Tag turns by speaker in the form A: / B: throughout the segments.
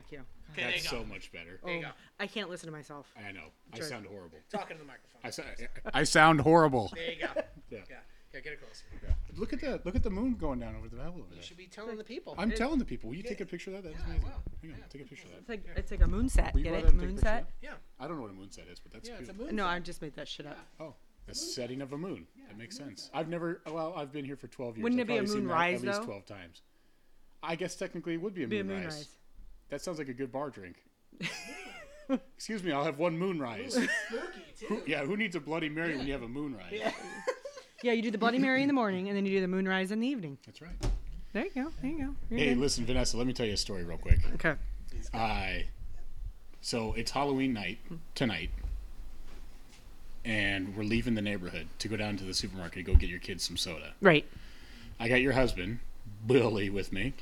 A: Thank you.
B: Okay, there you
C: That's
B: go.
C: so much better.
A: Oh,
B: you go.
A: I can't listen to myself.
C: I know. I
A: Sure.
C: sound horrible.
B: Talking to the microphone.
C: I, so- I sound horrible.
B: There you go.
C: Yeah.
B: Yeah. Yeah, get it closer.
C: Look at the look at the moon going down over the Bible over there.
B: You should be telling the people.
C: I'm telling the people. Will you take a picture of that? That's
B: Yeah, I
C: amazing.
B: will.
C: Hang on, take a picture of that.
A: It's like it's like a moonset.
C: Will you
A: Get
C: go
A: it?
C: ahead and take a picture
A: Moonset.
C: of that?
B: yeah.
C: I don't know what a moonset is, but that's
B: Yeah, it's a
C: cute.
B: moon.
A: No, I just made that shit up.
C: Oh, the setting of a moon. that makes sense. I've never. Well, I've been here for 12 years.
A: Wouldn't
C: I've
A: it be a
C: probably seen
A: moon
C: that
A: rise,
C: At least
A: though?
C: 12 times. I guess technically it would be a
A: Be a
C: moonrise.
A: moonrise.
C: That sounds like a good bar drink. Excuse me, I'll have one moonrise.
B: Spooky
C: Who-
B: too.
C: yeah, who needs a Bloody Mary when you have a moonrise?
A: Yeah, you do the Bloody Mary in the morning, and then you do the moonrise in the evening.
C: That's right.
A: There you go. There you go. You're
C: Hey,
A: good.
C: listen, Vanessa, let me tell you a story real quick.
A: Okay.
C: I so it's Halloween night tonight, and we're leaving the neighborhood to go down to the supermarket to go get your kids some soda.
A: Right.
C: I got your husband, Billy, with me,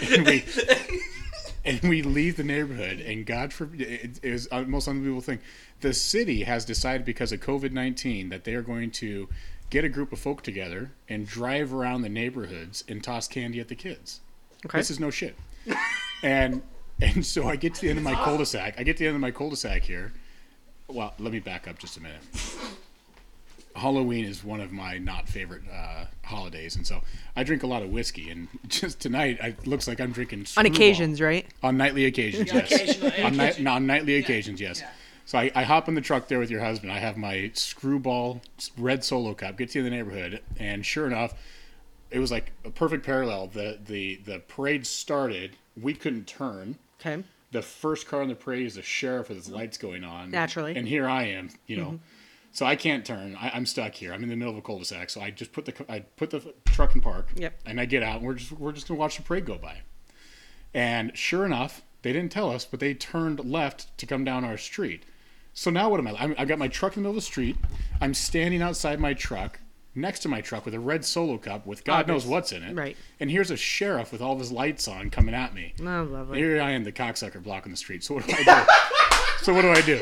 C: and we and we leave the neighborhood. And God forbid, it, it was the most unbelievable thing. The city has decided because of COVID nineteen that they are going to get a group of folk together and drive around the neighborhoods and toss candy at the kids.
A: Okay.
C: This is no shit. and and so I get to the end of my cul-de-sac. I get to the end of my cul-de-sac here. Well, let me back up just a minute. Halloween is one of my not favorite uh, holidays, and so I drink a lot of whiskey. And just tonight, it looks like I'm drinking
A: on
C: screwball.
A: occasions, right?
C: On nightly occasions, yes.
B: occasionally.
C: on, night, no, on nightly occasions, yes.
B: Yeah.
C: So I, I hop in the truck there with your husband. I have my screwball s- red solo cup. Get to the neighborhood, and sure enough, it was like a perfect parallel. The the the parade started. We couldn't turn.
A: Okay.
C: The first car on the parade is the sheriff with his lights going on.
A: Naturally. Mm-hmm.
C: And here I am, you know. So I can't turn. I, I'm stuck here. I'm in the middle of a cul-de-sac. So I just put the c- I put the f- truck in park.
A: Yep.
C: And I get out. And we're just we're just gonna watch the parade go by. And sure enough, they didn't tell us, but they turned left to come down our street. So now what am I? I'm, I've got my truck in the middle of the street. I'm standing outside my truck, next to my truck with a red solo cup with God knows what's in it.
A: Right.
C: And here's a sheriff with all of his lights on coming at me.
A: Oh, lovely.
C: Here I am, the cocksucker blocking the street. So what do I do? so what do I do?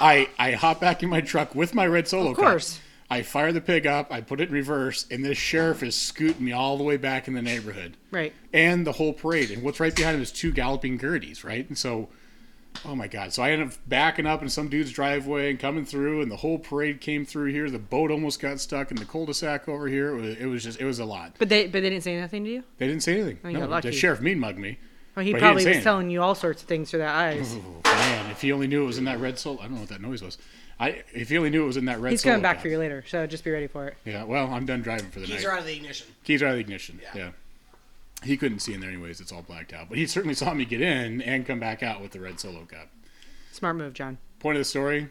C: I I hop back in my truck with my red solo. Of
A: course.
C: I fire the pig up. I put it in reverse, and this sheriff is scooting me all the way back in the neighborhood.
A: Right.
C: And the whole parade, and what's right behind him is two galloping Gerties, right? And so, oh my God! So I end up backing up in some dude's driveway and coming through, and the whole parade came through here. The boat almost got stuck in the cul-de-sac over here. It was, it was just, it was a lot.
A: But they but they didn't say anything to you.
C: They didn't say anything.
A: Oh, you
C: no,
A: got lucky.
C: the sheriff mean mugged me.
A: Well, he
C: But he
A: probably
C: didn't say
A: was telling you all sorts of things through that eyes.
C: Oh, man, if he only knew it was in that red soul. I don't know what that noise was. I if he only knew it was in that red.
A: He's coming
C: Solo
A: back
C: cup.
A: for you later, so just be ready for it.
C: Yeah. Well, I'm done driving for the
B: Keys
C: night.
B: are out of the ignition.
C: Keys are out of the ignition. Yeah. He couldn't see in there anyways. It's all blacked out. But he certainly saw me get in and come back out with the red solo cup.
A: Smart move, John.
C: Point of the story.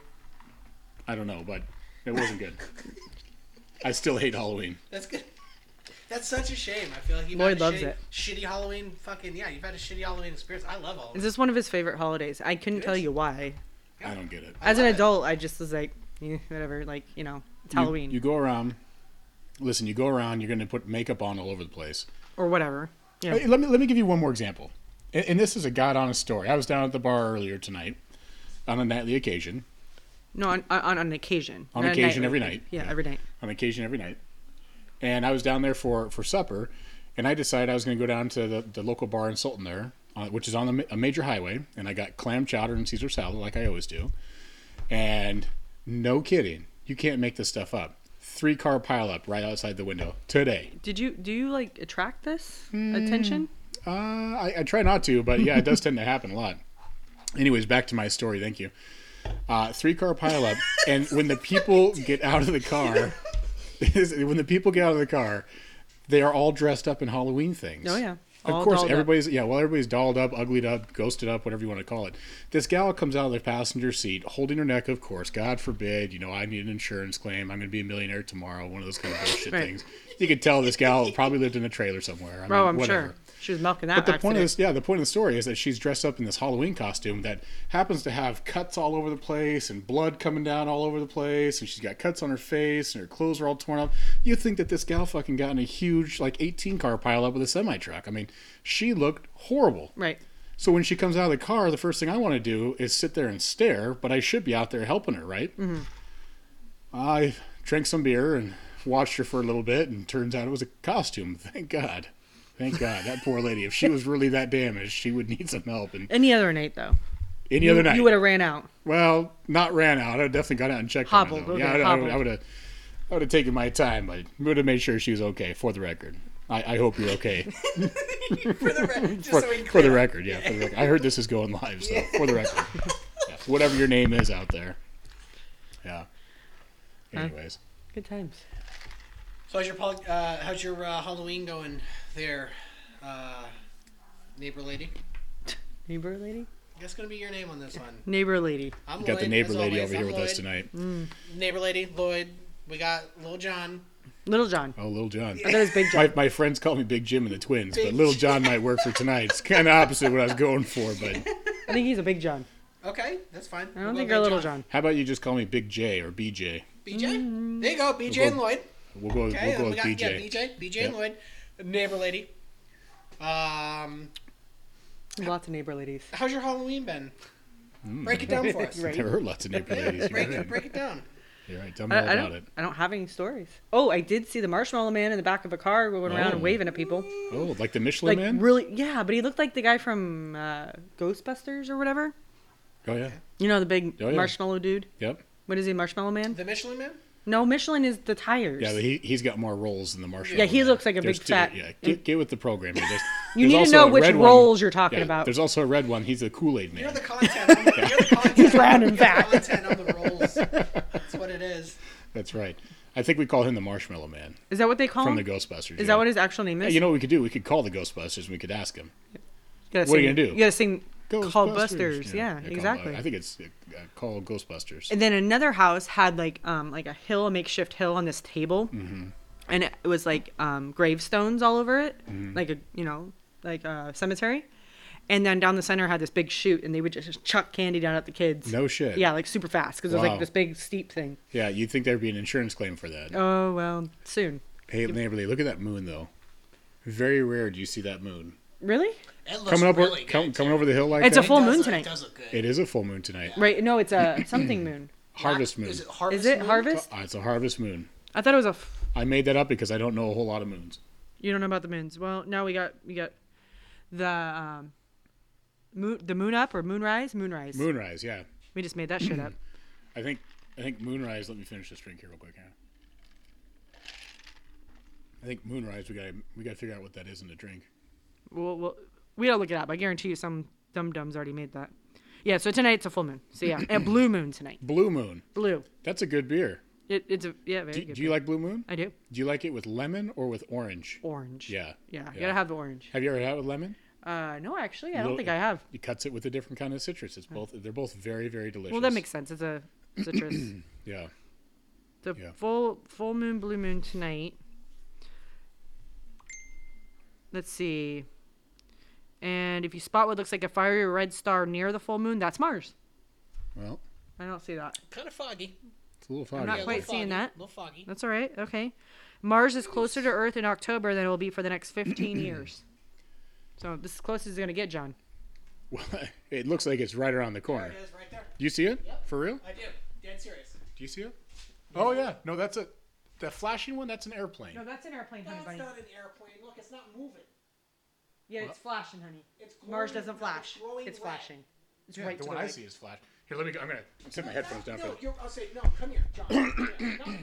C: I don't know, but it wasn't good. I still hate Halloween.
B: That's good. That's such a shame. I feel like you've
A: Lloyd
B: had a
A: loves
B: shitty,
A: it.
B: shitty Halloween. Fucking yeah, you've had a shitty Halloween experience. I love Halloween.
A: Is this one of his favorite holidays? I couldn't tell
B: is.
A: you why.
C: I don't get it.
A: As an
B: love it.
A: adult, I just was like, eh, whatever. Like you know, it's Halloween
C: You, you go around. Listen, you go around. You're going to put makeup on all over the place.
A: or whatever. Yeah.
C: Hey, Let me let me give you one more example, and, and this is a god honest story. I was down at the bar earlier tonight, on a nightly occasion,
A: No, on, on, on an occasion.
C: On
A: Not a
C: occasion,
A: nightly.
C: every night.
A: Yeah,
C: Yeah.
A: every night.
C: on occasion every night, and I was down there for for supper, and I decided I was going to go down to the, the local bar in Sultan there, uh, which is on the, ma- a major highway, and I got clam chowder and Caesar salad like I always do, and no kidding, you can't make this stuff up. Three car pileup right outside the window today.
A: Did you do you like attract this attention?
C: Uh, I, I try not to, but yeah, it does tend to happen a lot. Anyways, back to my story. Thank you. Uh, three car pileup, and when the people get out of the car, when the people get out of the car, they are all dressed up in Halloween things.
A: Oh, yeah.
C: Of
A: All
C: course,
A: dolled up.
C: everybody's yeah. Well, everybody's dolled up, uglied up, ghosted up, whatever you want to call it. This gal comes out of the passenger seat, holding her neck. Of course, God forbid, you know, I need an insurance claim. I'm going to be a millionaire tomorrow. One of those kind of bullshit
A: Right.
C: things. You could tell this gal probably lived in a trailer somewhere. I
A: Oh,
C: mean,
A: I'm
C: whatever.
A: sure she was milking that.
C: But the
A: accident.
C: point of this, yeah, the point of the story is that she's dressed up in this Halloween costume that happens to have cuts all over the place and blood coming down all over the place, and she's got cuts on her face and her clothes are all torn up. You think that this gal fucking got in a huge like 18 car pileup with a semi truck? I mean, she looked horrible.
A: right.
C: So when she comes out of the car, the first thing I want to do is sit there and stare, but I should be out there helping her, right?
A: Mm-hmm.
C: I drank some beer and watched her for a little bit, and turns out it was a costume. Thank God. Thank God, that poor lady. If she was really that damaged, she would need some help. And
A: Any other night though.
C: any
A: you,
C: other night,
A: You would have ran out.
C: well, not ran out. I definitely got out and checked. on her,
A: Hobbled,
C: though.
A: okay,
C: yeah, I- I,
A: hobbled.
C: would have. I would have taken my time, but would have made sure she was okay. For the record, I, I hope you're okay.
B: for the re- just
C: for,
B: so we
C: for
B: clear
C: the
B: up.
C: record, yeah, for the record. I heard this is going live, so for the record, Yeah, whatever your name is out there, yeah. Anyways,
A: Good times.
B: So how's your pol- uh, how's your uh, Halloween going there, uh, neighbor lady?
A: Neighbor lady.
B: That's gonna be your name on this one.
A: Neighbor lady.
B: I'm
C: we got
B: Lloyd,
C: the neighbor
B: as
C: lady
B: always.
C: over here
B: I'm
C: with
B: Lloyd.
C: us tonight.
B: Neighbor lady, Lloyd. We got Little John.
A: Little John.
C: Oh, Little John.
A: That is Big John.
C: My, my friends call me Big Jim and the Twins,
B: Big
C: but Little John might work for tonight. It's kind of opposite what I was going for, but
A: I think he's a Big John.
B: Okay, that's fine.
A: I don't think you're Little John.
C: how about you just call me Big J or BJ?
B: BJ.
A: Mm-hmm.
B: There you go, BJ and Lloyd.
C: We'll go.
B: Okay,
C: we'll go
B: we
C: with
B: got
C: BJ.
B: yeah, BJ, BJ and
C: Yep.
B: Lloyd, neighbor lady. Um,
A: Lots of neighbor ladies.
B: how's your Halloween been?
C: Mm.
B: Break it down for us.
A: Right.
C: There are lots of neighbor ladies. You're
B: break,
C: right.
B: it, break it down.
C: You're right. Tell me
A: I,
C: all
A: I
C: about
A: don't.
C: it.
A: I don't have any stories. Oh, I did see the Marshmallow Man in the back of a car going around
C: Oh.
A: and waving at people.
C: Oh, like the Michelin
A: Like
C: Man?
A: really, yeah. But he looked like the guy from uh, Ghostbusters or whatever.
C: Oh yeah.
A: You know the big
C: Oh, yeah.
A: marshmallow dude.
C: Yep.
A: What is he, Marshmallow Man?
B: The Michelin Man.
A: No, Michelin is the tires.
C: Yeah, but he he's got more rolls than the marshmallow.
A: Yeah, he
C: man.
A: looks like a big
C: two-
A: fat-
C: Yeah, get, get with the program. here. There's-
A: You
C: there's
A: need to
C: also
A: know
C: a
A: which
C: red
A: rolls
C: one.
A: you're talking
C: Yeah,
A: about.
C: There's also a red one. He's the Kool Aid
B: You're
C: man.
B: the content. On the, you're the content. He's
A: round and fat.
B: The content on the rolls. That's what it is.
C: That's right. I think we call him the Marshmallow Man
A: Is that what they call
C: from the
A: him?
C: Ghostbusters.
A: Oh. Is that what his actual name is?
C: You know what we could do? We could call the Ghostbusters. and We could ask him.
A: gotta
C: what are
A: sing-
C: you gonna do?
A: You gotta sing Call Busters.
C: Ghostbusters.
A: Yeah,
C: call-
A: exactly.
C: I think it's uh, uh, call Ghostbusters.
A: and then another house had like um like a hill, a makeshift hill on this table,
C: Mm-hmm.
A: and it was like um gravestones all over it,
C: Mm-hmm.
A: like a you know like a cemetery. And then down the center had this big chute, and they would just chuck candy down at the kids.
C: No shit.
A: Yeah, like super fast because it was
C: Wow.
A: like this big steep thing.
C: Yeah, you'd think there'd be an insurance claim for that.
A: Oh well, soon.
C: Hey, neighborly, look at that moon though. Very rare do you see that moon
A: Really?
B: It looks
C: coming up
B: really
C: o-
B: good.
C: com- coming over the hill like
A: It's a
C: that.
A: full
B: It does-
A: moon
B: it
A: tonight.
B: does look good.
C: It is a full moon tonight.
A: Right? No, it's a something moon.
C: Harvest moon.
B: Is it harvest?
A: Is it
B: moon?
A: harvest?
C: Uh, it's a harvest moon.
A: I thought it was a. F-
C: I made that up because I don't know a whole lot of moons.
A: you don't know about the moons. Well, now we got we got the um, moon the moon up or moonrise moonrise.
C: Moonrise, yeah.
A: We just made that shit up.
C: I think I think moonrise. Let me finish this drink here real quick. Hannah. I think moonrise. We got to we got to figure out what that is in the drink.
A: We'll, we'll we gotta look it up. I guarantee you some dum dums already made that. Yeah. So tonight it's a full moon. So yeah, a blue moon tonight.
C: Blue moon.
A: Blue.
C: That's a good beer.
A: It, it's a yeah very
C: Do,
A: good.
C: do you like blue moon?
A: I do
C: Do you like it with lemon or with orange?
A: orange.
C: Yeah.
A: Yeah.
C: Yeah.
A: Gotta have the orange.
C: Have you ever had it with lemon?
A: Uh, no, actually, I
C: Little-
A: don't think I have.
C: It cuts it with a different kind of citrus. It's both. They're both very very delicious.
A: Well, that makes sense. It's a citrus.
C: yeah.
A: the
C: Yeah.
A: full full moon, blue moon tonight. Let's see. And if you spot what looks like a fiery red star near the full moon, that's Mars.
C: Well,
A: I don't see that.
B: Kind of foggy.
C: it's a little foggy.
A: not
C: out
B: Yeah, a
A: quite
B: little
A: seeing
B: foggy,
A: that. Mm.
B: A little foggy.
A: That's all right. Okay. Mars is closer to Earth in October than it will be for the next 15 years. So this is close as it's going to get, John.
C: there. Well, it looks like it's right around the corner.
B: There it is, right there.
C: Do you see it?
B: Yep.
C: For real?
B: I do. Dead serious.
C: Do you see it? Oh yeah. No, that's a the flashing one. That's an airplane.
A: that's an airplane,
B: That's not an airplane. Look, it's not moving.
A: Yeah, it's flashing, honey.
B: It's
A: Mars
B: glowing-
A: doesn't flash.
B: glowing
A: It's
B: red.
A: flashing. It's
C: Yeah,
A: right
C: the
A: to
C: one
A: the
C: I
A: right.
C: see is flash. Here, let me go. I'm gonna set my headphones down.
B: No,
C: for
B: you're, I'll say no. Come here, John. Yeah, not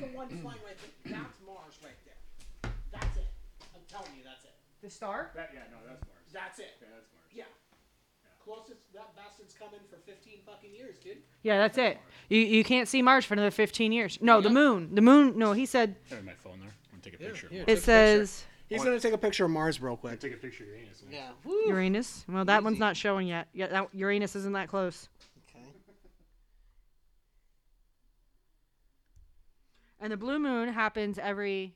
B: the one flying right there. That's Mars right there. That's it. I'm telling you, that's it.
A: The star?
C: that, yeah, no, that's Mars.
B: That's it.
C: Yeah, that's Mars.
B: Yeah. Closest that bastard's coming for 15 fucking years, dude.
A: Yeah, that's it. You you can't see Mars for another 15 years. No, the moon. The moon. No, he said.
C: There's my phone there. I'm gonna take a picture.
B: yeah.
A: It says
B: He's gonna take a picture of Mars real quick.
C: Take a picture of your anus.
B: Yeah.
A: Uranus. Well, that one's not showing yet. Yeah, that Uranus isn't that close.
B: Okay.
A: And the blue moon happens every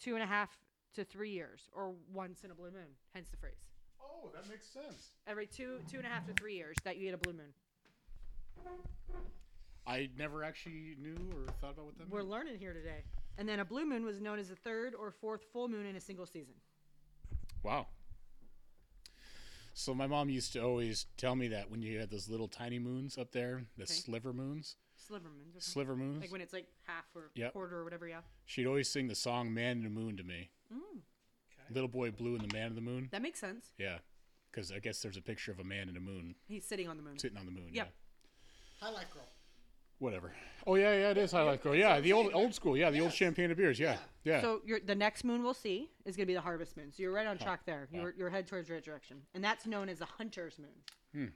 A: two and a half to three years, or once in a blue moon. Hence the phrase.
C: Oh, that makes sense.
A: Every two two and a half to three years that you get a blue moon.
C: I never actually knew or thought about what that.
A: We're
C: meant.
A: learning here today. And then a blue moon was known as the third or fourth full moon in a single season.
C: Wow. So my mom used to always tell me that when you had those little tiny moons up there, the sliver moons,
A: Sliver moons. okay.
C: sliver moons,
A: Uh-huh. Like when it's like half or
C: Yep.
A: quarter or whatever. Yeah. Mm.
C: she'd always sing the song "Man in the Moon" to me.
B: Okay.
C: Little boy blue and the man in the moon.
A: That makes sense.
C: Yeah, because I guess there's a picture of a man in a moon
A: He's sitting on the moon.
C: sitting on the moon.
A: Yep.
C: Yeah.
B: Highlight girl.
C: Whatever. Oh yeah, yeah, it is Highlight Girl. Yeah, the old old school. Yeah, the old
B: Yes.
C: champagne of beers. Yeah, yeah.
A: So your the next moon we'll see is going to be the harvest moon. So you're right on track there. You're, you're head towards the right direction, and that's known as the hunter's moon.
C: Hmm.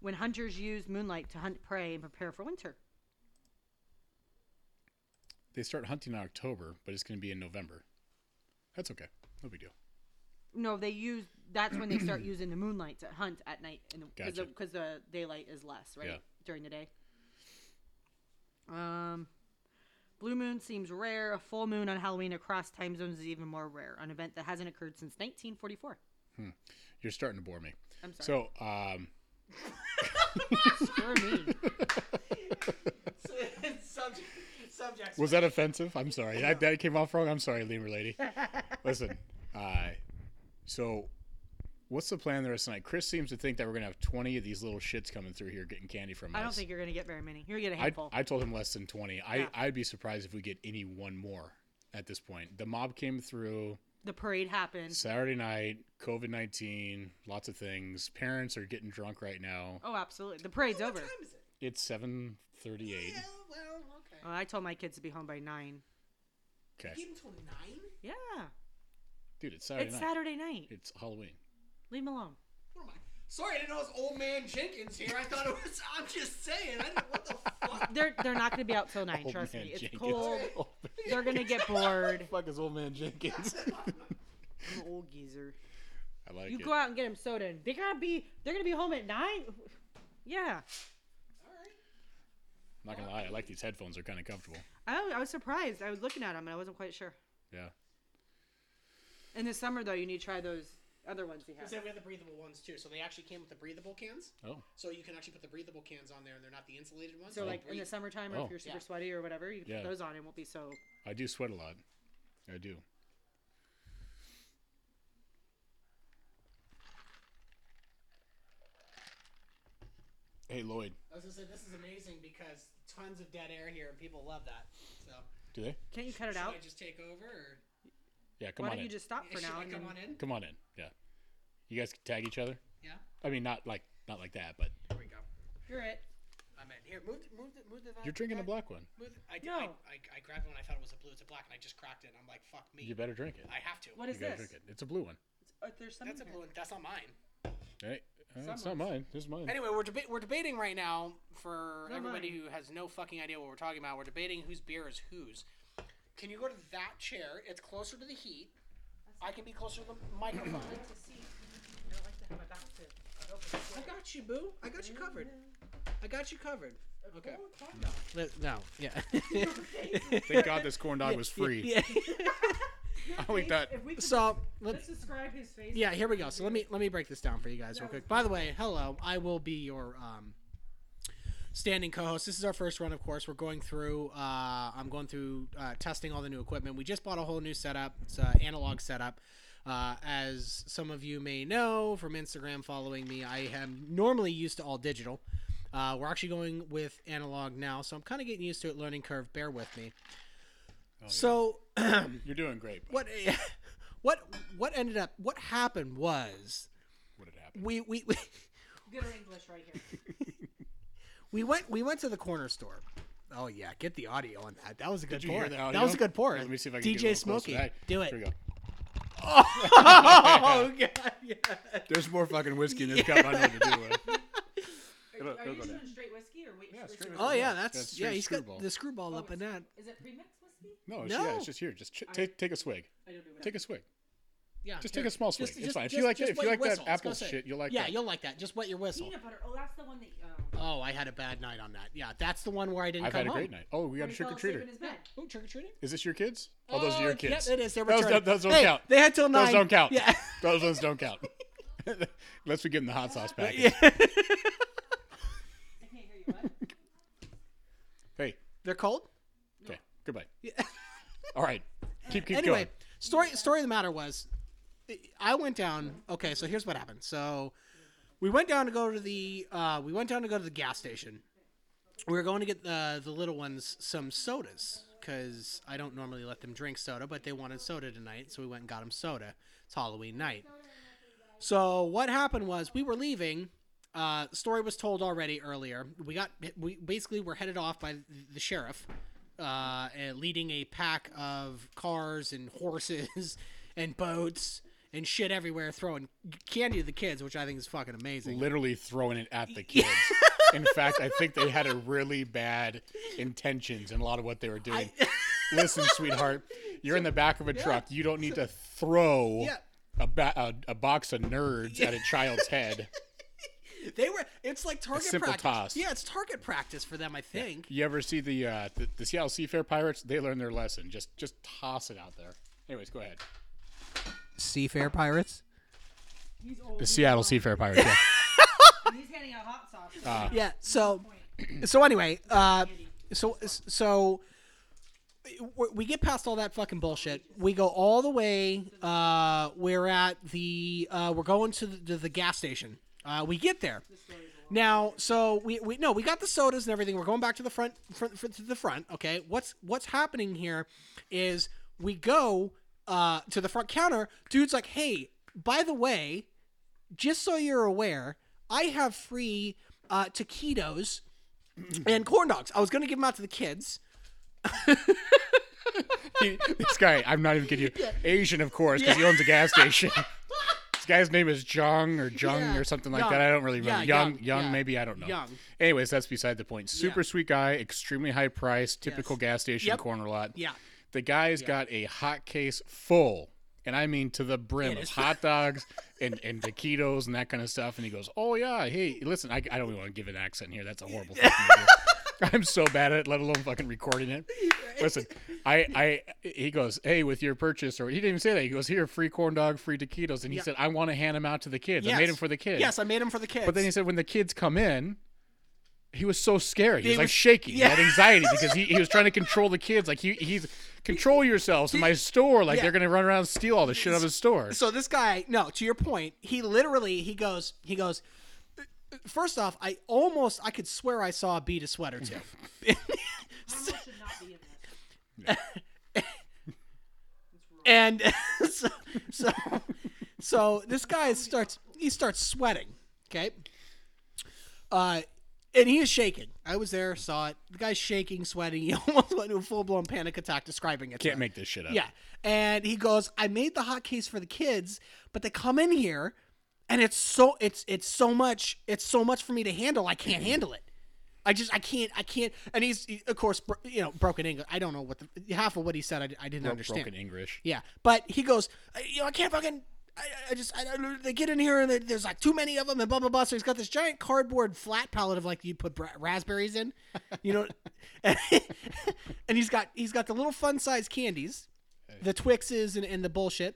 A: When hunters use moonlight to hunt prey and prepare for winter.
C: they start hunting in October, but it's going to be in November. That's okay. No big deal.
A: No, they use that's when they start using the moonlight to hunt at night, and because
C: Gotcha.
A: the, daylight is less, right,
C: Yeah.
A: during the day. Um, blue moon seems rare. A full moon on Halloween across time zones is even more rare. An event that hasn't occurred since 1944.
C: You're starting to bore me.
A: I'm sorry.
C: So, um,
A: For me,
B: subject, subject.
C: was that offensive? I'm sorry. That, that came off wrong. I'm sorry, lemur lady. Listen, uh, so what's the plan the rest of the night? Chris seems to think that we're going to have 20 of these little shits coming through here getting candy from us.
A: I don't think you're gonna get very many. You're gonna get a
C: I,
A: handful.
C: I told him less than 20.
A: Yeah.
C: I, I'd be surprised if we get any one more at this point. The mob came through
A: the parade happened.
C: Saturday night, COVID 19, lots of things. Parents are getting drunk right now.
A: Oh, absolutely. The parade's
B: what
A: over.
B: time is it?
C: It's 7:38.
B: Yeah, well, okay.
A: Well, I told my kids to be home by nine.
C: Okay.
B: Give him till nine?
A: Yeah,
C: Dude, it's Saturday
A: it's
C: night.
A: Saturday night.
C: It's Halloween.
A: Leave them alone.
B: What am I? Sorry, I didn't know it was old man Jenkins here. I thought it was. I'm just saying. I didn't. What the fuck?
A: They're they're not gonna be out till nine.
C: Old
A: trust
C: man
A: me. It's
C: Jenkins.
A: cold. They're gonna get bored.
C: Fuck is old man Jenkins.
A: I'm an old geezer.
C: I like
A: You
C: it.
A: go out and get them soda. And they're gonna be they're gonna be home at nine. Yeah,
B: All right.
C: I'm not going to lie. I like these headphones. They're kind of comfortable.
A: I, I was surprised. I was looking at them and I wasn't quite sure.
C: Yeah.
A: In the summer though, you need to try those other ones he
B: Because
A: has.
B: then we have the breathable ones too. So they actually came with the breathable cans.
C: Oh.
B: So you can actually put the breathable cans on there, and they're not the insulated ones.
A: So
B: They
A: like in the
B: breathe.
A: summertime, or
C: Oh.
A: if you're super
B: Yeah.
A: sweaty or whatever, you can
C: Yeah.
A: put those on. It won't be so.
C: I do sweat a lot. I do. Hey, Lloyd.
B: I was gonna say this is amazing because tons of dead air here, and people love that. So
C: Do they?
A: Can't you cut it
B: should
A: out?
B: I just take over, or
C: Yeah, come
A: Why
C: on
A: don't
C: in.
A: you just stop for
B: should
A: now?
B: I
A: and
B: come
A: then-
B: on in?
C: Come on in. Yeah. You guys can tag each other?
B: Yeah.
C: I mean, not like not like that, but
B: There we go.
A: You're it.
B: I'm in. Here, move, the- move, the- move the.
C: you're drinking a
B: that-
C: black one.
B: Move. the- I, did-
A: No.
B: I, I, I grabbed one. I thought it was a blue. It's a black, and I just cracked it. And I'm like, fuck me.
C: You better drink it.
B: I have to.
A: What is
C: You gotta
A: this?
C: drink it. It's a blue one.
A: Uh, There's some
B: That's
A: in
B: a
A: here.
B: blue. one. That's not mine.
C: Hey, uh, it's not mine. This is mine.
B: Anyway, we're deba- we're debating right now for everybody
A: mine.
B: who has no fucking idea what we're talking about. We're debating whose beer is whose. Can you go to that chair? It's closer to the heat. I can be closer to the microphone. I got you, boo. I got you covered. I got you covered. Okay. No. Yeah.
C: Thank God this corn dog was free.
B: yeah.
C: I only thought
A: If we could
B: So let's
A: just describe his face.
B: Yeah, here we go. So let me let me break this down for you guys real quick. By the way, hello. I will be your um, standing co-host. This is our first run, of course. We're going through. Uh, I'm going through uh, testing all the new equipment. We just bought a whole new setup. It's an analog setup. Uh, as some of you may know from Instagram following me, I am normally used to all digital. Uh, we're actually going with analog now, so I'm kind of getting used to it. Learning curve. Bear with me. So
C: Oh, you're doing great. What
B: what? What what ended up what happened was
C: would it happen?
B: we we, we
A: Good English right here.
B: we went we went to the corner store. Oh yeah, get the audio on that. That was a good
C: Did you
B: pour.
C: hear the audio?
B: That was a good pour.
C: Let me see if I can
B: DJ
C: get a little closer.
B: Smokey,
C: Hey,
B: do it.
C: Here we go.
B: Oh god, yeah.
C: There's more fucking whiskey in this cup. I know what to do with. It'll-
A: Are you
C: it'll go
A: just
C: down.
A: doing straight whiskey or wait?
C: Yeah,
A: for
C: straight
A: it to-
B: Oh
C: whiskey.
B: yeah,
C: That's
B: that's, yeah.
C: straight
B: He's
C: screwball.
B: got the screwball up in that.
A: Is it premixed whiskey?
C: No, it's, yeah,
B: No.
C: it's just here. Just ch- take take a swig.
A: I don't do it.
C: Take a swig.
B: Yeah,
C: Just
B: here.
C: take a small swig.
B: Just-
C: It's
B: just-
C: fine. If you
B: just-
C: like that,
B: just
C: if you
B: wet
C: like
B: your
C: that
B: whistle. I was
C: apple
B: gonna say.
C: shit, you'll like
B: yeah,
C: that.
B: you'll like that. Just wet your whistle.
A: Peanut butter. Oh, that's the one that. Um,
B: Oh, I had a bad night on that. Yeah, that's the one where I didn't
C: I've
B: come
C: had a
B: home.
C: great night. Oh, we got a
A: he fell
C: trick or
A: asleep in
C: treater.
A: his bed.
B: Oh, trick or treating.
C: Is this your kids? Oh, those are your kids.
B: Yep, it is. They're
C: Those,
B: returning.
C: those don't
B: hey,
C: count.
B: They had till nine.
C: Those don't count.
B: Yeah.
C: Those ones don't count. Unless we give them the hot sauce package.
A: I can't hear you. What?
C: Hey,
B: They're cold.
C: okay. Goodbye. All right. Keep keep
B: anyway,
C: going.
B: story story of the matter was, I went down. Okay, so here's what happened. So we went down to go to the uh, we went down to go to the gas station. We were going to get the the little ones some sodas because I don't normally let them drink soda, but they wanted soda tonight, so we went and got them soda. It's Halloween night. So what happened was we were leaving. Uh, story was told already earlier. We got we basically were headed off by the sheriff, uh, and leading a pack of cars and horses and boats and shit everywhere, throwing candy to the kids, which I think is fucking amazing.
C: literally throwing it at the kids. In fact, I think they had a really bad intentions in a lot of what they were doing. Listen, sweetheart, you're in the back of a truck. You don't need to throw
B: Yeah.
C: a, ba- a, a box of nerds at a child's head.
B: They were. It's like target
C: simple
B: practice.
C: toss.
B: Yeah, it's target practice for them. I think.
C: You ever see the uh, the, the Seattle Seafair Pirates? They learned their lesson. Just just toss it out there. Anyways, go ahead.
B: Seafair pirates.
A: He's old.
C: The Seattle Seafair Pirates. Yeah.
A: He's handing out hot sauce.
C: Ah.
B: Yeah. So, so anyway, uh, so so we- we get past all that fucking bullshit. We go all the way. Uh, we're at the. Uh, we're going to the, to the gas station. Uh, we get there. Now, so we, we no, we got the sodas and everything. We're going back to the front, front, front to the front. Okay, what's what's happening here is we go uh, to the front counter. Dude's like, hey, by the way, just so you're aware, I have free uh, taquitos and corn dogs. I was going to give them out to the kids.
C: this guy, I'm not even kidding you. Asian, of course, because he owns a gas station. this guy's name is Jung or Jung
B: Yeah.
C: or something like
B: Jung.
C: that. I don't really
B: Yeah,
C: remember. Young,
B: Jung,
C: Young,
B: yeah.
C: maybe I don't know.
B: Jung.
C: Anyways, that's beside the point. Super
B: Yeah.
C: sweet guy, extremely high price, typical
B: Yes.
C: gas station
B: Yep.
C: corner lot.
B: Yeah.
C: The guy's got a hot case full, and I mean to the brim of
B: is-
C: hot dogs and, and taquitos and that kind of stuff. And he goes, Oh, yeah, hey, listen, I, I don't even want to give an accent here. That's a horrible thing to do. I'm so bad at it, let alone fucking recording it. Listen, I, I, he goes, Hey, with your purchase, or he didn't even say that. He goes, Here, free corn dog, free taquitos. And he said, I want to hand them out to the kids. I made them for the kids.
B: Yes, I made them for the kids.
C: But then he said when the kids come in, he was so scared. He was, like
B: was-
C: shaking.
B: yeah.
C: He had anxiety because he, he was trying to control the kids. Like he he's control yourselves in my store. Like
B: Yeah.
C: they're gonna run around and steal all the shit out of his store.
B: so this guy, no, to your point, he literally he goes he goes. "Uh, First off, I almost I could swear I saw a beat a sweater too.
A: should not be in this.
B: and so, so so this guy starts he starts sweating okay uh and he is shaking i was there saw it the guy's shaking sweating he almost went into a full-blown panic attack describing it to
C: Can't
B: them.
C: make this shit up.
B: yeah and he goes i made the hot case for the kids but they come in here and it's so it's it's so much it's so much for me to handle i can't handle it I just I can't I can't and he's he- of course bro- you know broken English I don't know what the half of what he said I, I didn't understand
C: Broken English.
B: yeah, but he goes, I, you know, I can't fucking. I, I- I just I, I- they get in here and there- there's like too many of them and blah blah blah. So he's got this giant cardboard flat pallet of like you put bra- raspberries in, you know, and, he's got he's got the little fun size candies, the Twixes and, and the bullshit.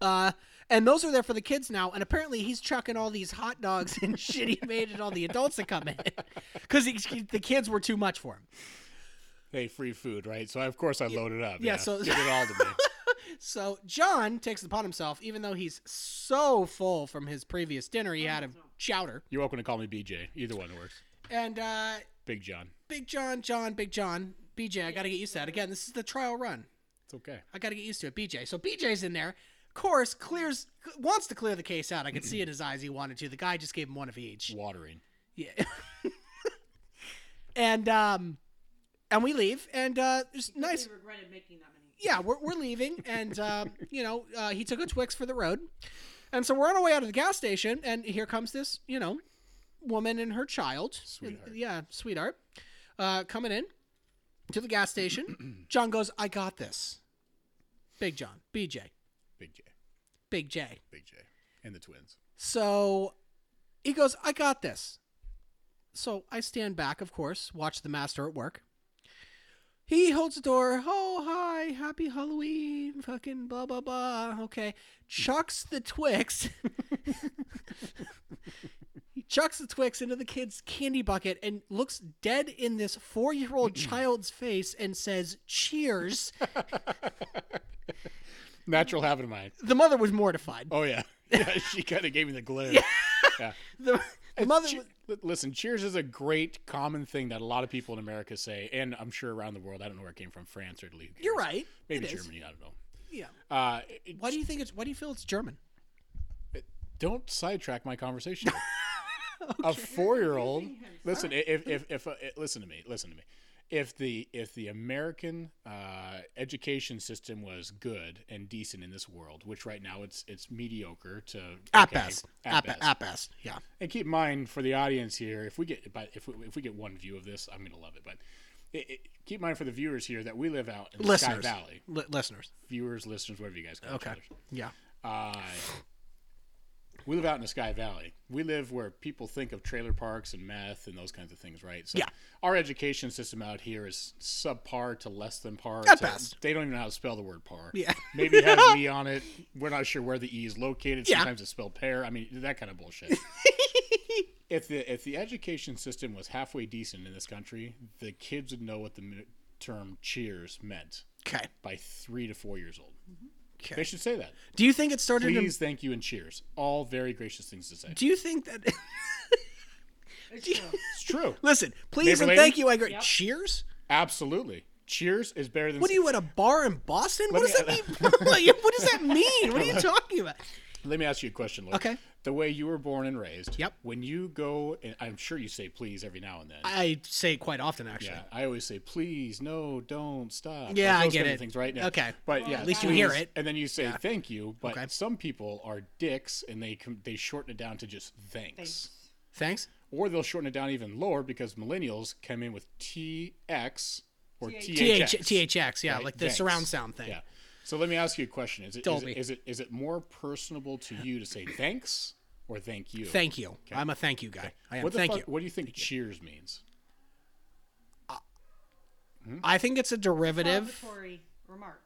B: Uh, and those are there for the kids now. And apparently, he's chucking all these hot dogs and shit he made at all the adults that come in because the kids were too much for him.
C: Hey, free food, right? So of course I loaded up.
B: yeah, so-
C: give it all to me.
B: So John takes it upon himself, even though he's so full from his previous dinner he had of chowder,
C: You're welcome to call me BJ. Either one works.
B: and uh,
C: Big John.
B: Big John, John, Big John, BJ. I gotta get used to that again. This is the trial run.
C: It's okay.
B: I gotta get used to it. BJ. So BJ's in there. Of course, clears wants to clear the case out. I could see in his eyes he wanted to. The guy just gave him one of each.
C: Watering.
B: Yeah. and um, and we leave. And uh, there's nice.
A: regretted making that many.
B: yeah, we're, we're leaving, and uh, you know, uh, he took a Twix for the road, and so we're on our way out of the gas station, and here comes this, you know, woman and her child,
C: Sweetheart.
B: yeah, sweetheart, uh, coming in to the gas station. John goes, "I got this." Big John, BJ,
C: Big J.
B: Big J.
C: Big J. And the twins.
B: So he goes, I got this. So I stand back, of course, watch the master at work. He holds the door. Oh, hi. Happy Halloween. Fucking blah, blah, blah. Okay. Chucks the Twix. he chucks the Twix into the kid's candy bucket and looks dead in this four year old child's face and says, Cheers.
C: Natural habit of mine.
B: The mother was mortified.
C: Oh yeah. Yeah, she kinda gave me the glare. Yeah.
B: The, The mother,
C: Che- li- Listen, cheers is a great common thing that a lot of people in America say, and I'm sure around the world. I don't know where it came from, France or Italy. who cares?
B: you're right.
C: Maybe
B: It is.
C: Germany. I don't know.
B: Yeah.
C: Uh, it- it-
B: Why do you think it's? Why do you feel it's German?
C: don't sidetrack my conversation. A four-year-old. Listen, i- if if, if uh, i- listen to me, listen to me. If the if the American uh, education system was good and decent in this world, which right now it's it's mediocre to
B: At
C: okay,
B: best.
C: at
B: At,
C: best.
B: at best. Yeah.
C: And keep in mind for the audience here, if we get but if we, if we get one view of this, I'm gonna love it. But it, it, keep in mind for the viewers here that we live out in the Sky
B: Listeners.
C: Valley.
B: Li- listeners.
C: Viewers, listeners, whatever you guys call each
B: Okay.
C: other.
B: Yeah.
C: Uh, we live out in the Sky Valley. We live where people think of trailer parks and meth and those kinds of things, right? So
B: Yeah.
C: Our education system out here is subpar to less than par.
B: At
C: to-
B: best.
C: They don't even know how to spell the word par.
B: Yeah.
C: Maybe it has an E on it. We're not sure where the E is located.
B: Yeah.
C: Sometimes it's spelled pear. I mean, that kind of bullshit. if the if the education system was halfway decent in this country, the kids would know what the mi- term cheers meant
B: Okay.
C: by three to four years old.
B: Mm-hmm. Okay.
C: They should say that.
B: Do you think it started? in-
C: Please, thank you, and cheers. All very gracious things to say.
B: do you think that?
C: It's true.
B: Listen, please
C: Neighbor
B: and
C: lady?
B: thank you. I agree. Cheers.
C: Absolutely. Cheers is better than.
B: What are you at a bar in Boston? What does
C: me-
B: that mean? Like, what does that mean? What are you talking about?
C: Let me ask you a question, Luke.
B: Okay.
C: The way you were born and raised.
B: Yep.
C: When you go, and I'm sure you say please every now and then.
B: I say quite often, actually.
C: yeah, I always say please, no, don't stop.
B: Yeah, I
C: those
B: get
C: kind
B: it.
C: Of things right now.
B: Okay.
C: but yeah,
B: at least you hear
C: please,
B: it.
C: and then you say thank you. But
B: Okay.
C: some people are dicks, and they com- they shorten it down to just thanks.
B: Thanks.
C: or they'll shorten it down even lower because millennials come in with TX or
B: TH-
C: THX.
B: THX, yeah,
C: Right,
B: like the
C: thanks.
B: surround sound thing.
C: Yeah. So let me ask you a question: Is it is
B: Dolby.
C: it, is it is it more personable to you to say thanks or thank you?
B: Thank you. I'm a thank you guy. I am.
C: What the
B: Thank
C: fuck,
B: you.
C: What do you think cheers means?
B: I think it's a derivative.
A: Salvatory remark.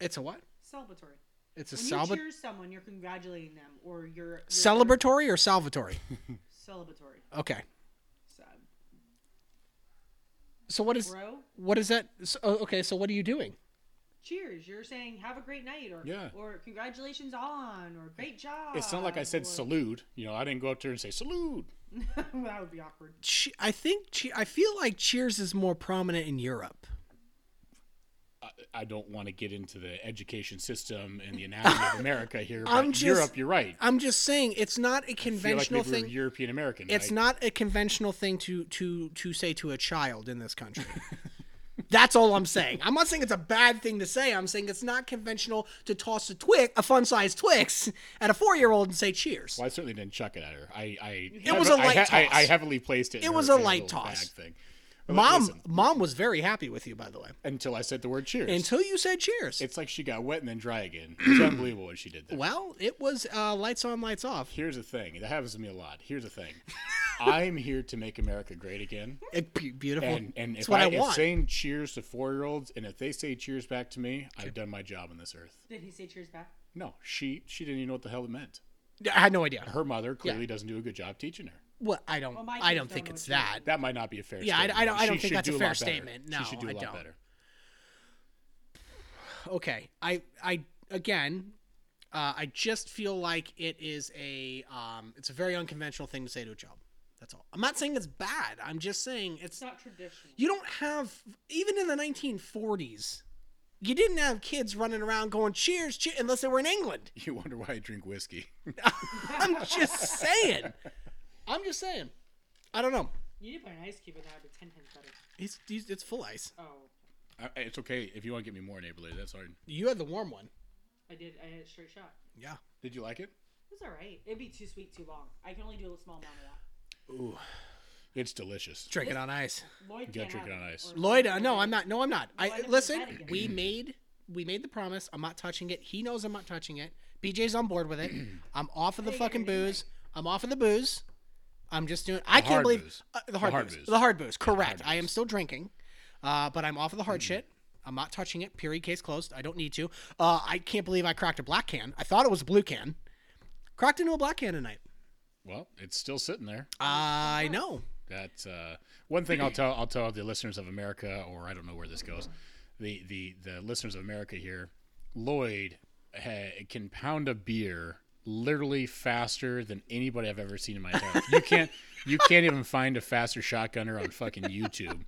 B: It's a what?
A: Salvatory.
B: It's a
A: When you
B: salva-
A: cheers someone, you're congratulating them or you're, you're
B: celebratory or salvatory.
A: celebratory.
B: Okay.
A: So,
B: So what is
A: bro,
B: what is that? So, oh, okay. So what are you doing?
A: cheers. You're saying have a great night or
C: Yeah.
A: or congratulations on or great job.
C: It's not like I
A: or-
C: said salute. You know, I didn't go up there and say salute.
A: that would be awkward.
B: Che- I think che- I feel like Cheers is more prominent in Europe.
C: I, I don't want to get into the education system and the anatomy of America here. But
B: I'm just-
C: Europe, you're right.
B: I'm just saying it's not a
C: I feel like
B: conventional
C: maybe we're
B: thing.
C: European American.
B: It's
C: right?
B: not a conventional thing to to to say to a child in this country. That's all I'm saying. I'm not saying it's a bad thing to say. I'm saying it's not conventional to toss a twig, a fun-sized Twix, at a four-year-old and say "Cheers."
C: Well, I certainly didn't chuck it at her. I, I
B: It was a
C: I
B: light
C: ha- I,
B: toss.
C: I heavily placed it. in
B: It
C: her-
B: was a
C: her
B: light
C: little
B: toss.
C: bag thing. But li-
B: Mom,
C: listen,
B: mom was very happy with you, by the way.
C: until I said the word cheers.
B: Until you said "Cheers."
C: It's like she got wet and then dry again. It's unbelievable what she did there.
B: well, it was uh, lights on, lights off.
C: Here's the thing. That happens to me a lot. Here's the thing. I'm here to make America great again.
B: It, be- beautiful.
C: And and
B: it's
C: if
B: what
C: I,
B: I,
C: if
B: want.
C: saying cheers to four year olds and if they say cheers back to me, I've done my job on this earth.
A: Did he say cheers back?
C: No, she she didn't even know what the hell it meant.
B: I had no idea.
C: Her mother clearly doesn't do a good job teaching her.
B: Well, I don't.
A: my
B: I
A: kids
B: don't
A: don't
B: think
A: know
B: it's
A: what
B: that.
C: That might not be a fair
B: Yeah, I-
C: statement.
B: I don't- I
C: She
B: don't think
C: should
B: that's a
C: do lot
B: fair
C: better.
B: statement. No,
C: she should do a
B: I
C: lot
B: don't.
C: better.
B: Okay. I. I again. Uh, I just feel like it is a. Um, it's a very unconventional thing to say to a child. That's all. I'm not saying it's bad. I'm just saying it's.
A: It's not traditional.
B: You don't have even in the 1940s. You didn't have kids running around going cheers, cheers unless they were in England.
C: You wonder why I drink whiskey.
B: I'm just saying. I'm just saying. I don't know.
A: You need to put an ice cube in that. It'd be ten times better.
B: It's it's it's full ice.
A: Oh,
C: I- it's okay if you want to get me more neighborly. That's hard.
B: You had the warm one.
A: I did. I had a straight shot.
B: Yeah.
C: Did you like it?
A: It was all right. It'd be too sweet, too long. I can only do a small amount of that.
C: It's delicious.
B: Drink it on ice.
A: Lloyd
C: gotta
A: can't
C: drink it
A: have
C: on
A: it,
C: ice.
A: or-
B: Lloyd, uh, no, I'm not. No, I'm not.
A: Why
B: I
A: did we
B: listen.
A: bet again?
B: We made we made the promise. I'm not touching it. He knows I'm not touching it. BJ's on board with it. I'm off of the fucking booze. I'm off of the booze. I'm just doing. I can't
C: hard
B: believe
C: booze.
B: uh, the hard,
C: hard
B: booze.
C: booze.
B: The hard booze. Correct. I am still drinking, uh, but I'm off of the hard shit. I'm not touching it. Period. Case closed. I don't need to. Uh, I can't believe I cracked a black can. I thought it was a blue can. Cracked into a black can tonight.
C: Well, it's still sitting there.
B: Oh, I know.
C: That's uh, one thing I'll tell I'll tell the listeners of America, or I don't know where this goes. The the the listeners of America here, Lloyd ha- can pound a beer literally faster than anybody I've ever seen in my life. You can't you can't even find a faster shotgunner on fucking YouTube.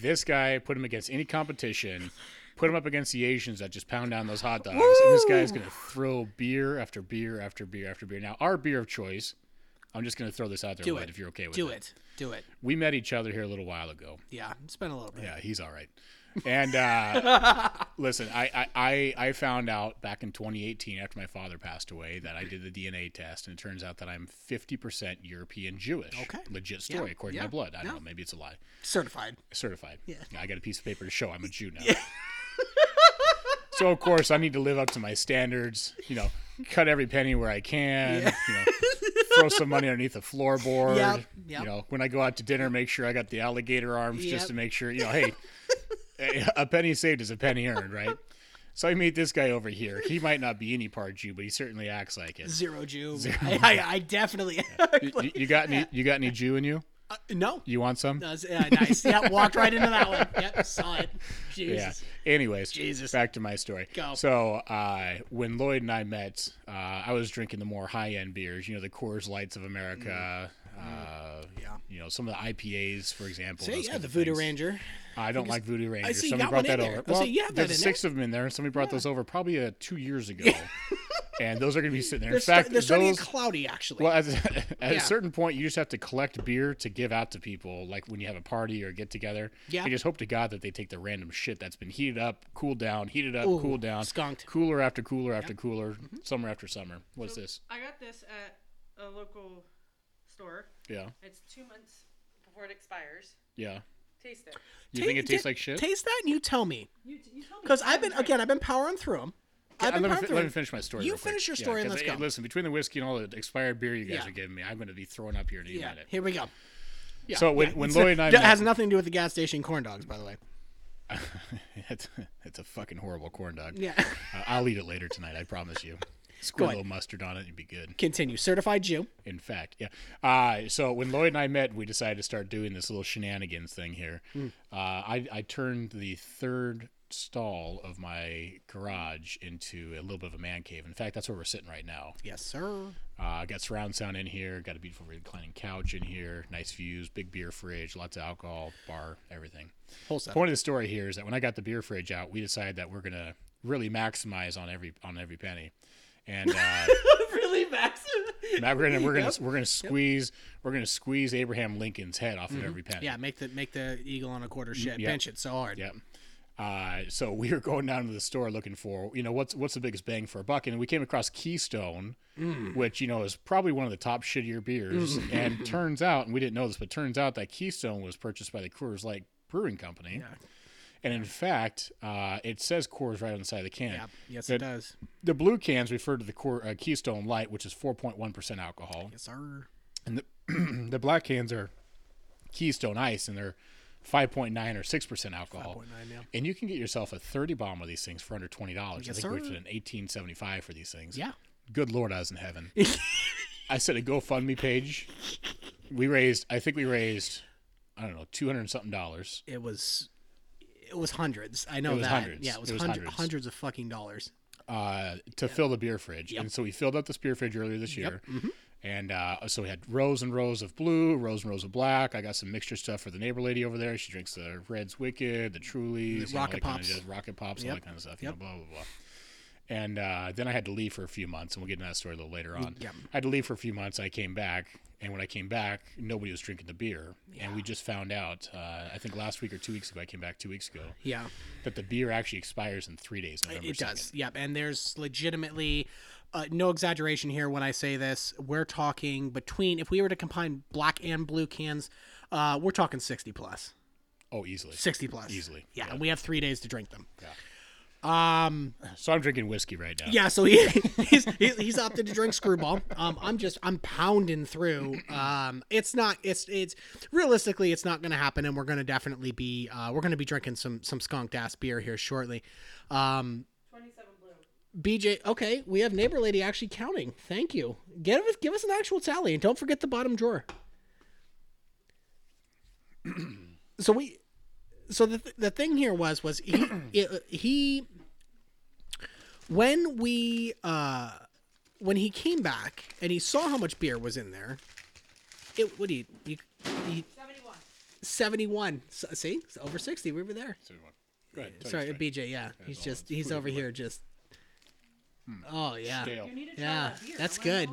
C: This guy put him against any competition, put him up against the Asians that just pound down those hot dogs, and this guy's gonna throw beer after beer after beer after beer. Now our beer of choice, I'm just gonna throw this out there,
B: Do
C: Lloyd,
B: it.
C: if you're okay with
B: Do
C: it.
B: it. Do it.
C: We met each other here a little while ago.
B: Yeah. It's been a little bit.
C: Yeah, he's all right. And uh, listen, I, I, I I found out back in 2018 after my father passed away that I did the DNA test, and it turns out that I'm 50% European Jewish.
B: Okay.
C: Legit story,
B: Yeah,
C: according
B: yeah,
C: to my blood. I
B: yeah.
C: don't know. Maybe it's a lie.
B: Certified.
C: Certified. Yeah. I got a piece of paper to show I'm a Jew now. so, of course, I need to live up to my standards, you know, cut every penny where I can, you know. Throw some money underneath the floorboard.
B: Yep, yep.
C: You know, when I go out to dinner, make sure I got the alligator arms
B: Yep.
C: just to make sure. You know, hey, a penny saved is a penny earned, right? So I meet this guy over here. He might not be any part Jew, but he certainly acts like it.
B: Zero Jew. I, I, I definitely.
C: You, you got any? You got any Jew in you?
B: Uh, no.
C: You want some?
B: Uh, yeah, nice. Yeah, walked right into that one. Yep, saw it. Jesus.
C: Yeah. Anyways,
B: Jesus.
C: back to my story.
B: Go.
C: So, uh, when Lloyd and I met, uh, I was drinking the more high end beers, you know, the Coors Lights of America. Uh,
B: Mm. Yeah.
C: You know, some of the IPAs, for example.
B: So
C: those
B: yeah,
C: kinds
B: the
C: of
B: Voodoo
C: things.
B: Ranger.
C: I don't like Voodoo Ranger.
B: I see you got
C: somebody
B: one
C: brought
B: in
C: that
B: there.
C: over.
B: I see you have
C: there's
B: that in
C: six of them in there. and Somebody brought those over probably uh, two years ago. and those are going to be sitting there.
B: They're,
C: In
B: start-
C: fact,
B: they're starting to
C: those.
B: get cloudy, actually.
C: Well, at, at
B: Yeah.
C: a certain point, you just have to collect beer to give out to people, like when you have a party or get together.
B: Yeah.
C: I just hope to God that they take the random shit that's been heated up, cooled down, heated up,
B: Ooh,
C: cooled down,
B: skunked. Mm-hmm.
C: cooler after cooler after cooler, summer after summer. What's this?
A: I got this at a local store.
C: Yeah,
A: It's two months before it expires.
C: yeah.
A: Taste it.
C: You think it tastes like shit?
B: Taste that and you tell me.
A: You, you told me.
B: Because I've been, again, I've been powering through them. I've
C: Uh,
B: been
C: let, me,
B: powering
C: fi-
B: through
C: let me
B: 'em.
C: finish my story.
B: You
C: real quick.
B: finish your
C: Yeah,
B: story and
C: 'cause,
B: let's
C: hey,
B: go.
C: Listen, between the whiskey and all the expired beer you guys
B: Yeah.
C: are giving me, I'm going to be throwing up here in a
B: Yeah,
C: minute.
B: here we go.
C: so when, when Lloyd and I
B: That
C: met-
B: has nothing to do with the gas station corn dogs, by the way.
C: it's, it's a fucking horrible corn dog.
B: Yeah.
C: Uh, I'll eat it later tonight. I promise you. Squirt a little mustard on it, you'd be good.
B: Continue. Certified Jew.
C: In fact, yeah. Uh, so when Lloyd and I met, we decided to start doing this little shenanigans thing here. Uh, I, I turned the third stall of my garage into a little bit of a man cave. In fact, that's where we're sitting right now.
B: Yes, sir.
C: Uh, got surround sound in here. Got a beautiful reclining couch in here. Nice views. Big beer fridge. Lots of alcohol. Bar. Everything.
B: Whole set.
C: Point of the story here is that when I got the beer fridge out, we decided that we're gonna really maximize on every on every penny, and uh,
A: really massive.
C: now we're gonna we're gonna we're gonna squeeze we're gonna squeeze Abraham Lincoln's head off of every penny.
B: Mm-hmm. Yeah, make the make the eagle on a quarter shit.
C: yeah.
B: Bench it so hard.
C: Yep. Uh, so we were going down to the store looking for, you know, what's what's the biggest bang for a buck, and we came across Keystone,
B: Mm.
C: which you know is probably one of the top shittier beers.
B: Mm-hmm.
C: and turns out, and we didn't know this, but turns out that Keystone was purchased by the Coors Light Brewing Company. And in fact, uh, it says Coors right on the side of the can.
B: Yeah, yes,
C: The-
B: it does.
C: The blue cans refer to the Coor, uh, Keystone Light, which is 4.1% alcohol,
B: Yes, sir.
C: and the the black cans are Keystone Ice, and they're 5.9 or 6% alcohol.
B: 5.9, yeah.
C: And you can get yourself a 30 bomb of these things for under $20. I
B: Yes,
C: think we
B: sir.
C: did an 18.75 for these things.
B: Yeah.
C: Good Lord, I was in heaven. I set a GoFundMe page. We raised, I think we raised, I don't know, 200 and something dollars.
B: It was it was hundreds. I know
C: was
B: that.
C: hundreds.
B: Yeah, it was,
C: It was
B: hundred-
C: hundreds.
B: hundreds of fucking dollars.
C: uh, to fill the beer fridge. And so we filled up this beer fridge earlier this year.
B: Mm-hmm.
C: And uh, so we had rows and rows of blue, rows and rows of black. I got some mixture stuff for the neighbor lady over there. She drinks the Reds Wicked, the Trulies, you know, all
B: Rocket
C: that kinda
B: Pops.
C: jazz- Rocket Pops, all
B: Yep.
C: that kind of stuff, you know, blah, blah, blah. And uh, then I had to leave for a few months, and we'll get into that story a little later on.
B: Mm, Yep.
C: I had to leave for a few months. I came back, and when I came back, nobody was drinking the beer. And we just found out, uh, I think last week or two weeks ago, I came back two weeks ago,
B: Yeah.
C: that the beer actually expires in three days. November
B: It
C: 2nd.
B: does. Yep. And there's legitimately uh, no exaggeration here when I say this. We're talking between, if we were to combine black and blue cans, uh, we're talking 60 plus.
C: Oh, easily.
B: 60 plus.
C: Easily,
B: Yeah. And we have three days to drink them.
C: So I'm drinking whiskey right now.
B: Yeah. So he, he's, he's, he's opted to drink screwball. Um, I'm just, I'm pounding through. Um, it's not, it's, it's realistically, it's not going to happen. And we're going to definitely be, uh, we're going to be drinking some, some skunked ass beer here shortly. Um,
A: Twenty-seven blue.
B: BJ, okay, we have neighbor lady actually counting. Thank you. Give us give us an actual tally, and don't forget the bottom drawer. so we, so the th- the thing here was was he he when we uh when he came back and he saw how much beer was in there, it what do you, you, you
A: 71.
B: 71. So, see, it's over 60. We were there.
C: So, Go ahead. tell your
B: Sorry,
C: story.
B: BJ. Yeah, he's
C: all
B: just he's over here just. Oh yeah,
C: Stale.
B: yeah, that's good.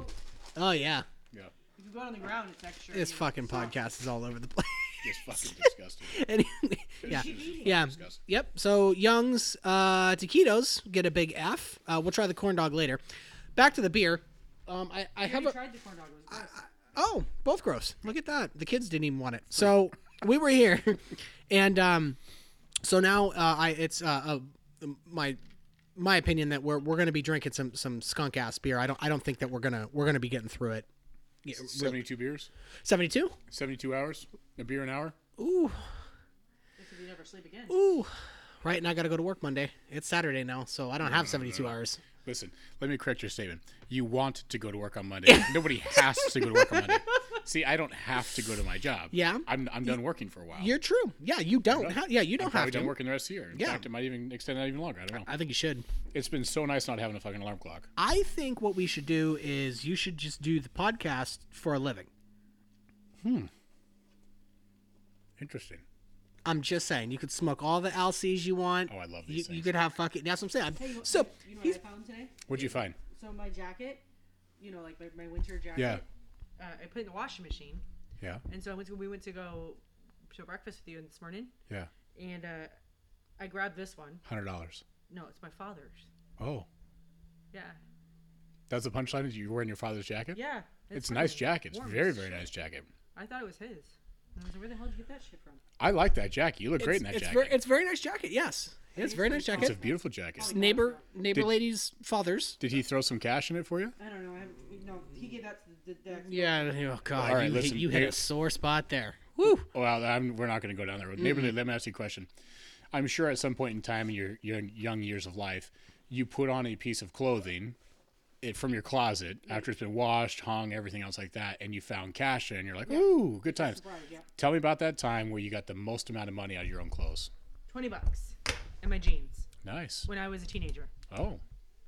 B: Oh yeah,
C: Yeah.
A: If you go on the ground, it's extra.
B: this fucking podcast is all over the place.
C: It's fucking disgusting.
B: And- yeah, yeah,
C: disgusting.
B: yep. So Young's uh, taquitos get a big F. Uh, we'll try the corn dog later. Back to the beer. Um, I, I have a
A: tried the corn dog. It was
B: Oh, both gross. Look at that. The kids didn't even want it. So we were here, and um, so now uh, I it's uh, uh my my opinion that we're we're gonna be drinking some some skunk ass beer. I don't I don't think that we're gonna we're gonna be getting through it.
C: Seventy-two beers.
B: Seventy two.
C: Seventy-two hours. A beer an hour.
B: Ooh
A: If you never sleep again.
B: ooh. Right, and I got to go to work Monday. It's Saturday now, so I don't have seventy two hours.
C: Listen, let me correct your statement. You want to go to work on Monday. Nobody has to go to work on Monday. See, I don't have to go to my job.
B: Yeah.
C: I'm, I'm done working for a while.
B: You're true. Yeah, you don't. Ha- yeah, you
C: I'm
B: don't
C: probably
B: have to.
C: done working the rest of the year. In
B: Yeah.
C: fact, it might even extend that even longer. I don't know.
B: I think you should.
C: It's been so nice not having a fucking alarm clock.
B: I think what we should do is you should just do the podcast for a living.
C: Interesting.
B: I'm just saying, you could smoke all the Alces you want.
C: Oh, I love
B: you,
C: these
B: you
C: things.
B: could have fucking. That's what I'm saying. I'm-
A: Hey, you know-
B: so
A: you know what
B: he's,
A: I found today?
C: What'd you find?
A: So my jacket, you know, like my, my winter jacket.
C: Yeah.
A: Uh, I put it in the washing machine,
C: Yeah.
A: and so I went to, we went to go to breakfast with you this morning,
C: Yeah.
A: and uh, I grabbed this one.
C: Hundred dollars.
A: No, it's my father's.
C: Oh.
A: Yeah,
C: That's the punchline. Is you're wearing your father's jacket?
A: yeah.
C: It's a
A: fine.
C: nice jacket. It's
A: Warm
C: very,
A: as
C: very
A: shit.
C: nice jacket.
A: I thought it was his. And I was like, where the hell did you get that shit from?
C: I like that jacket. You look great
B: it's,
C: in that
B: it's
C: jacket.
B: very, it's very nice jacket. Yes, it's very nice
C: it's a
B: jacket.
C: beautiful jacket.
B: Neighbor, neighbor
C: Did-
B: lady's father's.
C: Did he throw some cash in it for you?
A: I don't know. I haven't, no, he gave that to the, the, the
B: Yeah. Oh God,
C: All right,
B: you, hit,
C: listen,
B: you hit
C: here-
B: a sore spot there. Woo.
C: Well, I'm, we're not going to go down that road. Neighborly, let me ask you a question. I'm sure at some point in time in your, your young years of life, you put on a piece of clothing it, from your closet after it's been washed, hung, everything else like that, and you found cash in it, and you're like, ooh, good times.
A: bride, yeah.
C: Tell me about that time where you got the most amount of money out of your own clothes.
A: 20 bucks and my jeans
C: Nice.
A: when I was a teenager.
C: Oh,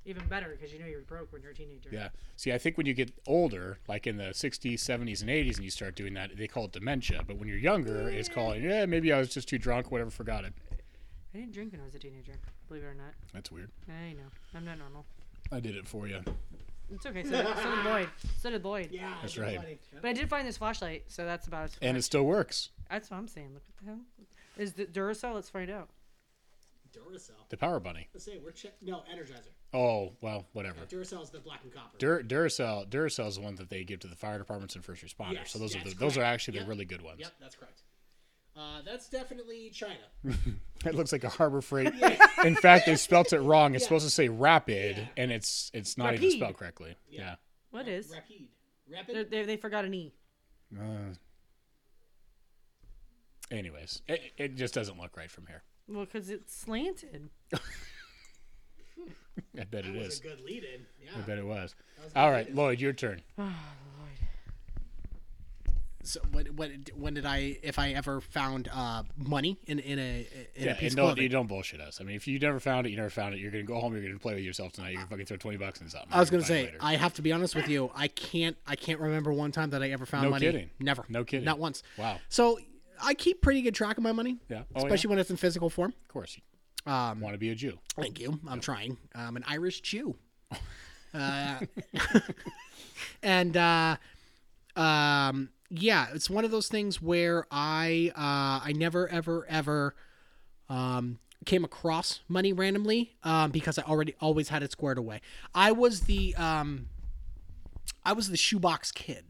A: Even better because you know you're broke when you're a teenager.
C: yeah. See, I think when you get older, like in the 60s, 70s, and 80s, and you start doing that, they call it dementia. But when you're younger, it's called, yeah, maybe I was just too drunk, whatever, forgot it.
A: I didn't drink when I was a teenager, believe it or not.
C: That's weird.
A: I know. I'm not normal.
C: I did it for you.
A: It's okay. So, did- so did Lloyd. So did Lloyd.
B: Yeah.
C: That's right.
A: But I did find this flashlight, so that's about as
C: And it still works.
A: That's what I'm saying. Look at the hell. Is the Duracell? Let's find out.
B: Duracell.
C: The Power Bunny.
B: Let's say we're check. No, Energizer.
C: Oh, well, whatever.
B: Duracell is the black and copper.
C: Dur- Duracell, Duracell is the one that they give to the fire departments and first responders.
B: Yes,
C: so those are the,
B: that's
C: those are
B: correct.
C: actually
B: Yep.
C: the really good ones.
B: that's correct. Uh, that's definitely China.
C: Mm. It looks like a Harbor Freight. In fact, they spelt it wrong. It's supposed to say rapid, and it's it's not even
A: Rapide.
C: spelled correctly. Yeah.
A: What is?
B: Rapid.
A: They,
B: Rapid.
A: they, they forgot an E.
C: Uh, anyways, it, it just doesn't look right from here.
A: Well, because it's slanted.
C: I bet it is.
B: good lead in. Yeah.
C: I bet it was. All right, Lloyd, your turn.
B: So what, what, when did I, if I ever found uh, money in, in a, in a
C: Yeah,
B: piece
C: and
B: of
C: don't,
B: clothing?
C: you don't bullshit us. I mean, if you never found it, you never found it. You're gonna go home. You're gonna play with yourself tonight. You're gonna fucking throw twenty bucks in something.
B: I was
C: You're
B: gonna
C: find
B: say,
C: it later.
B: I have to be honest with you. I can't, I can't remember one time that I ever found
C: No
B: money.
C: kidding.
B: Never.
C: No kidding.
B: Not once.
C: Wow.
B: So I keep pretty good track of my money.
C: Yeah. Oh, yeah.
B: especially when it's in physical form.
C: of course, you
B: um,
C: want to be a Jew.
B: Thank you. I'm trying. I'm an Irish Jew. Uh, and uh, um, yeah, it's one of those things where I uh, I never ever ever um, came across money randomly um, because I already always had it squared away. I was the um, I was the shoebox kid.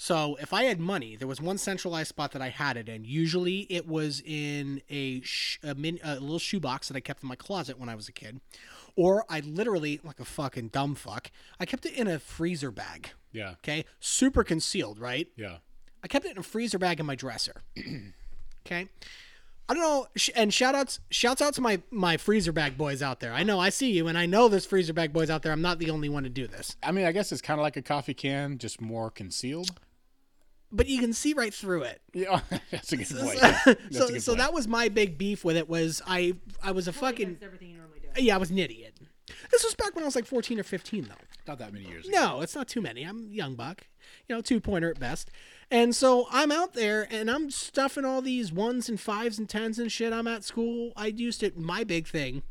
B: So if I had money, there was one centralized spot that I had it in. Usually, it was in a sh- a, min- a little shoebox that I kept in my closet when I was a kid, or I literally like a fucking dumb fuck. I kept it in a freezer bag.
C: Yeah.
B: Okay, super concealed, right?
C: Yeah.
B: I kept it in a freezer bag in my dresser. okay. I don't know. sh- And shout outs, shouts out to my, my freezer bag boys out there. I know I see you, and I know there's freezer bag boys out there. I'm not the only one to do this,
C: I mean, I guess it's kind of like a coffee can, just more concealed.
B: but you can see right through it.
C: Yeah, that's a good point. That's a
B: so
C: good
B: so
C: point.
B: that was my big beef with it was I I was a fucking
A: That's everything you normally do.
B: yeah I was an idiot. This was back when I was like 14 or 15, though.
C: Not that many years ago.
B: No, it's not too many. I'm a young buck, you know, two pointer at best. And so I'm out there and I'm stuffing all these ones and fives and tens and shit. I'm at school. I used it. My big thing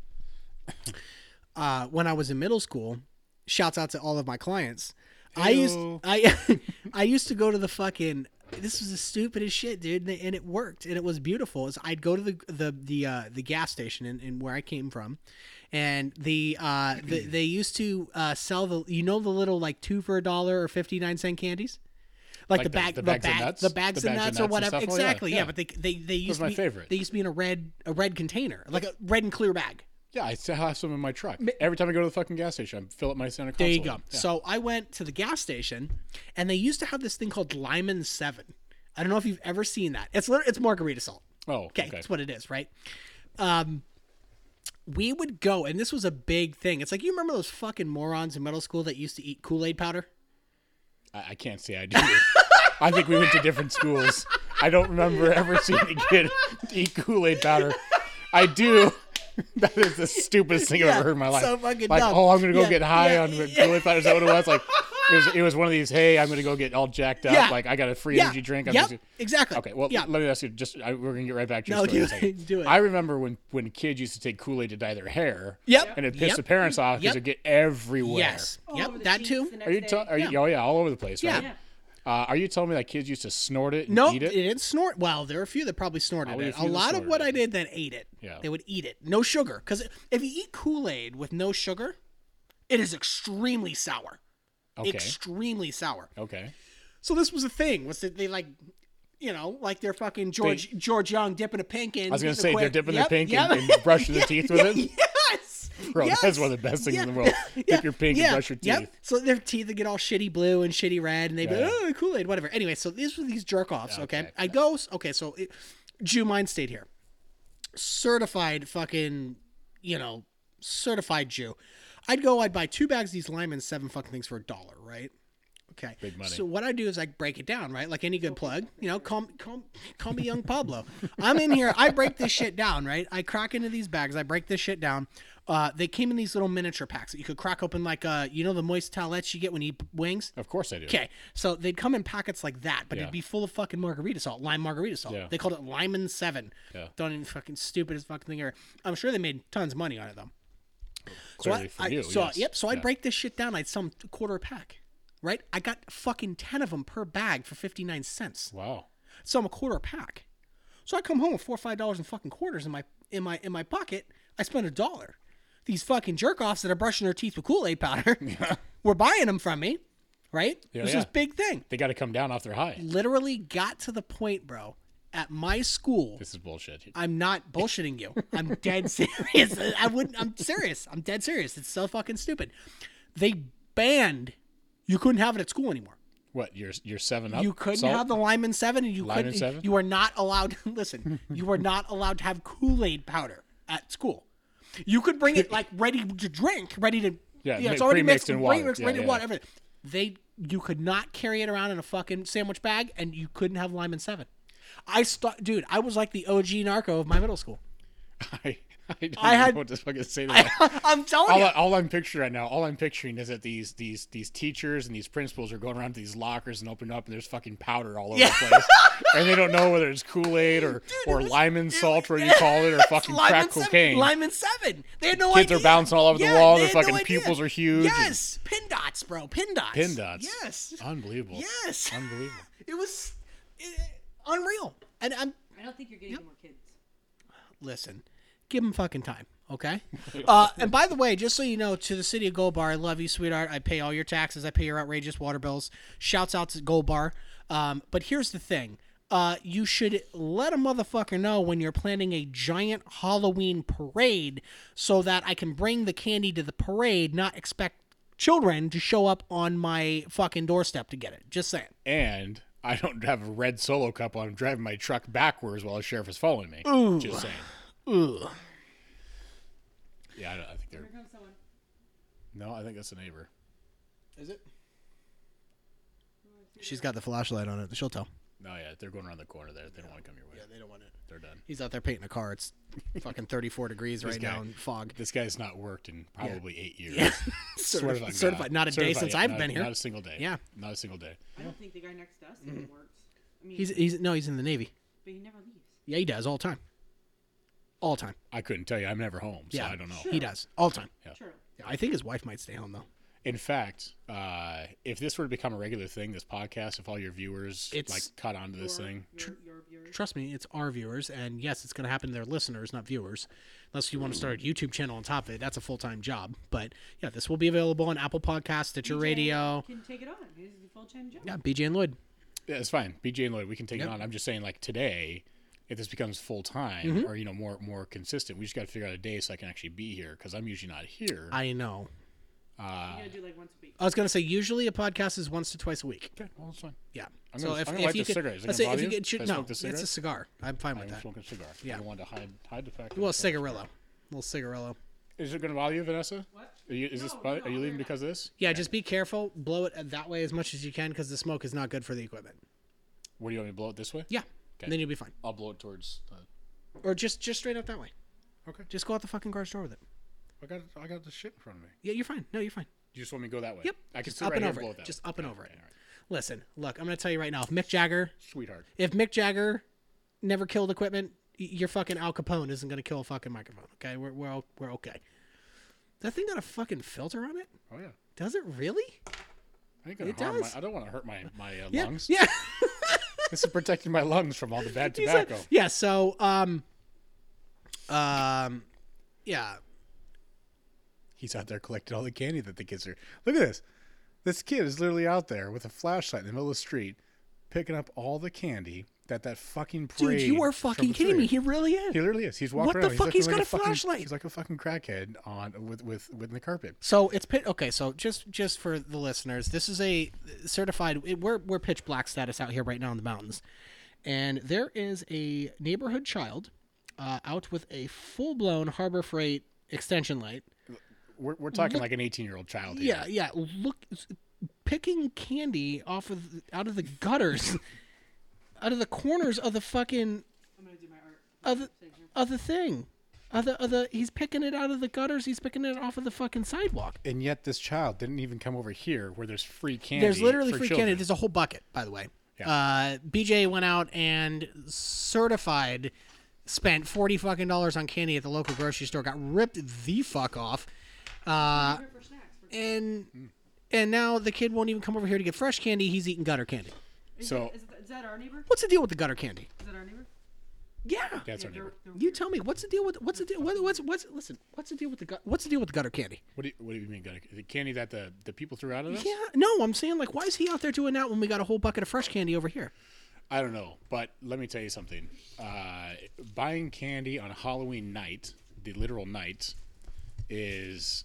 B: uh, when I was in middle school. Shouts out to all of my clients. I used
C: Ew.
B: I I used to go to the fucking. This was the stupidest shit, dude, and it, and it worked, and it was beautiful. Is I'd go to the the the uh, the gas station in, in where I came from, and the uh the, they used to uh sell the you know the little like two for a dollar or fifty nine cent candies. Like,
C: Like
B: the
C: the-
B: bag, the,
C: the bags of
B: bag-
C: nuts?
B: the bags
C: The
B: of
C: bags
B: nuts
C: of nuts
B: or
C: and
B: whatever.
C: stuff? Oh, yeah,
B: Exactly, yeah.
C: yeah.
B: But they they they used
C: my
B: to be,
C: favorite.
B: They used to be in a red a red container, like a red and clear bag.
C: Yeah, I still have some in my truck. Every time I go to the fucking gas station, I fill up my center console.
B: There you go.
C: Yeah.
B: So I went to the gas station, and they used to have this thing called Lyman Seven. I don't know if you've ever seen that. It's lit- it's margarita salt.
C: Oh,
B: Okay,
C: okay.
B: that's what it is, right? Um, we would go, and this was a big thing. It's like you remember those fucking morons in middle school that used to eat Kool Aid powder.
C: I, I can't say I do. I think we went to different schools. I don't remember ever seeing a kid eat Kool Aid powder. I do. That is the stupidest thing I've
B: Yeah,
C: ever heard in my life.
B: so fucking
C: like,
B: dumb.
C: oh, I'm gonna go
B: Yeah,
C: get high
B: yeah,
C: on
B: yeah.
C: Kool Aid powder. Is that what it was? Like, it was, it was one of these. Hey, I'm gonna go get all jacked up.
B: Yeah.
C: Like, I got a free energy drink. I'm
B: Yep,
C: just-
B: exactly.
C: Okay, well,
B: yeah.
C: let me ask you. Just I, we're gonna get right back to your
B: No,
C: story. in a
B: do it,
C: second.
B: do it.
C: I remember when when kids used to take Kool Aid to dye their hair.
B: Yep.
C: And it pissed
B: Yep.
C: the parents off because
B: Yep.
C: it get everywhere.
B: yes.
A: All over
B: Yep.
A: the
B: That
A: sheets
B: too.
A: the next
C: Are you?
A: day.
C: T- are you? Oh yeah, all over the place.
B: Yeah.
C: Right?
A: Yeah.
C: Uh, are you telling me that kids used to snort it and
B: No,
C: eat
B: it
C: it?
B: didn't snort. Well, there were a few that probably snorted
C: Probably a
B: it. A
C: few that
B: lot of
C: snorted
B: what
C: it.
B: I did that ate it.
C: Yeah.
B: They would eat it. No sugar. Because if you eat Kool Aid with no sugar, it is extremely sour.
C: Okay.
B: Extremely sour.
C: okay.
B: So this was a thing. Was that they like, you know, like they're fucking George George Young dipping a pink in.
C: I was gonna
B: getting a
C: say they're
B: quick-
C: dipping
B: Yep,
C: their pink
B: yep.
C: and, and brushing their teeth with it.
B: yes.
C: Bro,
B: yes.
C: that's one of the best things in the world. Dip your pink and brush your
B: Yep.
C: teeth.
B: So their teeth would get all shitty blue and shitty red, and they'd be
C: Yeah.
B: like, oh, Kool Aid, whatever. Anyway, so these were these jerk offs, okay?
C: Okay.
B: I go, okay, so it, Jew mine stayed here. Certified fucking, you know, certified Jew. I'd go, I'd buy two bags of these lime and seven fucking things for a dollar, right? Okay.
C: Big money.
B: So what I do is I break it down, right? Like any good plug, you know, call, call, call me young Pablo. I'm in here. I break this shit down, right? I crack into these bags. I break this shit down. Uh, they came in these little miniature packs that you could crack open like, uh, you know, the moist towelettes you get when you eat wings?
C: Of course I do.
B: Okay, so they'd come in packets like that, but
C: Yeah.
B: it'd be full of fucking margarita salt, lime margarita salt.
C: Yeah.
B: They called it Lyman Seven.
C: Yeah.
B: Don't even fucking stupidest fucking thing ever. I'm sure they made tons of money on it though. So
C: Clearly
B: I,
C: for
B: I-
C: you.
B: so
C: yes.
B: yep. So I'd
C: Yeah.
B: break this shit down. I'd sell 'em a quarter a pack, right? I got fucking ten of them per bag for fifty nine cents.
C: Wow.
B: Sell 'em a quarter a pack. So I come home with four or five dollars in fucking quarters in my in my in my pocket. I spent a dollar. These fucking jerk offs that are brushing their teeth with Kool Aid powder were buying them from me, right?
C: Yeah,
B: it was
C: yeah.
B: this big thing
C: They got to come down off their high.
B: literally got to the point, bro, at my school.
C: This is bullshit.
B: I'm not bullshitting you. I'm dead serious. I wouldn't. I'm serious. I'm dead serious. It's so fucking stupid. They banned. You couldn't have it at school anymore.
C: What? You're you're seven up.
B: You couldn't
C: salt?
B: have the Lyman Seven, and you
C: Lyman
B: couldn't.
C: 7?
B: You are not allowed. listen, you are not allowed to have Kool Aid powder at school. You could bring it like ready to drink, ready to.
C: Yeah,
B: you know, it's
C: mi-
B: already
C: pre-mixed
B: mixed
C: in
B: and
C: water.
B: ready mixed,
C: Yeah,
B: ready to
C: yeah,
B: water.
C: yeah.
B: Everything. They, you could not carry it around in a fucking sandwich bag, and you couldn't have Lyman Seven. I st- dude, I was like the OG narco of my middle school.
C: I, I don't
B: I
C: know
B: had-
C: what to fucking say to that.
B: I'm telling
C: all,
B: you.
C: I, Oh, all I'm picturing right now, all I'm picturing is that these these these teachers and these principals are going around to these lockers and opening up, and there's fucking powder all over the place, and they don't know whether it's Kool Aid or or Lyman salt, whatever you call it, or fucking
B: Lyman
C: crack
B: seven,
C: cocaine.
B: Lyman seven. They had no
C: Kids are
B: idea.
C: bouncing all over the
B: yeah,
C: wall,
B: they
C: their
B: had no
C: fucking
B: idea.
C: pupils are huge and-
B: Yes, pin dots, bro. Pin dots.
C: Pin dots.
B: Yes.
C: Unbelievable.
B: Yes.
C: Unbelievable.
B: It was it, unreal. And I'm
A: I don't think you're getting any more kids.
B: listen, give them fucking time, okay? uh, and by the way, just so you know, to the city of Gold Bar, I love you, sweetheart. I pay all your taxes. I pay your outrageous water bills. Shouts out to Gold Bar. Um, but here's the thing. Uh, you should let a motherfucker know when you're planning a giant Halloween parade so that I can bring the candy to the parade, not expect children to show up on my fucking doorstep to get it. Just saying.
C: And I don't have a red solo cup while I'm driving my truck backwards while a sheriff is following me. Just saying.
B: Ugh.
C: Yeah, I, don't, I think they're.
A: Here comes someone.
C: No, I think that's a neighbor.
B: Is it? She's got the flashlight on it. She'll tell.
C: Oh yeah, they're going around the corner there. They don't want to come your way.
B: Yeah, they don't want it.
C: They're done.
B: He's out there painting a car. It's fucking 34 degrees right
C: guy.
B: now in fog.
C: This guy's not worked in probably eight years. Swear to
B: Certified,
C: God.
B: certified. Not a day
C: Certified,
B: since
C: yeah,
B: I've
C: not-
B: been here.
C: Not a single day.
B: Yeah.
C: Not a single day.
A: I don't think the guy next to us even works. I mean,
B: He's he's no, he's in the Navy.
A: but he never leaves.
B: Yeah, he does all the time. All the time.
C: I couldn't tell you. I'm never home, so
B: Yeah,
C: I don't know.
B: He does all the time.
A: True.
B: I think his wife might stay home though.
C: In fact, uh, if this were to become a regular thing, this podcast, if all your viewers
B: It's-
C: like caught on to this thing,
A: Your, your viewers.
B: Trust me, it's our viewers, and yes, it's going to happen to their listeners, not viewers. Unless you want to start a YouTube channel on top of it, that's a full time job. But yeah, this will be available on Apple Podcasts, Stitcher
A: DJ
B: Radio.
A: Can take it on. He's the full time job.
B: Yeah, BJ and Lloyd.
C: yeah, it's fine. BJ and Lloyd, we can take
B: Yep.
C: it on. I'm just saying, like today, if this becomes full time
B: Mm-hmm.
C: or you know more more consistent, we just got to figure out a day so I can actually be here because I'm usually not here.
B: I know.
A: You gotta do like once a week.
B: I was going to say usually a podcast is once to twice a week.
C: okay, well, it's fine.
B: Yeah.
C: I'm gonna- I'm gonna light
B: you
C: this cigarette. Is it
B: let's say
C: gonna
B: if
C: bother
B: you
C: you?
B: get shoot,
C: Should I
B: no,
C: smoke this
B: it's a cigar. I'm fine with
C: I'm
B: that.
C: smoking a cigar.
B: Yeah.
C: I wanted to hide hide the fact. that
B: Well,
C: I'm smoking a
B: cigarillo, little cigarillo.
C: cigar. Is it going to bother you, Vanessa?
A: What?
C: Are you, is this?
A: No,
C: bother-
A: no,
C: are you
A: we're
C: leaving
A: not.
C: because of this?
B: Yeah, just be careful. Blow it that way as much as you can because the smoke is not good for the equipment.
C: What do you want me to blow it this way?
B: Yeah, and then you'll be fine.
C: I'll blow it towards. The...
B: Or just just straight out that way.
C: Okay.
B: Just go out the fucking garage door with it.
C: I got I got the shit in front of me.
B: Yeah, you're fine. No, you're fine.
C: You just want me to go that way?
B: Yep.
C: I can
B: just
C: sit
B: up
C: right
B: and
C: here
B: over
C: blow
B: it.
C: that
B: Just
C: way.
B: up and over it.
C: all right.
B: Listen, look, I'm gonna tell you right now. If Mick Jagger,
C: Sweetheart.
B: if Mick Jagger never killed equipment, y- your fucking Al Capone isn't gonna kill a fucking microphone. Okay, we're we're o- we're okay. That thing got a fucking filter on it?
C: Oh yeah.
B: Does it really?
C: I think it
B: It
C: harm
B: does.
C: My, I don't want to hurt my my uh,
B: Yeah.
C: lungs.
B: Yeah.
C: This is protecting my lungs from all the bad
B: He said-
C: tobacco.
B: yeah. So, um, um, yeah.
C: He's out there collecting all the candy that the kids are. Look at this. This kid is literally out there with a flashlight in the middle of the street, picking up all the candy that that fucking
B: Dude,
C: parade.
B: you are
C: from
B: fucking
C: the
B: kidding me.
C: parade.
B: He really is.
C: He literally is. He's walking
B: What the
C: around.
B: fuck?
C: looking
B: He's got a
C: fucking-
B: flashlight.
C: He's like a fucking crackhead on with with with the carpet.
B: So it's pit. Okay, so just just for the listeners, this is a certified. It, we're we're pitch black status out here right now in the mountains, and there is a neighborhood child uh, out with a full blown Harbor Freight extension light.
C: We're, we're talking like an 18 year old child. here.
B: Yeah, yeah. Look, picking candy off of out of the gutters, out of the corners of the fucking
A: I'm gonna do my art.
B: of the, of the thing. Of the, of the, he's picking it out of the gutters. He's picking it off of the fucking sidewalk.
C: and yet this child didn't even come over here where there's free candy.
B: There's literally
C: for
B: free
C: children.
B: candy. There's a whole bucket, by the way. Uh, BJ went out and certified, spent forty fucking dollars on candy at the local grocery store. Got ripped the fuck off, uh,
A: For snacks. For,
B: and and now the kid won't even come over here to get fresh candy. He's eating gutter candy.
A: is,
C: So-
A: that, is, that, is that our neighbor?
B: What's the deal with the gutter candy?
A: Is that our neighbor?
B: Yeah.
C: That's our
A: They're-
C: neighbor.
A: they're
B: You
A: weird.
B: tell me what's the deal with what's the deal what, what's what's listen what's the deal with the gut what's the deal with the gutter candy?
C: What do you, what do you mean? Got the candy that the, the people threw out at us?
B: Yeah, no, I'm saying like why is he out there doing that when we got a whole bucket of fresh candy over here?
C: I don't know, but let me tell you something. Uh, buying candy on Halloween night, the literal night, is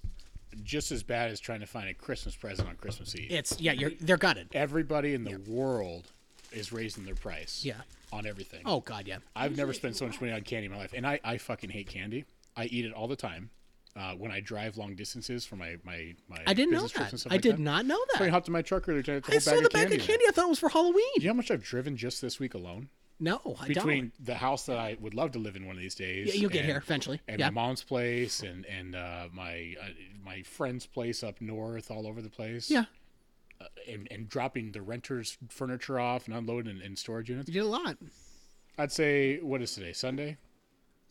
C: just as bad as trying to find a Christmas present on Christmas Eve.
B: It's yeah, you're they're gutted.
C: Everybody in the world is raising their price.
B: Yeah.
C: On everything.
B: Oh god, yeah.
C: I've never spent so much money on candy in my life, and I, I fucking hate candy. I eat it all the time uh, when I drive long distances for my my my.
B: I didn't know
C: business trips and
B: that.
C: stuff
B: I
C: like
B: did
C: that.
B: not know
C: So I
B: that.
C: hopped in my truck earlier today. with a
B: I
C: whole
B: saw the bag
C: candy
B: of
C: in it.
B: candy. I thought it was for Halloween.
C: Do you know how much I've driven just this week alone?
B: No, I
C: Between
B: don't.
C: the house that I would love to live in one of these days,
B: Yeah, you'll get
C: and-
B: here eventually.
C: and
B: Yeah.
C: my mom's place, and and uh, my uh, my friend's place up north, all over the place,
B: Yeah,
C: and, and dropping the renters' furniture off and unloading in, in storage units.
B: you did a lot.
C: I'd say what is today, Sunday?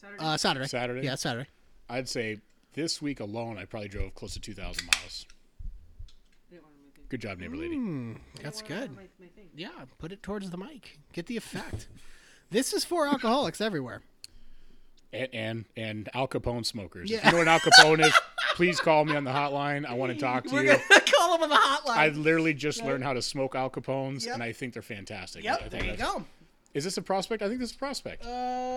A: Saturday.
B: Uh, Saturday.
C: Saturday?
B: Yeah, Saturday.
C: I'd say this week alone, I probably drove close to 2,000 miles.
A: I didn't want to
C: Good job, neighbor lady.
B: Mm. That's
A: I
B: good.
A: don't want my, my thing.
B: Yeah, put it towards the mic. Get the effect. this is for alcoholics everywhere.
C: And, and and Al Capone smokers. If
B: Yeah.
C: you know what Al Capone is, please call me on the hotline. I want to talk to you.
B: Call them on the hotline.
C: I literally just learned how to smoke Al Capones, and I think they're fantastic. I
B: yep,
C: think
B: there you
C: that's-
B: go.
C: Is this a prospect? I think this is a prospect.
B: Uh,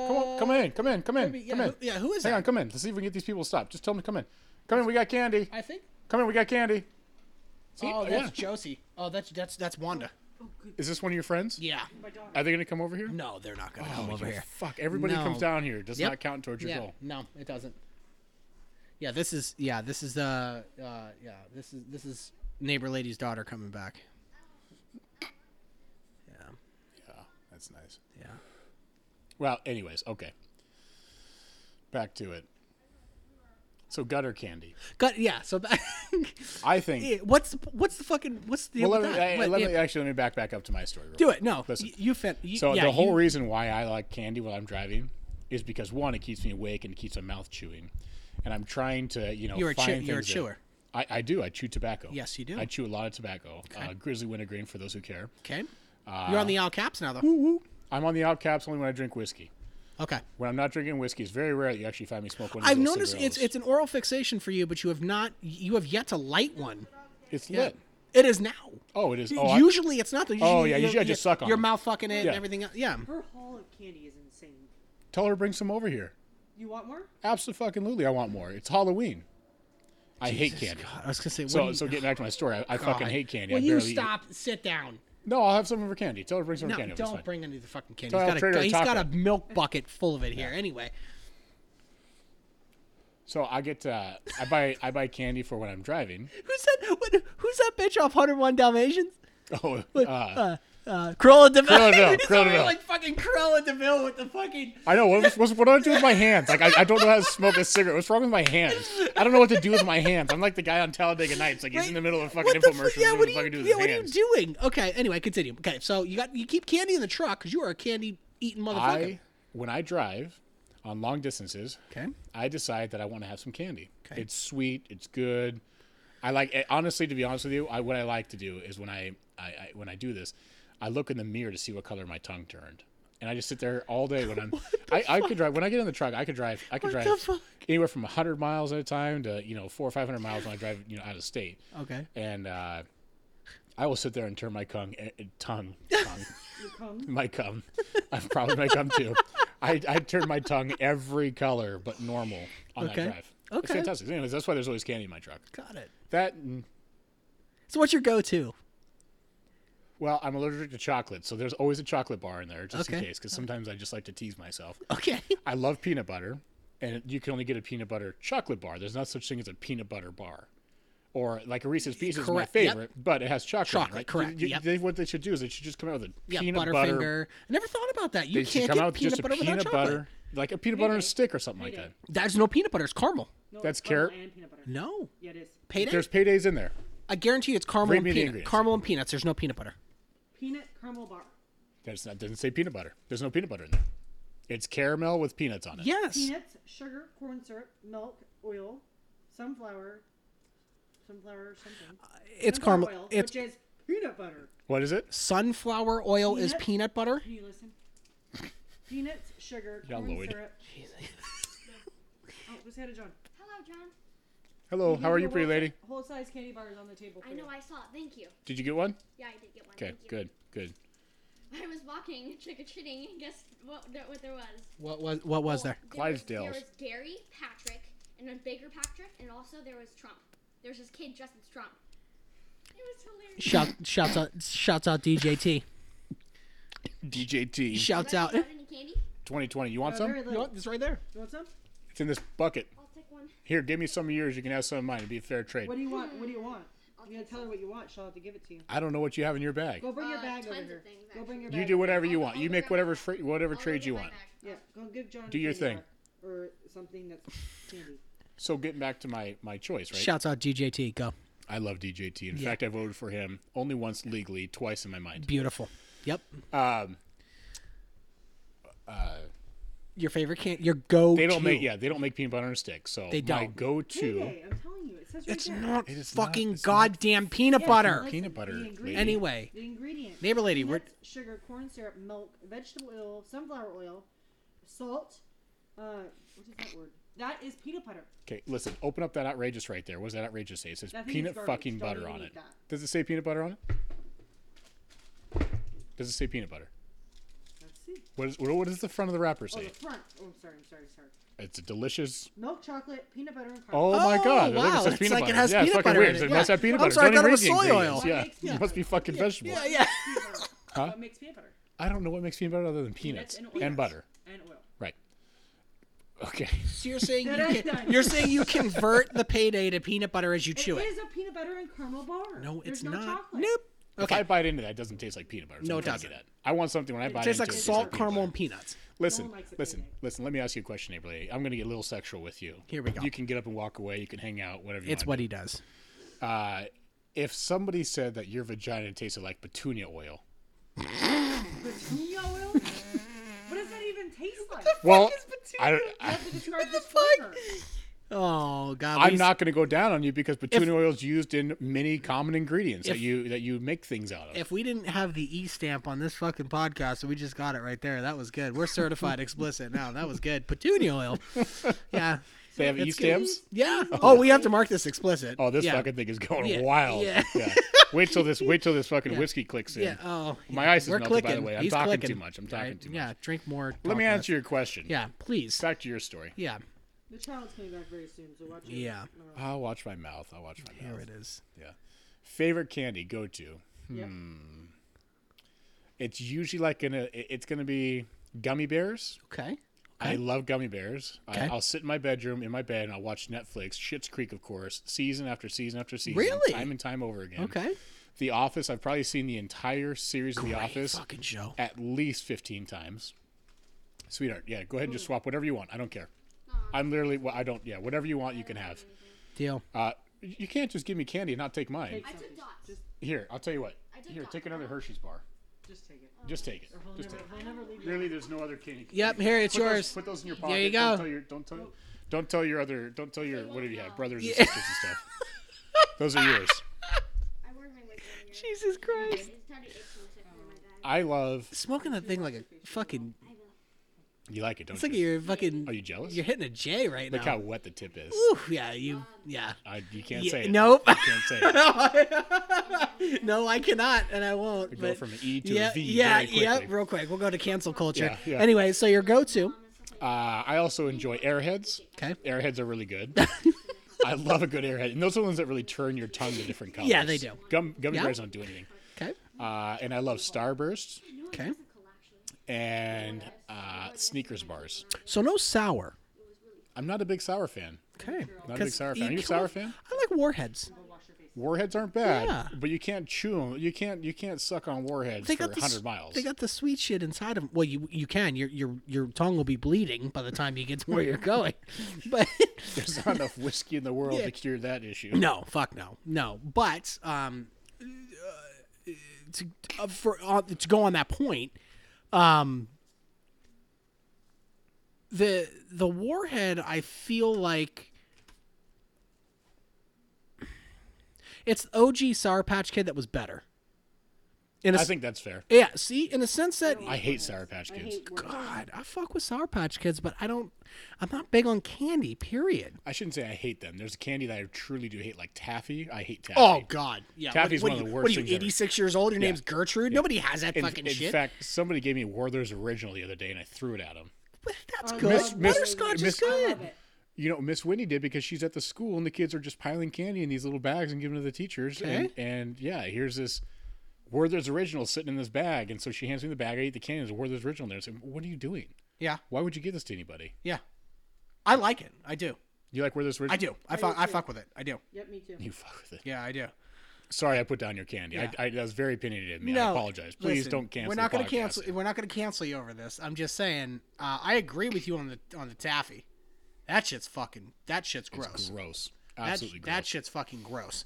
C: come on, come in, come in, come in,
B: yeah,
C: come in.
B: who- yeah, who is
C: Hang
B: that?
C: on, come in. Let's see if we can get these people to stop. Just tell them to come in. Come in, we got candy.
B: I think.
C: Come in, we got candy. See,
B: Oh,
C: yeah.
B: that's Josie. Oh, that's that's that's Wanda.
A: Oh, good.
C: Is this one of your friends?
B: Yeah.
A: My daughter.
C: Are they going to come over here?
B: No, they're not gonna come
C: Oh,
B: over
C: you
B: here.
C: Fuck, everybody
B: No.
C: comes down here. Does
B: Yep.
C: not count towards your
B: yeah.
C: goal.
B: No, it doesn't. Yeah, this is yeah, this is uh, uh yeah, this is this is neighbor lady's daughter coming back. Yeah.
C: Oh, That's nice.
B: Yeah.
C: Well, anyways, okay. Back to it. So gutter candy.
B: Gut. Yeah. So
C: I think.
B: Yeah, what's the, what's the fucking what's the deal
C: well,
B: with
C: let me,
B: that?
C: I-
B: What-
C: let
B: yeah,
C: me- actually let me back back up to my story. real
B: do
C: quick.
B: it. No,
C: Listen.
B: y- you fin. You,
C: So
B: yeah,
C: the whole
B: you-
C: reason why I like candy while I'm driving is because one, it keeps me awake and it keeps my mouth chewing, and I'm trying to you know
B: You're a chew-
C: find
B: you're a
C: things that-
B: chewer.
C: I, I do. I chew tobacco.
B: Yes, you do.
C: I chew a lot of tobacco. Uh, grizzly wintergreen for those who care.
B: okay.
C: Uh,
B: You're on the all caps now, though.
C: I'm on the out caps only when I drink whiskey.
B: Okay.
C: When I'm not drinking whiskey, it's very rare that you actually find me smoking.
B: I've noticed it's it's an oral fixation for you, but you have not you have yet to light one.
C: it's
B: Yeah.
C: lit.
B: It is now.
C: Oh, it is. Oh, I-
B: usually it's not. though.
C: Oh, yeah,
B: you-
C: usually I just suck on
B: You're
C: it.
B: mouth fucking it
C: Yeah.
B: and everything. Else. Yeah.
A: Her haul of candy is insane.
C: tell her to bring some over here.
A: You want more?
C: Absolutely, I want more. It's Halloween. I hate candy.
B: God, I was gonna say. What
C: So,
B: do you,
C: so getting back to my story, I, I fucking
B: God.
C: hate candy.
B: Will
C: I
B: you
C: barely eat-
B: stop? Sit down.
C: No, I'll have some of her candy. Tell her to bring some of
B: No,
C: her candy. over. It's
B: don't
C: fine.
B: bring any of the fucking candy.
C: So I'll
B: He's
C: trade
B: got, a,
C: her a
B: he's got a
C: taco.
B: milk bucket full of it here. Anyway,
C: So I get uh, I buy I buy candy for when I'm driving.
B: who said? What, who's that bitch off 101 Dalmatians?
C: Oh, uh,
B: uh, uh, Cruella de Vil.
C: Cruella de Vil,
B: It's
C: Cruella de
B: already
C: Vil.
B: Like fucking Cruella de Vil with the fucking.
C: I know what was, what's- what do I do with my hands? Like I, I don't know how to smoke a cigarette. What's wrong with my hands? I don't know what to do with my hands. I'm like the guy on Talladega Nights. Like he's in the middle of a fucking
B: What the fu-
C: infomercial.
B: yeah,
C: What
B: what,
C: the
B: are
C: fuck
B: you,
C: do with
B: yeah,
C: his
B: what are
C: hands?
B: you doing? Okay, anyway, continue. Okay, so you got you keep candy in the truck because you are a candy eating motherfucker.
C: I when I drive on long distances,
B: Okay.
C: I decide that I want to have some candy.
B: Okay.
C: It's sweet. It's good. I like eh, honestly, to be honest with you, I, what I like to do is when I, I, I when I do this, I look in the mirror to see what color my tongue turned, and I just sit there all day when I'm. I, I could drive when I get in the truck. I could drive. I could
B: What the
C: drive
B: fuck?
C: anywhere from hundred miles at a time to you know four or five hundred miles when I drive you know out of state,
B: Okay.
C: and uh, I will sit there and turn my tongue eh, eh, tongue tongue my cum. I probably my cum too. I, I turn my tongue every color but normal on
B: Okay.
C: that drive. It's
B: Okay.
C: fantastic. Anyways, that's why there's always candy in my truck.
B: Got it.
C: That and,
B: So what's your go-to?
C: well, I'm allergic to chocolate, so there's always a chocolate bar in there just in
B: Okay.
C: case. Because sometimes I just like to tease myself.
B: Okay.
C: I love peanut butter, and you can only get a peanut butter chocolate bar. There's not such thing as a peanut butter bar, or like a Reese's Pieces is my
B: Correct. Yep.
C: favorite, but it has chocolate. in it,
B: Chocolate,
C: right?
B: correct.
C: You- you-
B: Yep.
C: they- what they should do is they should just come out with a
B: Yeah,
C: peanut
B: Butterfinger.
C: butter
B: I never thought about that. You
C: They should
B: can't
C: come
B: get
C: out with
B: peanut
C: just a
B: butter without
C: peanut
B: chocolate.
C: butter, like a peanut butter and a
A: Payday.
C: stick or something like that.
A: Payday.
B: There's no peanut butter. It's caramel.
A: No,
C: That's
A: it's caramel
C: carrot.
A: and peanut butter.
B: No.
A: Yeah, it is.
B: Payday.
C: There's paydays in there.
B: I guarantee you, it's caramel
C: Read
B: and
C: me the
B: peanut.
C: ingredients.
B: Caramel and peanuts. There's no peanut butter.
A: Peanut caramel bar.
C: That's not doesn't say peanut butter. There's no peanut butter in there. It's caramel with peanuts on it.
B: Yes.
A: Peanuts, sugar, corn syrup, milk, oil, sunflower, sunflower something.
C: Uh,
B: It's
A: Sunflower
B: caramel.
A: Oil,
B: it's
A: which is peanut butter.
C: What is it?
B: sunflower oil is
A: Peanut-
B: peanut butter.
A: Can you listen? Peanuts, sugar,
C: Yeah,
A: corn
C: Lloyd.
A: syrup. Oh, we say hi to John.
D: Hello, John.
C: Hello, how are you, pretty
A: Whole-
C: lady?
A: Whole size candy bars on the table. For
D: I know
A: You.
D: I saw it. Thank you.
C: Did you get one?
D: Yeah, I did get one.
C: Okay,
D: Thank you.
C: good, good.
D: I was walking trick or treating, and guess what, th- what there was?
B: What was what was there?
D: There
C: Clydesdales.
D: was Gary Patrick and then Baker Patrick, and also there was Trump. There was this kid dressed as Trump. It was hilarious.
B: Shout shouts out shouts out DJT.
C: DJT
B: Shouts
D: You
B: out.
D: guys got any candy?
C: 2020. You want
A: Uh,
C: some?
A: very little.
B: It's right there.
A: You want some?
C: It's in this bucket.
D: I'll take one.
C: Here, give me some of yours. You can have some of mine. It'd be a fair trade.
A: What do you want? What do you want? I'm gonna tell her what you want. She'll have to give it to you.
C: I don't know what you have in your bag.
A: Go bring your
D: Uh,
A: bag over
D: tons of
A: here.
D: things,
A: Go bring your bag.
C: You do whatever you
D: I'll-
C: want.
D: I'll
C: You
D: go
C: make
D: grab
C: whatever
D: my-
C: fra- whatever
D: I'll go
C: trade
D: get
C: you
D: my
C: want.
D: bag.
A: Yeah, go give John. a
C: Do your
A: candy
C: thing.
A: bar Or something that's candy.
C: So getting back to my my choice, right?
B: Shouts out DJT. Go.
C: I love DJT. In fact, I voted for him only once legally, twice in my mind.
B: Beautiful. Yep. Um. your favorite can't. Your go.
C: uh, They don't make yeah, they don't make peanut butter and sticks. So
B: They
C: my
B: don't.
C: go-to.
A: Payday, I'm telling you, it says right
B: It's
A: there.
B: not
C: It is not-
B: fucking
C: it's not-
B: goddamn peanut
A: Yeah,
B: butter.
A: listen,
C: Peanut butter,
A: the
C: lady.
A: ingredient-
B: Anyway,
A: The ingredient.
B: Neighbor lady, we're-
A: Peanuts, sugar, corn syrup, milk, vegetable oil, sunflower oil, salt. Uh, what is that word? That is peanut butter.
C: Okay, listen. Open up that outrageous right there. What does that outrageous say? It says
A: I think it's
C: peanut
A: garbage.
C: fucking
A: Don't
C: butter
A: even
C: on
A: eat
C: it.
A: that.
C: Does it say peanut butter on it? Does it say peanut butter?
A: Let's see.
C: What is what does the front of the wrapper
A: Oh,
C: say?
A: the front. Oh, I'm sorry. I'm sorry. Sorry.
C: It's a delicious.
A: Milk chocolate, peanut butter, and caramel.
C: Oh, my
B: Oh,
C: god!
B: wow,
C: Look, it says
B: it's
C: peanut
B: like it
C: butter.
B: has
C: yeah, it's
B: peanut
C: fucking
B: butter
C: weird.
B: in it.
C: It must
B: Yeah.
C: have peanut
B: I'm
C: butter.
B: sorry, I
C: Don't
B: thought it
C: even
B: was
C: read the
B: soy
C: ingredients.
B: oil.
C: Yeah, it must be fucking vegetable.
B: Yeah, yeah.
A: Peanut butter. What makes peanut butter?
C: I don't know what makes peanut butter other than peanuts,
A: and
C: and,
A: oil.
C: butter.
A: And oil.
C: Right. Okay.
B: So you're saying
A: That
B: you
A: ain't
B: can,
A: done.
B: you're saying you convert the payday to peanut butter as you chew
A: it
B: it.
A: is a peanut butter and caramel bar.
B: No,
A: There's
B: it's
A: no
B: not.
A: Chocolate.
B: Nope.
C: If I bite into that, it doesn't taste like peanut butter.
B: No,
C: I'm
B: it
C: trying to get
B: doesn't.
C: at. I want something when I bite
B: tastes
C: into
B: like
C: it, it tastes
B: salt,
C: peanut
B: caramel,
C: butter.
B: and peanuts.
C: Listen,
A: likes a
C: listen,
A: peanut.
C: listen. Let me ask you a question, Neighbor Lady. I'm going to get a little sexual with you.
B: Here we go.
C: You can get up and walk away. You can hang out, whatever you
B: It's
C: want.
B: what
C: Uh,
B: he does.
C: If somebody said that your vagina tasted like petunia oil,
A: Petunia oil? what does that even taste like?
C: well,
B: is petunia
C: I,
A: I
C: I,
A: have to describe this
B: fuck?
A: flavor.
B: Oh God!
C: I'm
B: Lisa.
C: not going to go down on you because petunia oil is used in many common ingredients that
B: If-
C: you that you make things out of.
B: If we didn't have the E stamp on this fucking podcast, we just got it right there. That was good. We're certified explicit now. That was good. Petunia oil. Yeah.
C: they have
B: That's
C: E
B: good.
C: stamps.
B: Yeah. Oh, we have to mark this explicit.
C: Oh, this
B: yeah.
C: fucking thing is going
B: Yeah.
C: wild.
B: Yeah.
C: Wait till this. Wait till this fucking whiskey clicks in.
B: Yeah. Oh,
C: My
B: yeah.
C: ice is
B: We're
C: melted,
B: clicking.
C: by the way. I'm
B: He's
C: talking
B: clicking.
C: too much. I'm talking
B: Right?
C: too much.
B: Yeah. Drink more.
C: Let me
B: Talk
C: answer your question.
B: less. Yeah, please.
C: Back to your story.
B: Yeah.
A: The child's coming back very soon, so watch your
B: Yeah.
C: I'll watch my mouth. I'll watch my
B: Here
C: mouth.
B: it is.
C: Yeah. Favorite candy go to. Hmm.
A: Yep.
C: It's usually like gonna. it- It's gonna be gummy bears.
B: Okay.
C: I love gummy bears.
B: Okay.
C: I, I'll sit in my bedroom in my bed and I'll watch Netflix, Shit's Creek, of course, season after season after season,
B: Really?
C: time and time over again.
B: Okay.
C: The Office. I've probably seen the entire series of The Office
B: Fucking show.
C: at least fifteen times. Sweetheart, yeah, go ahead and just swap whatever you want. I don't care. I'm literally. Well, I don't. Yeah, whatever you want, you can have.
B: Deal.
C: Uh, you can't just give me candy and not take mine.
D: I took dots.
C: Here, I'll tell you what.
D: did
C: Here,
D: not.
C: take another Hershey's bar.
A: Just take it.
C: Just take it. Just take it. Really, there's no other candy.
B: Yep. Here it's
C: Put those-
B: yours.
C: put those in your pocket.
B: There you
C: Don't
B: go.
C: tell your don't tell, don't tell your other don't tell your what do you have brothers and sisters and stuff. Those are yours.
D: I wore my wig one year.
B: Jesus Christ.
D: It started itching so in my bag.
C: I love.
B: Smoking that thing like a fucking.
C: You like it, don't
B: It's like
C: you?
B: you're fucking.
C: Are you jealous?
B: You're hitting a J right
C: Look how
B: now.
C: wet the tip is.
B: Ooh, yeah. You. Yeah.
C: I, you can't
B: Yeah,
C: say it.
B: nope.
C: You can't say it.
B: no, I cannot, and I won't.
C: We go
B: but
C: from an E to a
B: yeah,
C: V
B: yeah,
C: very
B: yeah.
C: quickly.
B: Real quick, we'll go to cancel culture.
C: Yeah, yeah.
B: Anyway, so your go-to,
C: Uh, I also enjoy airheads.
B: okay?
C: Airheads are really good. I love a good airhead, and those are the ones that really turn your tongue to different colors.
B: Yeah, they do.
C: Gum, gummy
B: Yeah.
C: bears don't do anything.
B: Okay,
C: Uh, and I love Starburst
B: okay.
D: Cool, actually.
C: and uh, Sneakers bars.
B: So no sour.
C: I'm not a big sour fan.
B: Okay,
C: Not a big
B: 'Cause
C: sour
B: you
C: fan. Are you a
B: can't-
C: sour fan?
B: I like warheads.
C: Warheads aren't bad,
B: Yeah.
C: but you can't chew them. You can't. You can't suck on warheads
B: They
C: for
B: got the s-
C: 100 miles.
B: They got the sweet shit inside of them. Well, you you can. Your your your tongue will be bleeding by the time you get to where you're going. But
C: There's not enough whiskey in the world
B: Yeah.
C: to cure that issue.
B: No, fuck no, no. But um, uh, to uh, for uh, to go on that point, um, the the warhead, I feel like it's OG Sour Patch Kid that was better. In a
C: I
B: s-
C: think that's fair.
B: yeah, see, in a sense that
C: I hate Sour Patch Kids. I,
B: God, I fuck with Sour Patch Kids, but I don't. I'm not big on candy. Period.
C: shouldn't say I hate them. There's a candy that I truly do hate, like taffy. I hate taffy.
B: Oh God, yeah.
C: Taffy's
B: what, what
C: one of
B: are
C: the
B: you,
C: worst
B: What are you,
C: things ever.
B: 86 years old? Your name's Gertrude. Nobody has that
C: in,
B: fucking
C: in
B: shit.
C: fact, somebody gave me Werther's original the other day, and I threw it at him.
B: But that's
A: I
B: good.
A: love it.
B: Butterscotch
C: uh, Miss-
B: is good.
A: it.
C: You know, Miss Whitney did because she's at the school, and the kids are just piling candy in these little bags and giving to the teachers. And, and yeah, here's this Werther's original sitting in this bag, and so she hands me the bag. I eat the candy. There's a Werther's original in there. I said, "What are you doing?
B: Yeah,
C: Why would you give this to anybody?
B: yeah. I like it. I do.
C: You like Werther's original?
B: I do. I fuck. I fuck with it. I do.
A: Yep, me too.
C: You fuck with it.
B: Yeah, I do.
C: Sorry, I put down your candy.
B: Yeah.
C: I, I, that was very opinionated of me. I apologize. Please
B: listen,
C: don't cancel.
B: We're not
C: going
B: gonna cancel. We're not going to cancel you over this. I'm just saying. Uh, I agree with you on the on the taffy. That shit's fucking. That shit's gross.
C: Gross.
B: That-
C: Absolutely gross.
B: that shit's fucking gross.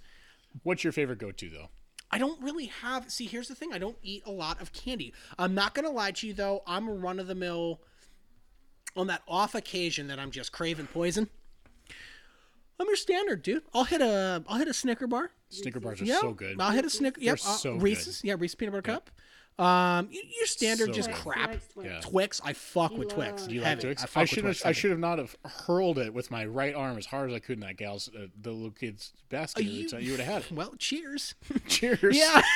C: What's your favorite go-to though?
B: I don't really have. See, here's the thing. I don't eat a lot of candy. I'm not gonna lie to you though. I'm a run of the mill. On that off occasion that I'm just craving poison. I'm your standard dude. I'll hit a I'll hit a Snicker bar.
C: Snicker bars are
B: Yeah,
C: so good.
B: I'll hit a Snicker. Yep.
C: They're
B: uh,
C: so good.
B: Reese's. Yeah, Reese's peanut butter cup. Um, y- your standard
C: So
B: just
C: good.
B: crap.
A: Twix, Twix.
C: Yeah.
B: Twix. I fuck with Twix.
A: Do
C: You like
B: Heavy.
C: Twix?
B: I fuck
C: I,
B: with
C: should have.
B: Twix.
C: I should have not have hurled it with my right arm as hard as I could in that gal's uh, the little kid's basket. every time. You, would have had it.
B: Uh, Well, cheers.
C: Cheers.
B: yeah.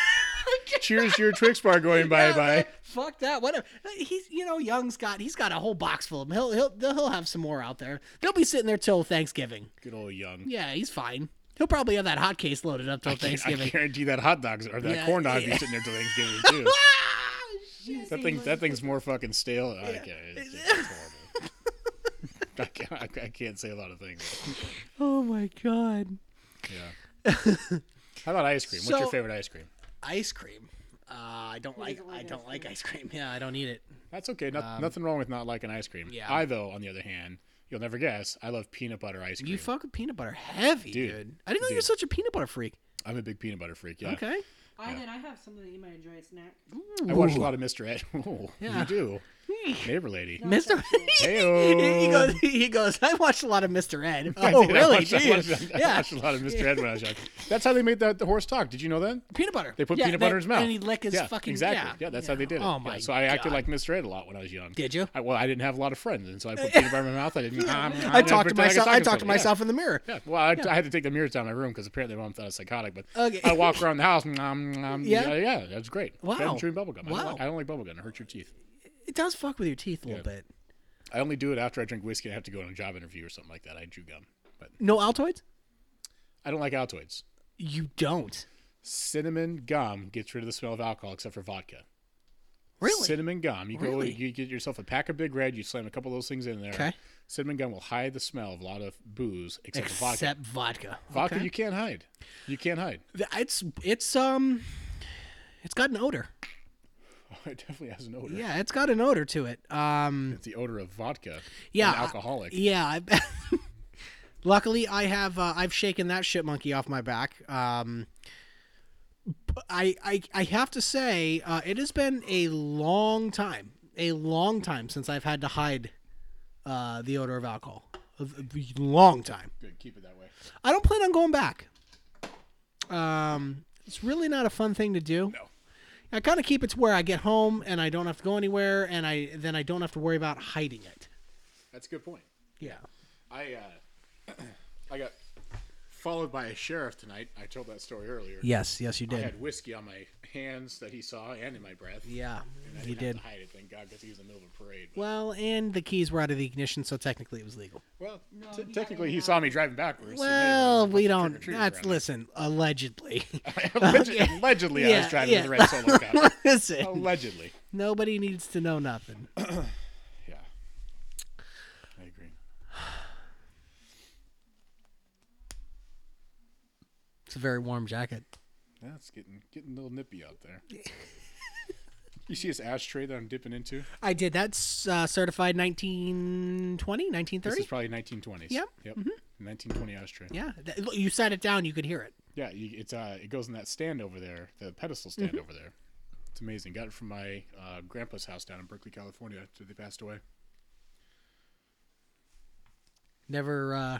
C: Cheers to your Twix bar going bye
B: Yeah,
C: bye.
B: man, Fuck that. Whatever. He's you know Young's got he's got a whole box full of them. He'll he'll he'll have some more out there. They'll be sitting there till Thanksgiving.
C: Good old young.
B: Yeah, he's fine. He'll probably have that hot case loaded up till
C: I
B: Thanksgiving.
C: guarantee that hot dogs or that
B: Yeah,
C: corn dog
B: yeah.
C: be sitting there till Thanksgiving too.
B: Ah, shit.
C: That thing, that thing's more fucking stale. I can't. It's, it's horrible. I, can't, I can't say a lot of things.
B: Oh my god.
C: Yeah. How about ice cream? What's
B: So-
C: your favorite ice cream?
B: ice cream. Uh, I don't like
A: doesn't like
B: I
A: ice
B: don't like ice cream. Yeah, I don't eat it.
C: That's okay. No, nothing wrong with not liking ice cream.
B: Um, yeah.
C: I though, on the other hand, you'll never guess. I love peanut butter ice cream.
B: You fuck with peanut butter heavy, dude.
C: Dude.
B: I didn't know you were such a peanut butter freak.
C: I'm a big peanut butter freak. Yeah.
B: Okay.
A: I then I have something that you might enjoy. A snack.
C: I watch a lot of Mr. Ed. Oh,
B: Yeah.
C: you do. Neighbor lady.
B: Mr.
C: Heyo.
B: he goes. He goes. I watched a lot of Mr. Ed.
C: I
B: Oh,
C: did. I
B: really?
C: watched- I
B: Jeez.
C: watched, I
B: yeah.
C: watched a lot of Mr. Ed when I was young. That's how they made that the horse talk. Did you know that?
B: peanut butter.
C: They put
B: Yeah,
C: peanut butter in his
B: that-
C: mouth.
B: And he lick his
C: yeah,
B: fucking.
C: exactly.
B: Yeah.
C: Yeah, that's how they did it.
B: Oh
C: Yeah,
B: my
C: so I acted
B: God.
C: like Mr. Ed a lot when I was young.
B: Did you?
C: I, well, I didn't have a lot of friends, and so I put peanut butter in my mouth. I didn't.
B: I talked to myself. I talked to
C: myself.
B: myself in the mirror.
C: Yeah, well, I, I had to take the mirrors down my room because apparently my mom thought I was psychotic. But
B: Okay.
C: I walk around the house. Nom, nom,
B: Yeah?
C: yeah, yeah, that's great.
B: Wow.
C: I'm chewing bubble gum. I,
B: Wow.
C: don't like, I don't like bubble gum. It hurts your teeth.
B: It does fuck with your teeth a little bit.
C: I only do it after I drink whiskey. and I have to go on a job interview or something like that. I chew gum, but
B: No Altoids.
C: I don't like Altoids.
B: You don't.
C: Cinnamon gum gets rid of the smell of alcohol except for vodka.
B: Really?
C: Cinnamon gum. You
B: Really?
C: go, you get yourself a pack of Big Red. You slam a couple of those things in there.
B: Okay.
C: Cinnamon gum will hide the smell of a lot of booze except, for vodka.
B: Except vodka.
C: Vodka
B: Okay.
C: you can't hide. You can't hide.
B: Th- It's it's um, it's got an odor.
C: Oh, it definitely has an odor.
B: Yeah, it's got an odor to it. Um,
C: It's the odor of vodka.
B: yeah, e-
C: An alcoholic.
B: yeah. I, luckily, I have uh, I've shaken that shit monkey off my back. Um, b- I I, I have to say uh, it has been a long time, a long time since I've had to hide uh, the odor of alcohol. A a long time.
C: Good. Keep it that way.
B: I don't plan on going back. Um, it's really not a fun thing to do.
C: No.
B: I kind of keep it to where I get home and I don't have to go anywhere, and I then I don't have to worry about hiding it.
C: That's a good point.
B: Yeah.
C: I uh, I got followed by a sheriff tonight. I told that story earlier.
B: Yes. Yes, you
C: I
B: did.
C: had whiskey on my hands that he saw and in my breath.
B: Yeah,
C: And I
B: he
C: didn't
B: did.
C: have to hide it, thank God, because he was in the middle of a parade. But,
B: Well, and the keys were out of the ignition, so technically it was legal.
C: well, t- technically, he saw me driving backwards. so maybe
B: Well,
C: there was a
B: we
C: bunch
B: don't.
C: of trick-or-treaters
B: That's
C: around.
B: listen. Allegedly.
C: allegedly, allegedly I was driving with the red solo cup.
B: listen.
C: allegedly.
B: Nobody needs to know nothing.
C: Yeah. I agree.
B: It's a very warm jacket.
C: Yeah, it's getting getting a little nippy out there. you see this ashtray that I'm dipping into?
B: I did. That's uh, certified 1920,
C: This
B: 1930.
C: is probably 1920s.
B: Yep. Mm-hmm.
C: Yep. 1920 ashtray.
B: yeah. That- look, you sat it down. You could hear it.
C: Yeah, you, it's uh, it goes in that stand over there, the pedestal stand
B: Mm-hmm.
C: over there. It's amazing. Got it from my uh, grandpa's house down in Berkeley, California, after they passed away.
B: Never, uh,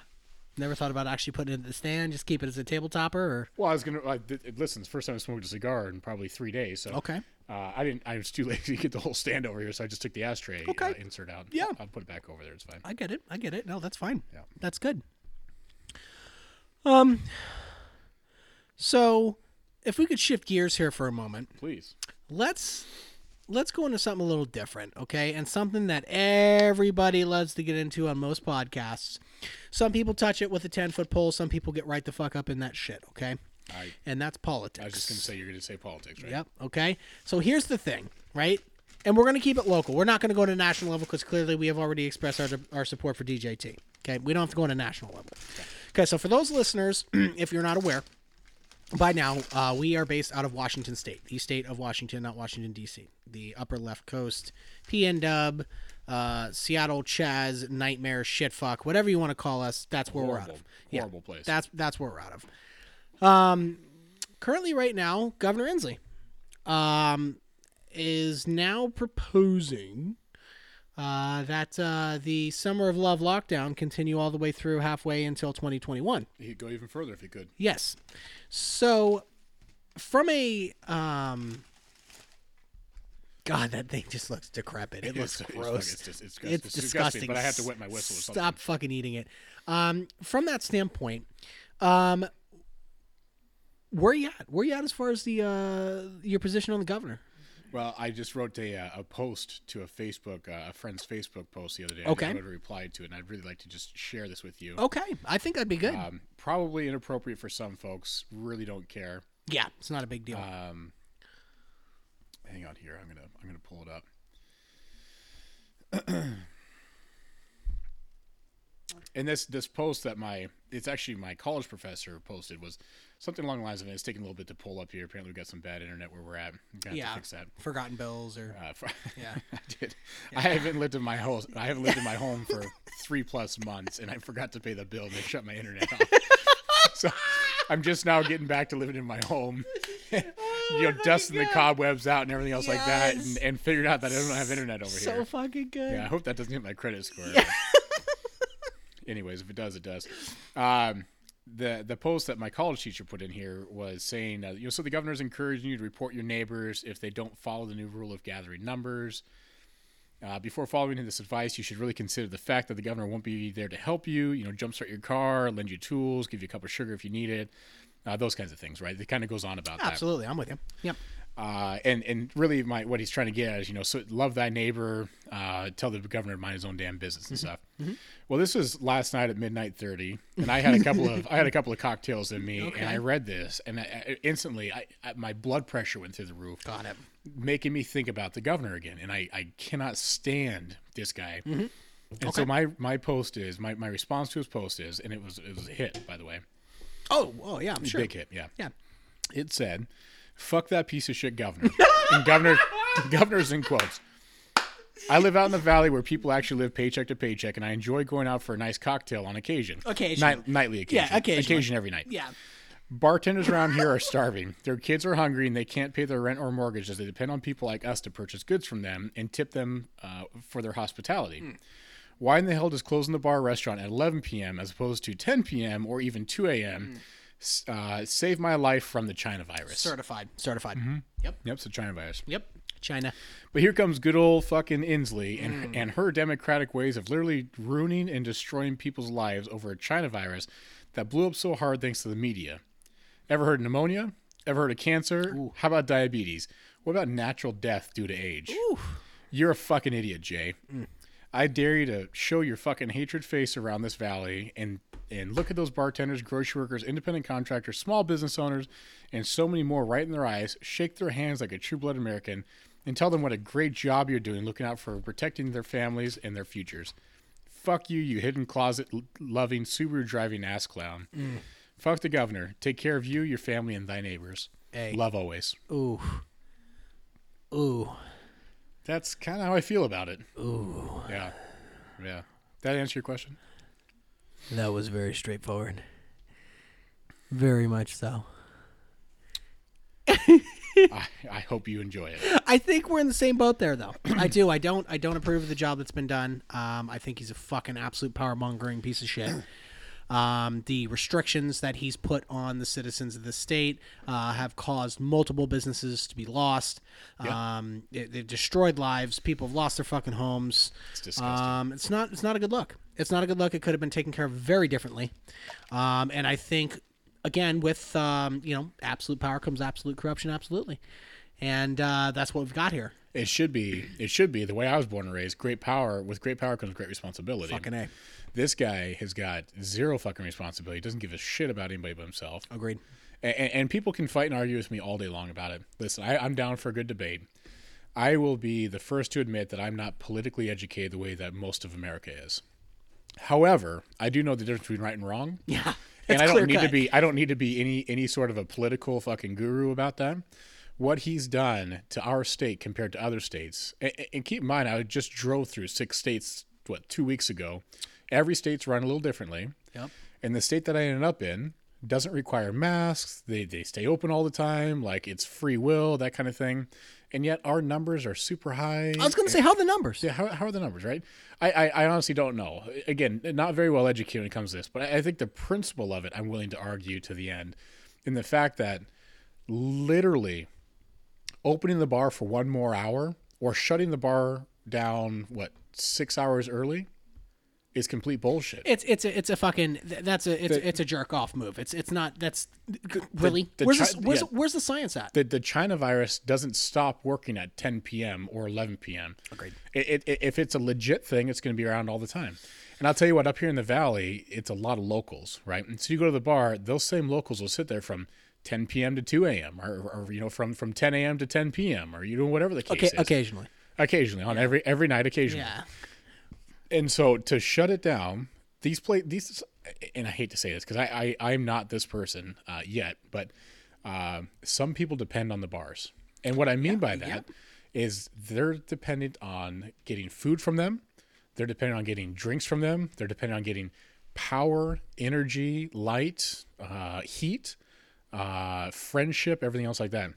B: never thought about actually putting it in the stand. Just keep it as a table topper. Or
C: Well, I was gonna I, th- it- listen. It's the first time I smoked a cigar in probably three days. So
B: Okay.
C: uh, I didn't. I was too lazy to get the whole stand over here, so I just took the ashtray
B: Okay.
C: uh, insert out.
B: Yeah.
C: I'll put it back over there. It's fine.
B: I get it. I get it. No, that's fine.
C: Yeah.
B: That's good. Um so if we could shift gears here for a moment,
C: Please.
B: let's let's go into something a little different, okay? And something that everybody loves to get into on most podcasts. Some people touch it with a 10-foot pole, some people get right the fuck up in that shit, okay?
C: I
B: And that's politics.
C: I was just gonna say you're gonna say politics, right?
B: Yep. Okay. So here's the thing, right? And we're going to keep it local. We're not going to go to national level because clearly we have already expressed our, our support for DJT. Okay. We don't have to go to national level. Okay. So for those listeners, if you're not aware, by now uh, we are based out of Washington State, the state of Washington, not Washington D.C. The upper left coast, PNW, uh, Seattle, Chaz, Nightmare, shitfuck, whatever you want to call us. That's where we're out
C: Horrible,
B: of.
C: horrible place.
B: That's that's where we're out of. Um, currently, right now, Governor Inslee um, is now proposing uh, that uh, the Summer of Love lockdown continue all the way through halfway until 2021.
C: He'd go even further if he could.
B: Yes. So, from a um, God, that thing just looks decrepit. It looks
C: It's- it's
B: gross.
C: fucking- It's,
B: It's,
C: dis- it's, disgusting,
B: disgusting.
C: But I have to wet my whistle. Or something.
B: Stop fucking eating it. Um, from that standpoint, um, where you at? Where you at as far as the uh, your position on the governor?
C: Well, I just wrote a, uh, a post to a Facebook, uh, a friend's Facebook post the other day.
B: Okay.
C: I would reply to it, and I'd really like to just share this with you.
B: Okay, I think that'd be good.
C: Um, probably inappropriate for some folks. Really don't care.
B: yeah, it's not a big deal.
C: uh, Hang on here. I'm gonna I'm gonna pull it up. And this this post that my it's actually my college professor posted was something along the lines of it's taking a little bit to pull up here. Apparently we got some bad internet where we're at. We're gonna have
B: yeah,
C: to fix that.
B: forgotten bills or
C: Uh, for,
B: Yeah.
C: I did. I haven't lived in my house. I haven't lived in my home for three plus months, and I forgot to pay the bill. and They shut my internet off. so I'm just now getting back to living in my home.
B: Oh,
C: you know, dusting the cobwebs out and everything else like that,
B: Yes.
C: and, and figured out that I don't have internet over
B: so
C: here.
B: fucking good.
C: Yeah, I hope that doesn't hit my credit score. Anyways, if it does, it does. Um, the the post that my college teacher put in here was saying, uh, you know, so the governor's encouraging you to report your neighbors if they don't follow the new rule of gathering numbers. Uh, before following this advice, you should really consider the fact that the governor won't be there to help you. You know, jumpstart your car, lend you tools, give you a cup of sugar if you need it, uh, those kinds of things, right? It kind of goes on about that
B: Absolutely, I'm with you. Yep.
C: uh, and and really my what he's trying to get at is you know so love thy neighbor uh, tell the governor to mind his own damn business
B: Mm-hmm.
C: and stuff well this was last night at midnight 30 and i had a couple of i had a couple of cocktails in me and i read this and I, I, instantly I, I, my blood pressure went through the roof
B: Got it.
C: making me think about the governor again and i, I cannot stand this guy
B: Mm-hmm.
C: and so my my post is my, my response to his post is and it was it was a hit by the way
B: Oh, oh yeah, I'm sure.
C: big hit yeah
B: Yeah.
C: it said, "Fuck that piece of shit governor." and governor, governor's in quotes. I live out in the valley where people actually live paycheck to paycheck, and I enjoy going out for a nice cocktail on occasion.
B: Occasion.
C: Night- nightly occasion.
B: Yeah, occasionally.
C: Occasion every night.
B: Yeah.
C: Bartenders around here are starving. Their kids are hungry, and they can't pay their rent or mortgage as they depend on people like us to purchase goods from them and tip them uh, for their hospitality.
B: Hmm.
C: Why in the hell does closing the bar or restaurant at 11 p.m. as opposed to 10 p.m. or even 2
B: Hmm.
C: a.m. s Uh, save my life from the China virus?
B: Certified. Certified. Yep.
C: Yep, so China virus.
B: Yep. China.
C: But here comes good old fucking Inslee and and her democratic ways of literally ruining and destroying people's lives over a China virus that blew up so hard thanks to the media. Ever heard of pneumonia? Ever heard of cancer? How about diabetes? What about natural death due to age? You're a fucking idiot, Jay. I dare you to show your fucking hatred face around this valley and and look at those bartenders, grocery workers, independent contractors, small business owners, and so many more right in their eyes. Shake their hands like a true blood American and tell them what a great job you're doing looking out for protecting their families and their futures. Fuck you, you hidden closet l- loving Subaru driving ass clown. Fuck the governor. Take care of you, your family, and thy neighbors.
B: Hey.
C: Love always.
B: Ooh. Ooh.
C: That's kind of how I feel about it. Ooh. Yeah. Yeah. That answer your question?
B: That was very straightforward. Very much so.
C: I, I hope you enjoy it.
B: I think we're in the same boat there, though. I do. I don't. I don't approve of the job that's been done. Um, I think he's a fucking absolute power mongering piece of shit. Um, the restrictions that he's put on the citizens of the state uh, have caused multiple businesses to be lost. Um, they, they've destroyed lives. People have lost their fucking homes. It's
C: disgusting.
B: Um, it's not. It's not a good look. It's not a good look. It could have been taken care of very differently. Um, and I think, again, with um, you know, absolute power comes absolute corruption. Absolutely, and uh, that's what we've got here.
C: It should be. It should be the way I was born and raised. Great power with great power comes great responsibility.
B: Fucking a.
C: This guy has got zero fucking responsibility. Doesn't give a shit about anybody but himself.
B: Agreed.
C: And, and people can fight and argue with me all day long about it. Listen, I, I'm down for a good debate. I will be the first to admit that I'm not politically educated the way that most of America is. However, I do know the difference between right and wrong.
B: Yeah.
C: and I don't need to
B: clear-cut.
C: be I don't need to be any any sort of a political fucking guru about that. What he's done to our state compared to other states, and, and keep in mind, I just drove through six states what two weeks ago. Every state's run a little differently,
B: Yep.
C: and the state that I ended up in doesn't require masks. They they stay open all the time, like it's free will, that kind of thing. And yet our numbers are super high.
B: I was gonna say, how are the numbers?
C: Yeah, how, how are the numbers, right? I, I, I honestly don't know. Again, not very well educated when it comes to this, but I, I think the principle of it I'm willing to argue to the end in the fact that literally opening the bar for one more hour or shutting the bar down, what, six hours early is complete bullshit.
B: It's it's a it's a fucking th- that's a it's, it's a jerk off move. It's it's not that's really
C: the
B: where's
C: chi-
B: this, where's
C: yeah.
B: where's the science at?
C: the, the China virus doesn't stop working at 10 p.m. or 11 p.m.
B: Agreed.
C: It, it, if it's a legit thing, it's going to be around all the time. And I'll tell you what, up here in the valley, it's a lot of locals, right? And so you go to the bar, those same locals will sit there from 10 p.m. to 2 a.m. Or, or, you know from from 10 a.m. to 10 p.m. or you know whatever the case
B: Okay,
C: is.
B: occasionally.
C: Occasionally on every every night, occasionally.
B: Yeah.
C: And so to shut it down these play these, and I hate to say this because I, I I'm not this person uh, yet, but uh, some people depend on the bars, and what I mean by that is they're dependent on getting food from them, they're dependent on getting drinks from them, they're dependent on getting power, energy, light, uh, heat, uh, friendship, everything else like that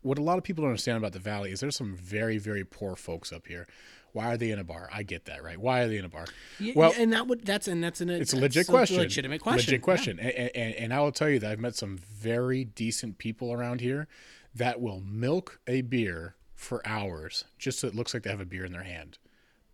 C: what a lot of people don't understand about the valley is there's some very very poor folks up here why are they in a bar i get that right why are they in a bar
B: Y-
C: well
B: and that would that's and that's an
C: it's a legit
B: that's
C: question
B: legitimate question,
C: legit
B: yeah.
C: question A- a- and, and i will tell you that i've met some very decent people around here that will milk a beer for hours just so it looks like they have a beer in their hand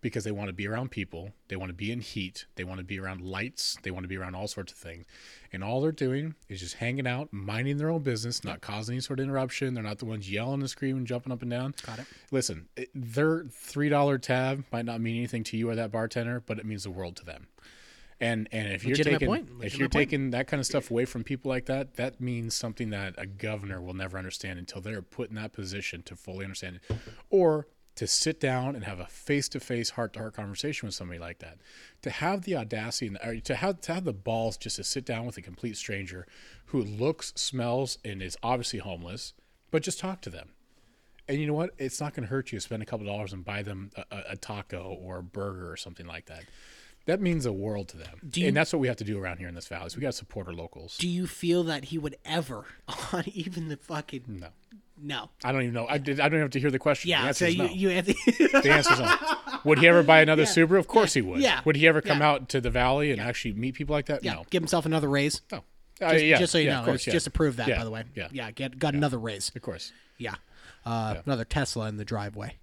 C: because they want to be around people they want to be in heat they want to be around lights they want to be around all sorts of things and all they're doing is just hanging out minding their own business not causing any sort of interruption they're not the ones yelling and screaming jumping up and down got it listen it- their three dollar tab might not mean anything to you or that bartender but it means the world to them and and if you're
B: Legitimate
C: taking
B: point,
C: if
B: legitimate
C: you're
B: point.
C: taking that kind of stuff away from people like that, that means something that a governor will never understand until they're put in that position to fully understand it, or to sit down and have a face-to-face, heart-to-heart conversation with somebody like that. To have the audacity and or to have to have the balls just to sit down with a complete stranger who looks, smells, and is obviously homeless, but just talk to them. And you know what? It's not going to hurt you to spend a couple dollars and buy them a, a, a taco or a burger or something like that. That means the world to them.
B: you-
C: and that's what we have to do around here in this valley. Is we got to support our locals.
B: do you feel that he would ever on even the fucking
C: no.
B: no
C: I don't even know. I, did, I don't have to hear the question.
B: yeah
C: the
B: so
C: answer is
B: you,
C: no.
B: you have to
C: the answer is no. Would he ever buy another Subaru? Of course he would.
B: Yeah.
C: Would he ever come
B: Yeah.
C: out to the valley and actually meet people like that?
B: yeah,
C: No.
B: give himself another raise
C: No.
B: just,
C: yeah.
B: just so you
C: yeah,
B: know
C: of course,
B: it's
C: yeah.
B: just to prove that
C: Yeah.
B: by the way
C: Yeah.
B: yeah get got another raise
C: Of course.
B: yeah uh another tesla in the driveway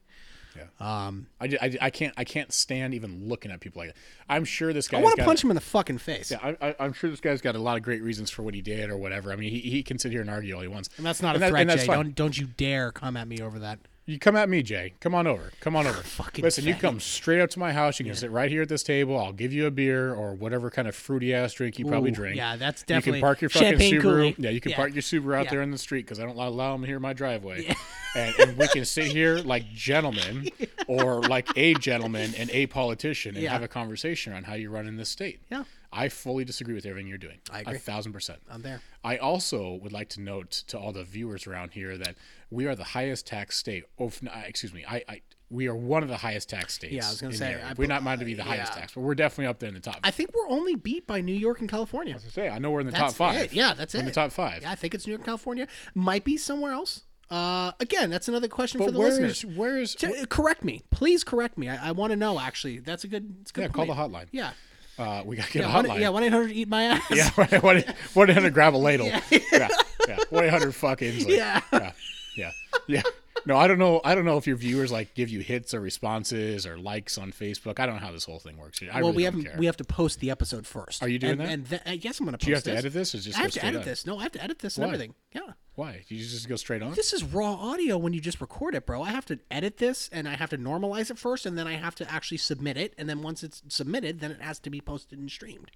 C: Yeah. Um, I, ju- I, ju- I can't I can't stand even looking at people like that. I'm sure this guy.
B: i want to punch him in the fucking face
C: Yeah, I, I, I'm sure this guy's got a lot of great reasons for what he did or whatever. I mean, he, he can sit here and argue all he wants.
B: and that's not
C: and
B: a
C: that-
B: threat
C: and that's
B: jay
C: fine.
B: don't don't you dare come at me over that
C: You come at me, Jay. Come on over. Come on over.
B: Fucking
C: Listen, you
B: faggot.
C: come straight up to my house. You can sit right here at this table. I'll give you a beer or whatever kind of fruity ass drink you probably
B: Ooh,
C: drink.
B: yeah, that's
C: You
B: definitely-
C: can park your fucking
B: Champagne
C: Subaru.
B: Kool-Aid.
C: Yeah, you can
B: Yeah.
C: park your Subaru out
B: Yeah.
C: there in the street because I don't allow them here in my driveway. And, and we can sit here like gentlemen or like a gentleman and a politician and
B: Yeah.
C: have a conversation on how you run in this state.
B: Yeah.
C: I fully disagree with everything you're doing.
B: I agree.
C: A thousand percent.
B: i'm there
C: I also would like to note to all the viewers around here that we are the highest tax state. Oh, f- uh, excuse me. I, I we are one of the highest tax states.
B: Yeah, I was gonna
C: in the
B: say,
C: area.
B: I
C: we're
B: bel-
C: not meant to be the highest
B: yeah.
C: tax, but we're definitely up there in the top.
B: i think we're only beat by new york and california
C: say I know we're in the
B: That's
C: top five.
B: it. Yeah, that's
C: We're in
B: it.
C: the top five.
B: yeah i think it's new york california might be somewhere else uh again that's another question for
C: but
B: the
C: where
B: listeners
C: is where is
B: T- correct me, please correct me. I, I want to know. Actually, that's a good. It's a good
C: yeah? Call the
B: point.
C: hotline.
B: Yeah,
C: Uh, we gotta get
B: yeah,
C: a
B: one,
C: hotline.
B: yeah. One eight hundred eat my ass.
C: Yeah, one one eight hundred grab a ladle. Yeah, yeah, one eight hundred fuck Inslee.
B: Yeah.
C: yeah, yeah, yeah. No, I don't know. I don't know if your viewers like give you hits or responses or likes on Facebook. I don't know how this whole thing works. I
B: well,
C: really
B: we
C: don't
B: haven't.
C: care.
B: We have to post the episode first.
C: Are you doing
B: and,
C: that?
B: And th- uh, yes, I'm going to post.
C: Do you have to
B: this.
C: edit this, or just
B: I
C: go
B: have to
C: straight
B: edit
C: on?
B: this. No, I have to edit this
C: Why?
B: and everything. Yeah.
C: Why? Do you just go straight on?
B: This is raw audio when you just record it, bro. I have to edit this and I have to normalize it first, and then I have to actually submit it. And then once it's submitted, then it has to be posted and streamed.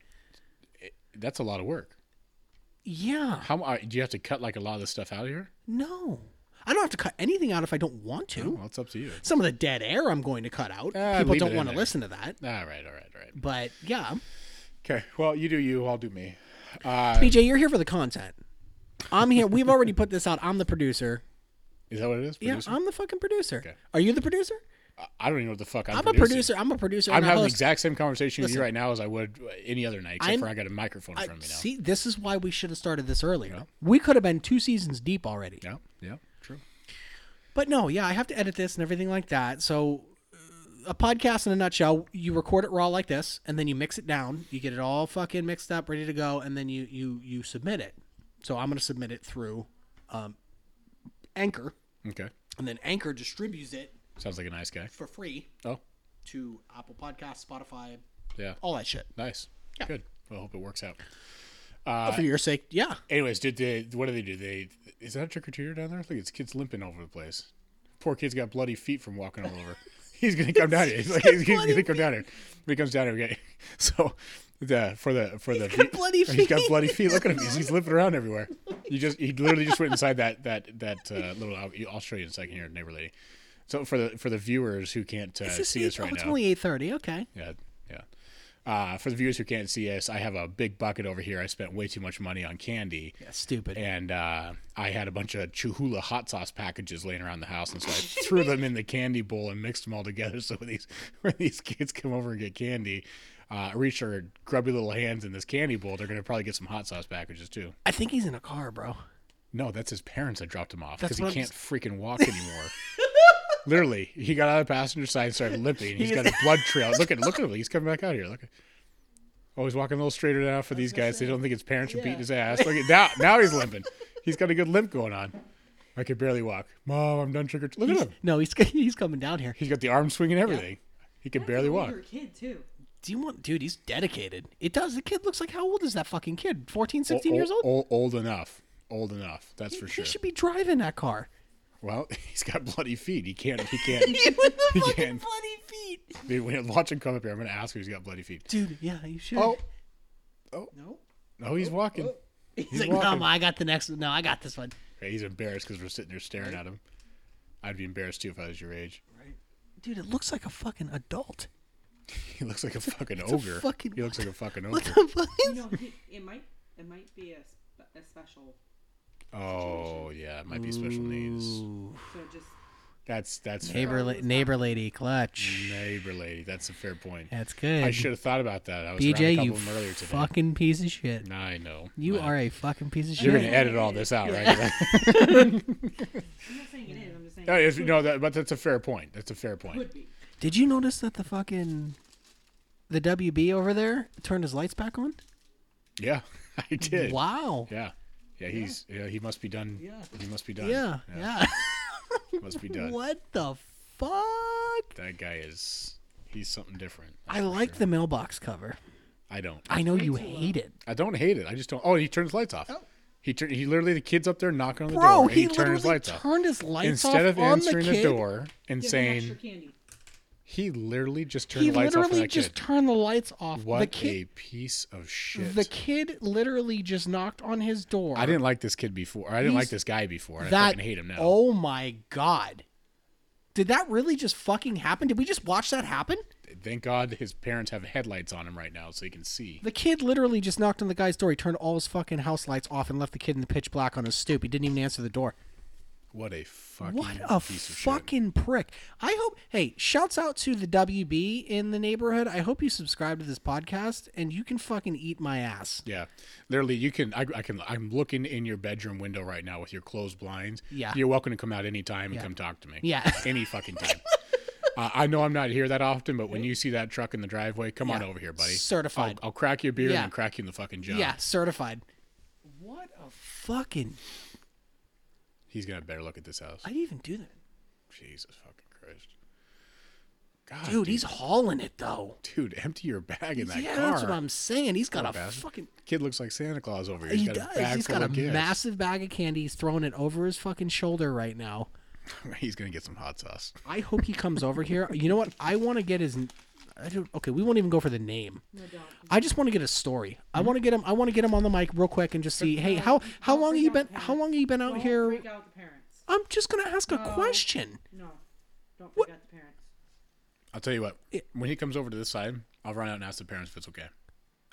C: That's a lot of work.
B: Yeah.
C: How uh, do you have to cut like a lot of this stuff out of here?
B: No. I don't have to cut anything out if I don't want to.
C: Well, it's up to you.
B: Some of the dead air I'm going to cut out.
C: Ah,
B: People
C: leave it
B: don't
C: in
B: want to
C: there.
B: listen to that.
C: All right, all right, all right.
B: But yeah,
C: Okay. Well, you do you. I'll do me.
B: BJ, you're here for the content. I'm here. We've already put this out. I'm the producer.
C: Is that what it is? Producer?
B: Yeah, I'm the fucking producer.
C: Okay.
B: Are you the producer?
C: I- I don't even know what the fuck I'm.
B: I'm a
C: producing.
B: producer. I'm a producer.
C: I'm
B: and a
C: having the
B: host.
C: exact same conversation with you
B: Listen.
C: right now as I would uh, any other night, except
B: I'm-
C: for I got a microphone in
B: I-
C: front of me now.
B: See, this is why we should have started this earlier. We could have been two seasons deep already.
C: Yeah, yeah, true.
B: But no, yeah, I have to edit this and everything like that. So, uh, a podcast in a nutshell, you record it raw like this, and then you mix it down. You get it all fucking mixed up, ready to go, and then you you you submit it. So I'm gonna submit it through um, Anchor,
C: Okay,
B: and then Anchor distributes it
C: sounds like a nice guy.
B: for free
C: Oh,
B: to Apple Podcasts, Spotify,
C: yeah,
B: all that shit.
C: nice, good. Well, I hope it works out. Uh,
B: for your sake, yeah.
C: Anyways, did they? What do they do? They is that a trick or treater down there? Look, it's kids limping all over the place. Poor kid's got bloody feet from walking all over. He's gonna come down here. He's, like, he's, he's gonna come down here. He comes down here. Okay. So the for the for the
B: got bloody
C: He's got
B: feet.
C: bloody feet. Look at him. He's, he's limping around everywhere. You just he literally just went inside that that that uh, little. I'll, I'll show you in a second here, neighbor lady. So for the for the viewers who can't uh,
B: This
C: see
B: is-
C: us right
B: oh, it's
C: now,
B: only eight thirty. Okay.
C: yeah, yeah. Uh, for the viewers who can't see us, I have a big bucket over here. I spent way too much money on candy.
B: Stupid.
C: And uh, I had a bunch of Chuhula hot sauce packages laying around the house, and so I threw them in the candy bowl and mixed them all together. So when these when these kids come over and get candy, uh, reach their grubby little hands in this candy bowl, they're gonna probably get some hot sauce packages too.
B: I think he's in a car, bro.
C: No, that's his parents that dropped him off
B: That's
C: because he
B: what I'm
C: can't freaking walk anymore. Literally, he got out of the passenger side and started limping. and He's got a blood trail. Look at look at him. He's coming back out here. Look. at- Oh, he's walking a little straighter now for these guys. they don't think his parents are beating his ass. Look at now. Now he's limping. He's got a good limp going on. I could barely walk. Mom, I'm done trick or Look at him.
B: No, he's he's coming down here.
C: He's got the arm swing and everything. He could barely walk.
A: You're a kid too.
B: Do you want, dude? He's dedicated. It does. The kid looks like how old is that fucking kid? 14,
C: O-
B: 16
C: o-
B: years old.
C: o- old enough. Old enough. That's for
B: He
C: sure.
B: should be driving that car.
C: Well, he's got bloody feet. He can't. He can't.
B: With the
C: He fucking can.
B: bloody feet,
C: Dude, when I watch him come up here, I'm gonna ask if he's got bloody feet.
B: dude. Yeah, you should.
C: Oh,
B: no.
C: oh, he's walking.
B: He's,
C: He's
B: like,
C: walking.
B: no, I got the next. No, I got this one.
C: Right, he's embarrassed because we're sitting there staring at him. I'd be embarrassed too if I was your age.
B: Dude, it looks like a fucking adult.
C: He looks like a fucking
B: a
C: ogre.
B: fucking-
C: he looks like a fucking
B: What
C: ogre.
B: the fuck?
A: You
B: Is...
A: know, he- it might it might be a, spe- a special.
C: Oh yeah, it might be special needs.
A: So just
C: That's that's fair.
B: Neighbor, la- neighbor lady, clutch.
C: neighbor lady. That's a fair point.
B: That's good.
C: I should have thought about that. I was around a
B: BJ,
C: couple
B: you
C: of them earlier today.
B: fucking piece of shit.
C: Nah, I know.
B: You
C: But
B: are a fucking piece of
C: You're
B: shit.
C: gonna edit all this out, right?
A: I'm not saying it is. I'm just saying
C: no, it's- no, that, but that's a fair point. That's a fair point.
A: could be.
B: Did you notice that the fucking the WB over there turned his lights back on?
C: Yeah, I did.
B: Wow.
C: Yeah, yeah. He's yeah. He must be done. Yeah. He must be done.
B: Yeah. Yeah.
C: Must be done.
B: what the fuck?
C: That guy is. He's something different.
B: I like the mailbox cover.
C: I don't.
B: I know you hate it.
C: I don't hate it. I just don't. Oh, he turns lights off. He turn. He literally the kids up there knocking on the
B: Bro,
C: door.
B: he,
C: and he turned his
B: literally
C: lights off
B: turned his lights
C: instead
B: off
C: of
B: on
C: answering
B: the,
C: the,
B: kid,
C: door and
A: extra
C: saying
A: candy.
C: he literally just turned
B: He
C: the lights off for
B: literally
C: that
B: just
C: kid.
B: turned the lights off. the
C: What a
B: kid,
C: piece of shit.
B: the kid literally just knocked on his door.
C: I didn't like this kid before. I didn't
B: He's-
C: like this guy before. and I
B: that
C: fucking hate him now.
B: oh my god did that really just fucking happen did we just watch that happen
C: Thank God his parents have headlights on him right now so he can see.
B: the kid literally just knocked on the guy's door he turned all his fucking house lights off and left the kid in the pitch black on his stoop he didn't even answer the door
C: What a fucking
B: what a
C: piece of shit.
B: fucking prick i hope hey shouts out to the wb in the neighborhood i hope you subscribe to this podcast and you can fucking eat my ass
C: Yeah, literally, you can. I, I can. I'm looking in your bedroom window right now with your closed blinds.
B: Yeah.
C: you're welcome to come out anytime and come talk to me.
B: Yeah.
C: any fucking time. uh, I know I'm not here that often, but when you see that truck in the driveway, come on
B: Yeah.
C: over here, buddy.
B: Certified.
C: I'll, I'll crack your beer
B: Yeah.
C: and then crack you in the fucking jaw.
B: yeah certified what a fucking
C: he's gonna have a better look at this house.
B: i'd even do that
C: Jesus fucking Christ. God,
B: dude he's hauling it though
C: dude, empty your bag Ah, in that
B: yeah,
C: car.
B: that's what I'm saying. He's got a
C: bastard.
B: fucking.
C: Kid looks like Santa Claus over here.
B: He
C: got a
B: does.
C: bag
B: He's
C: full
B: got a
C: of gifts.
B: massive bag of candy. He's throwing it over his fucking shoulder right now.
C: he's gonna get some hot sauce.
B: I hope he comes over here. You know what? I want to get his. I don't, okay, we won't even go for the name. I just want to get a story. I want to get him. I want to get him on the mic real quick and just see. Hey, how how long you been? How long you been out
A: Don't
B: here?
A: freak out the parents.
B: I'm just gonna ask a question.
A: No, don't freak
B: What?
A: out the parents.
C: I'll tell you what. When he comes over to this side, I'll run out and ask the parents if it's okay.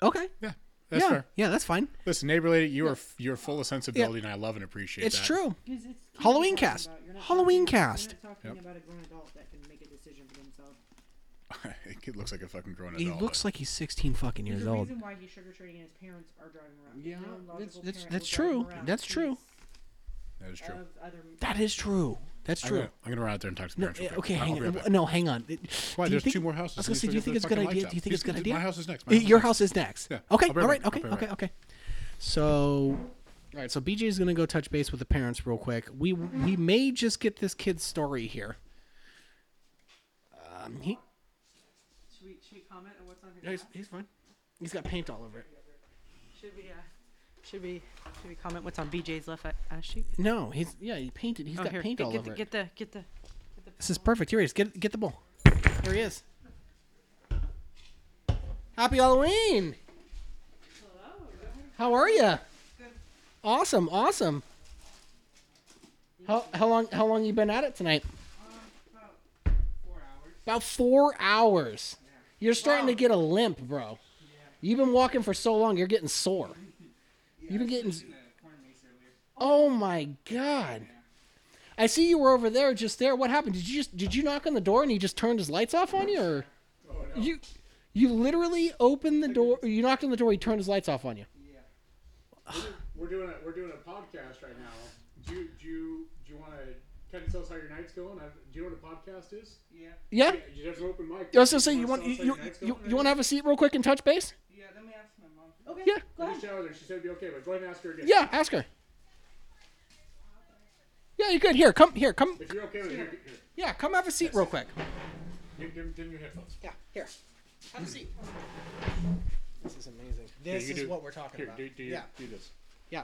B: Okay.
C: Yeah, that's
B: yeah.
C: fair.
B: Yeah, that's fine.
C: Listen, neighbor lady, you are you're full of sensibility, and I love and appreciate
B: It's
C: that.
B: true.
A: 'Cause it's kids
B: Halloween
A: you're talking
B: cast.
A: about. You're not
B: Halloween
A: talking-
B: cast.
A: You're not talking about a grown adult that can make a decision for themselves.
C: it looks like a fucking grown
B: He
C: adult.
B: looks like he's 16 fucking
A: There's
B: years
A: a
B: old.
A: reason why he's sugar trading and his parents are driving around.
B: Yeah,
A: No
B: that's-
A: logical
B: that's-
A: parent
B: that's
A: will drive
B: true.
A: him around
B: That's
A: to
B: true.
C: that is
A: these
C: true.
A: of Other
B: That is true. That's
C: I'm
B: true.
C: gonna, I'm gonna run out there and talk to the
B: No,
C: parents. real
B: uh,
C: quick.
B: okay,
C: I'll
B: hang
C: be
B: on.
C: right back.
B: no, hang on.
C: Why?
B: Do you
C: There's
B: think-
C: two more
B: I
C: houses.
B: was
C: They
B: gonna say, do
C: need
B: you
C: to
B: think
C: get the
B: it's a good
C: fucking
B: idea? Do
C: lights
B: you
C: out.
B: think it's a good
C: These-
B: idea?
C: My house is next. My
B: Y-
C: house
B: Your
C: is
B: house is next.
C: Yeah, I'll
B: Okay.
C: be
B: All
C: right
B: right.
C: back,
B: Okay.
C: I'll be right
B: Okay. Okay. So, all right. So BJ's gonna go touch base with the parents real quick. We we may just get this kid's story here. Um, he
A: should we should we comment on what's on his?
B: no, he's,
A: app?
B: he's fine. He's got paint all over it.
A: Should we uh, should we should we comment what's on BJ's left uh, sheet?
B: No, he's yeah. He painted. He's
A: Oh,
B: got
A: here,
B: paint
A: get,
B: all
A: get
B: over
A: the,
B: it.
A: Get the get the.
B: This is perfect. Here he is. Get get the ball. Here he is. Happy Halloween. How are you? Awesome, awesome. How how long how long you been at it tonight? About four hours. You're starting to get a limp, bro. You've been walking for so long, you're getting sore. You've been getting.
E: Uh,
B: Oh my god! I see you were over there, just there. What happened? Did you just did you knock on the door and he just turned his lights off on you, or you you literally opened the door? You knocked on the door. He turned his lights off on you.
C: We're doing a, we're doing a podcast right now. Do you, do you, do you want to kind of tell us how your night's going? Do you know what a podcast is?
E: Yeah,
B: Yeah.
C: You just open mic.
B: I was gonna say you want you you, you, you want to have a seat real quick and touch base?
E: yeah. Let me ask my mom. Okay.
B: Yeah.
E: Go ahead.
C: She said it'd be okay, but go ahead and ask her again.
B: Yeah. Ask her. Yeah, you're good. Here, come here, come.
C: If you're okay with it, here, here.
B: Yeah, come have a seat real quick.
C: Give, give, give him your headphones.
B: Yeah, here. Have a seat. This is amazing.
C: Here,
B: This
C: you
B: is
C: do-
B: what we're talking
C: here,
B: about.
C: Do, do, you-
B: yeah.
C: do this.
B: Yeah.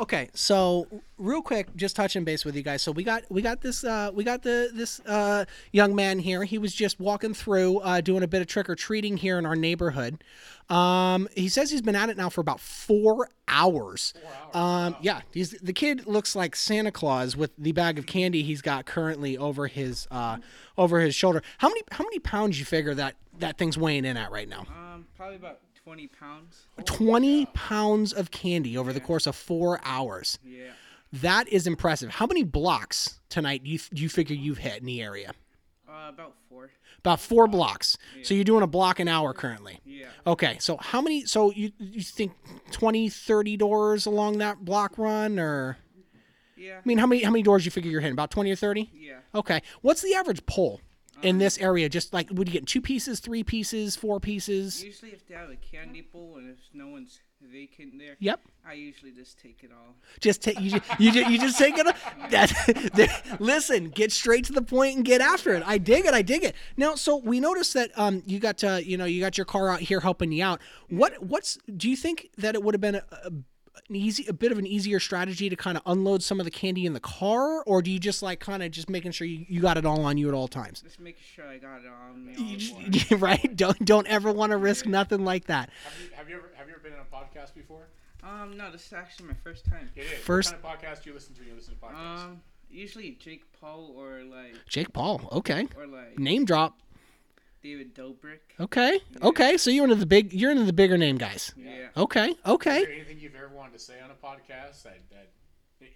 B: Okay, so real quick, just touching base with you guys. So we got we got this uh, we got the this uh, young man here. He was just walking through, uh, doing a bit of trick or treating here in our neighborhood. Um, he says he's been at it now for about four hours. Um, Yeah, he's, the kid looks like Santa Claus with the bag of candy he's got currently over his uh, over his shoulder. How many how many pounds you figure that that thing's weighing in at right now?
E: Um, probably about twenty pounds.
B: 20 pounds of candy over the course of four hours.
E: Yeah.
B: That is impressive. How many blocks tonight do you, do you figure you've hit in the area?
E: Uh, about four.
B: About four blocks. So you're doing a block an hour currently.
E: Yeah.
B: Okay. So how many? So you, you think 20, 30 doors along that block run or?
E: Yeah.
B: I mean, how many how many doors you figure you're hitting? About 20 or 30?
E: Yeah.
B: Okay. What's the average pull in this area? Just like, would you get two pieces, three pieces, four pieces?
E: Usually, if they have a candy bowl and if no one's vacant there,
B: Yep.
E: I usually just take it all.
B: Just take you. Just, you, just, you just take it. That, that- listen, get straight to the point and get after it. I dig it. I dig it. Now, so we noticed that um, you got uh, you know you got your car out here helping you out. What what's do you think that it would have been a, a, an easy a bit of an easier strategy to kind of unload some of the candy in the car, or do you just like kind of just making sure you, you got it all on you at all times?
E: Just making sure I got it on me.
B: You
E: All at once.
B: just- right? Don't don't ever want to risk nothing like that.
C: Have you, have you ever have you ever been in a podcast before?
E: um, no, this is actually my first time.
C: It is.
B: First-
C: What kind of podcast do you listen to? You listen to podcasts.
E: Um, usually Jake Paul or like
B: Jake Paul. Okay.
E: or like
B: Name drop.
E: David Dobrik.
B: Okay. Okay. So you're into the big. You're into the bigger name guys.
E: Yeah.
B: Okay.
C: is
B: Okay.
C: there anything you've ever wanted to say on a podcast? That, that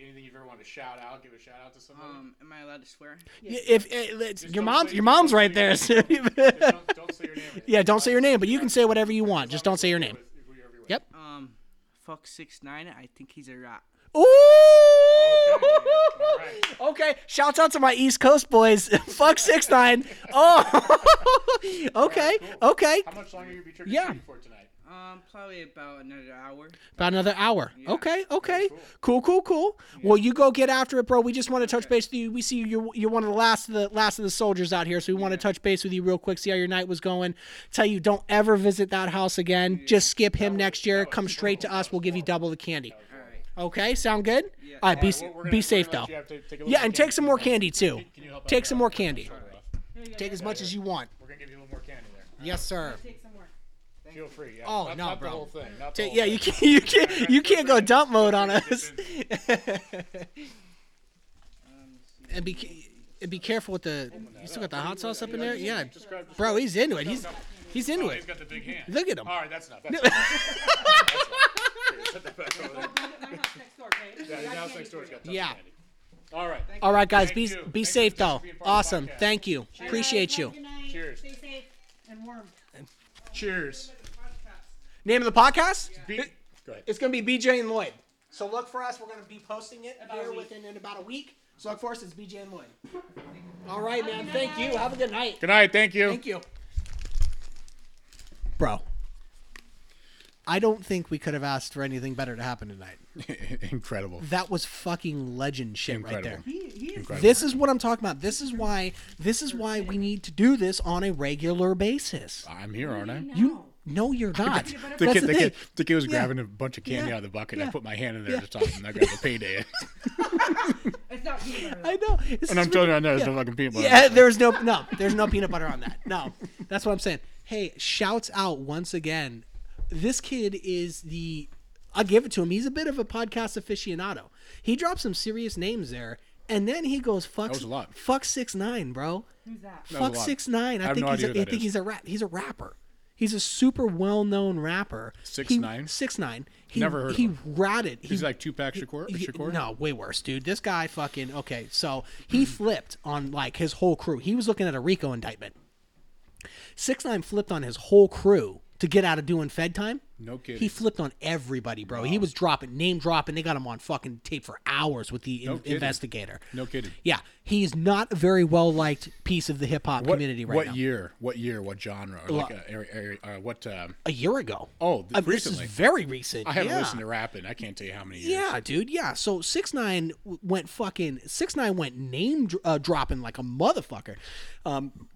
C: anything you've ever wanted to shout out? Give a shout out to someone.
E: Um, am I allowed to swear?
B: If, if it's- your
C: don't
B: mom's
C: say-
B: your mom's
C: don't
B: right
C: say
B: there. so-
C: don't, don't say your name.
B: yeah. Don't say your name, but you can say whatever you want. Just don't say your name.
C: With whoever you're with.
B: Yep.
E: Um, fuck six nine. I think he's a rat.
B: Ooh.
C: All right.
B: Okay. Shouts out to my East Coast boys. Fuck six nine. Oh. okay. Okay.
C: How much longer you be trick or
B: Yeah.
C: treating for tonight?
E: Um, probably about another hour.
B: About another hour. Okay, okay. Cool, cool, cool. Well, you go get after it, bro. We just want to touch base with you. We see you you're, you're one of the last of the last of the soldiers out here, so we want to touch base with you real quick, see how your night was going. Tell you don't ever visit that house again. Just skip him next year. Come straight to us. We'll give you double the candy.
E: All right.
B: Okay? Sound good?
E: Yeah.
B: All right, be s-
C: We're- we're gonna-
B: be
C: we're
B: safe
C: gonna
B: though.
C: let you have to take a look
B: Yeah,
C: at
B: and
C: the
B: take some more candy too.
C: Can you help out
B: Take
C: here?
B: some more candy.
C: Shoulder off.
B: Take as much as you want.
C: We're gonna give you a little more candy there.
B: Yes, sir.
E: Take some more.
C: Feel free. Yeah.
B: Oh,
C: Not-
B: no,
C: not
B: bro.
C: The whole thing. Not the
B: Take,
C: whole
B: yeah,
C: thing.
B: you can't you can't you can't go dump mode on us.
C: Um,
B: and be ca- and be careful with the. You still got the hot sauce up in there, yeah,
C: Describe-
B: bro. He's into it. He's he's into
C: Oh, he's
B: it.
C: got the big hand.
B: Look at him.
C: All right, that's enough. That's enough. That's enough. Put that back over there. Yeah, your house next door's got tons of
B: Yeah.
C: candy. All right.
B: All right, guys, be
C: Thank you.
B: be
C: Thank
B: safe
C: you for
B: though.
C: being part of the
B: Awesome,
C: podcast.
B: thank you, appreciate you.
C: Cheers.
F: Stay safe and warm.
C: Cheers.
B: Name of the podcast?
C: Be- Go ahead.
B: It's gonna be BJ and Lloyd. So look for us. We're gonna be posting it here within in about a week. So look for us. It's BJ and Lloyd. All right, man. Thank you. Have a good night.
C: Good night. Thank you.
B: Thank you. Bro. I don't think we could have asked for anything better to happen tonight.
C: Incredible.
B: That was fucking legend shit right
C: Incredible.
B: there.
C: Incredible.
B: This is what I'm talking about. This is why this is why we need to do this on a regular basis.
C: I'm here, aren't I?
B: You no you're not. That's
C: The kid, the,
B: thing.
C: kid, the kid was
B: Yeah.
C: grabbing a bunch of candy
B: Yeah.
C: out of the bucket.
B: Yeah.
C: I put my hand in there to stop him. and I grabbed a payday.
F: It's not peanut butter.
B: I know. This
C: and
B: is
C: I'm telling you, I know there's
B: yeah.
C: no fucking peanut butter.
B: Yeah, there's no no, there's no peanut butter on that. No, that's what I'm saying. Hey, shouts out once again. This kid is the. I'll give it to him. He's a bit of a podcast aficionado. He dropped some serious names there, And then he goes fuck
C: That was a lot.
B: fuck six nine, bro.
A: Who's that?
C: That was a
B: fuck
C: lot.
B: six nine.
C: I
B: I,
C: have
B: think
C: no
B: he's
C: idea
B: a,
C: who
B: I
C: that
B: think
C: is.
B: he's a rap. He's a rapper. He's a super well known rapper.
C: 6ix9ine?
B: Six nine. He,
C: Never heard of
B: He
C: him.
B: ratted. He,
C: He's like Tupac Shakur.
B: he-
C: Shakur?
B: No, way worse, dude. This guy fucking okay. So he
C: Hmm.
B: flipped on like his whole crew. He was looking at a RICO indictment. Six nine flipped on his whole crew to get out of doing Fed time.
C: No kidding.
B: He flipped on everybody, bro. He was dropping name dropping. They got him on fucking tape for hours with the in-
C: kidding.
B: investigator.
C: No kidding.
B: Yeah, he's not a very well liked piece of the hip hop
C: What,
B: community right
C: what
B: now.
C: year? What year? What genre? Or like
B: Lo-
C: uh, area, area, uh, what? Um,
B: A year ago.
C: Oh, th-
B: I mean, This
C: recently.
B: is very recent.
C: I haven't
B: yeah.
C: listened to rap in I can't tell you how many years.
B: Yeah, dude. Yeah. So six nine went fucking six nine went name dr- uh, dropping like a motherfucker. Um,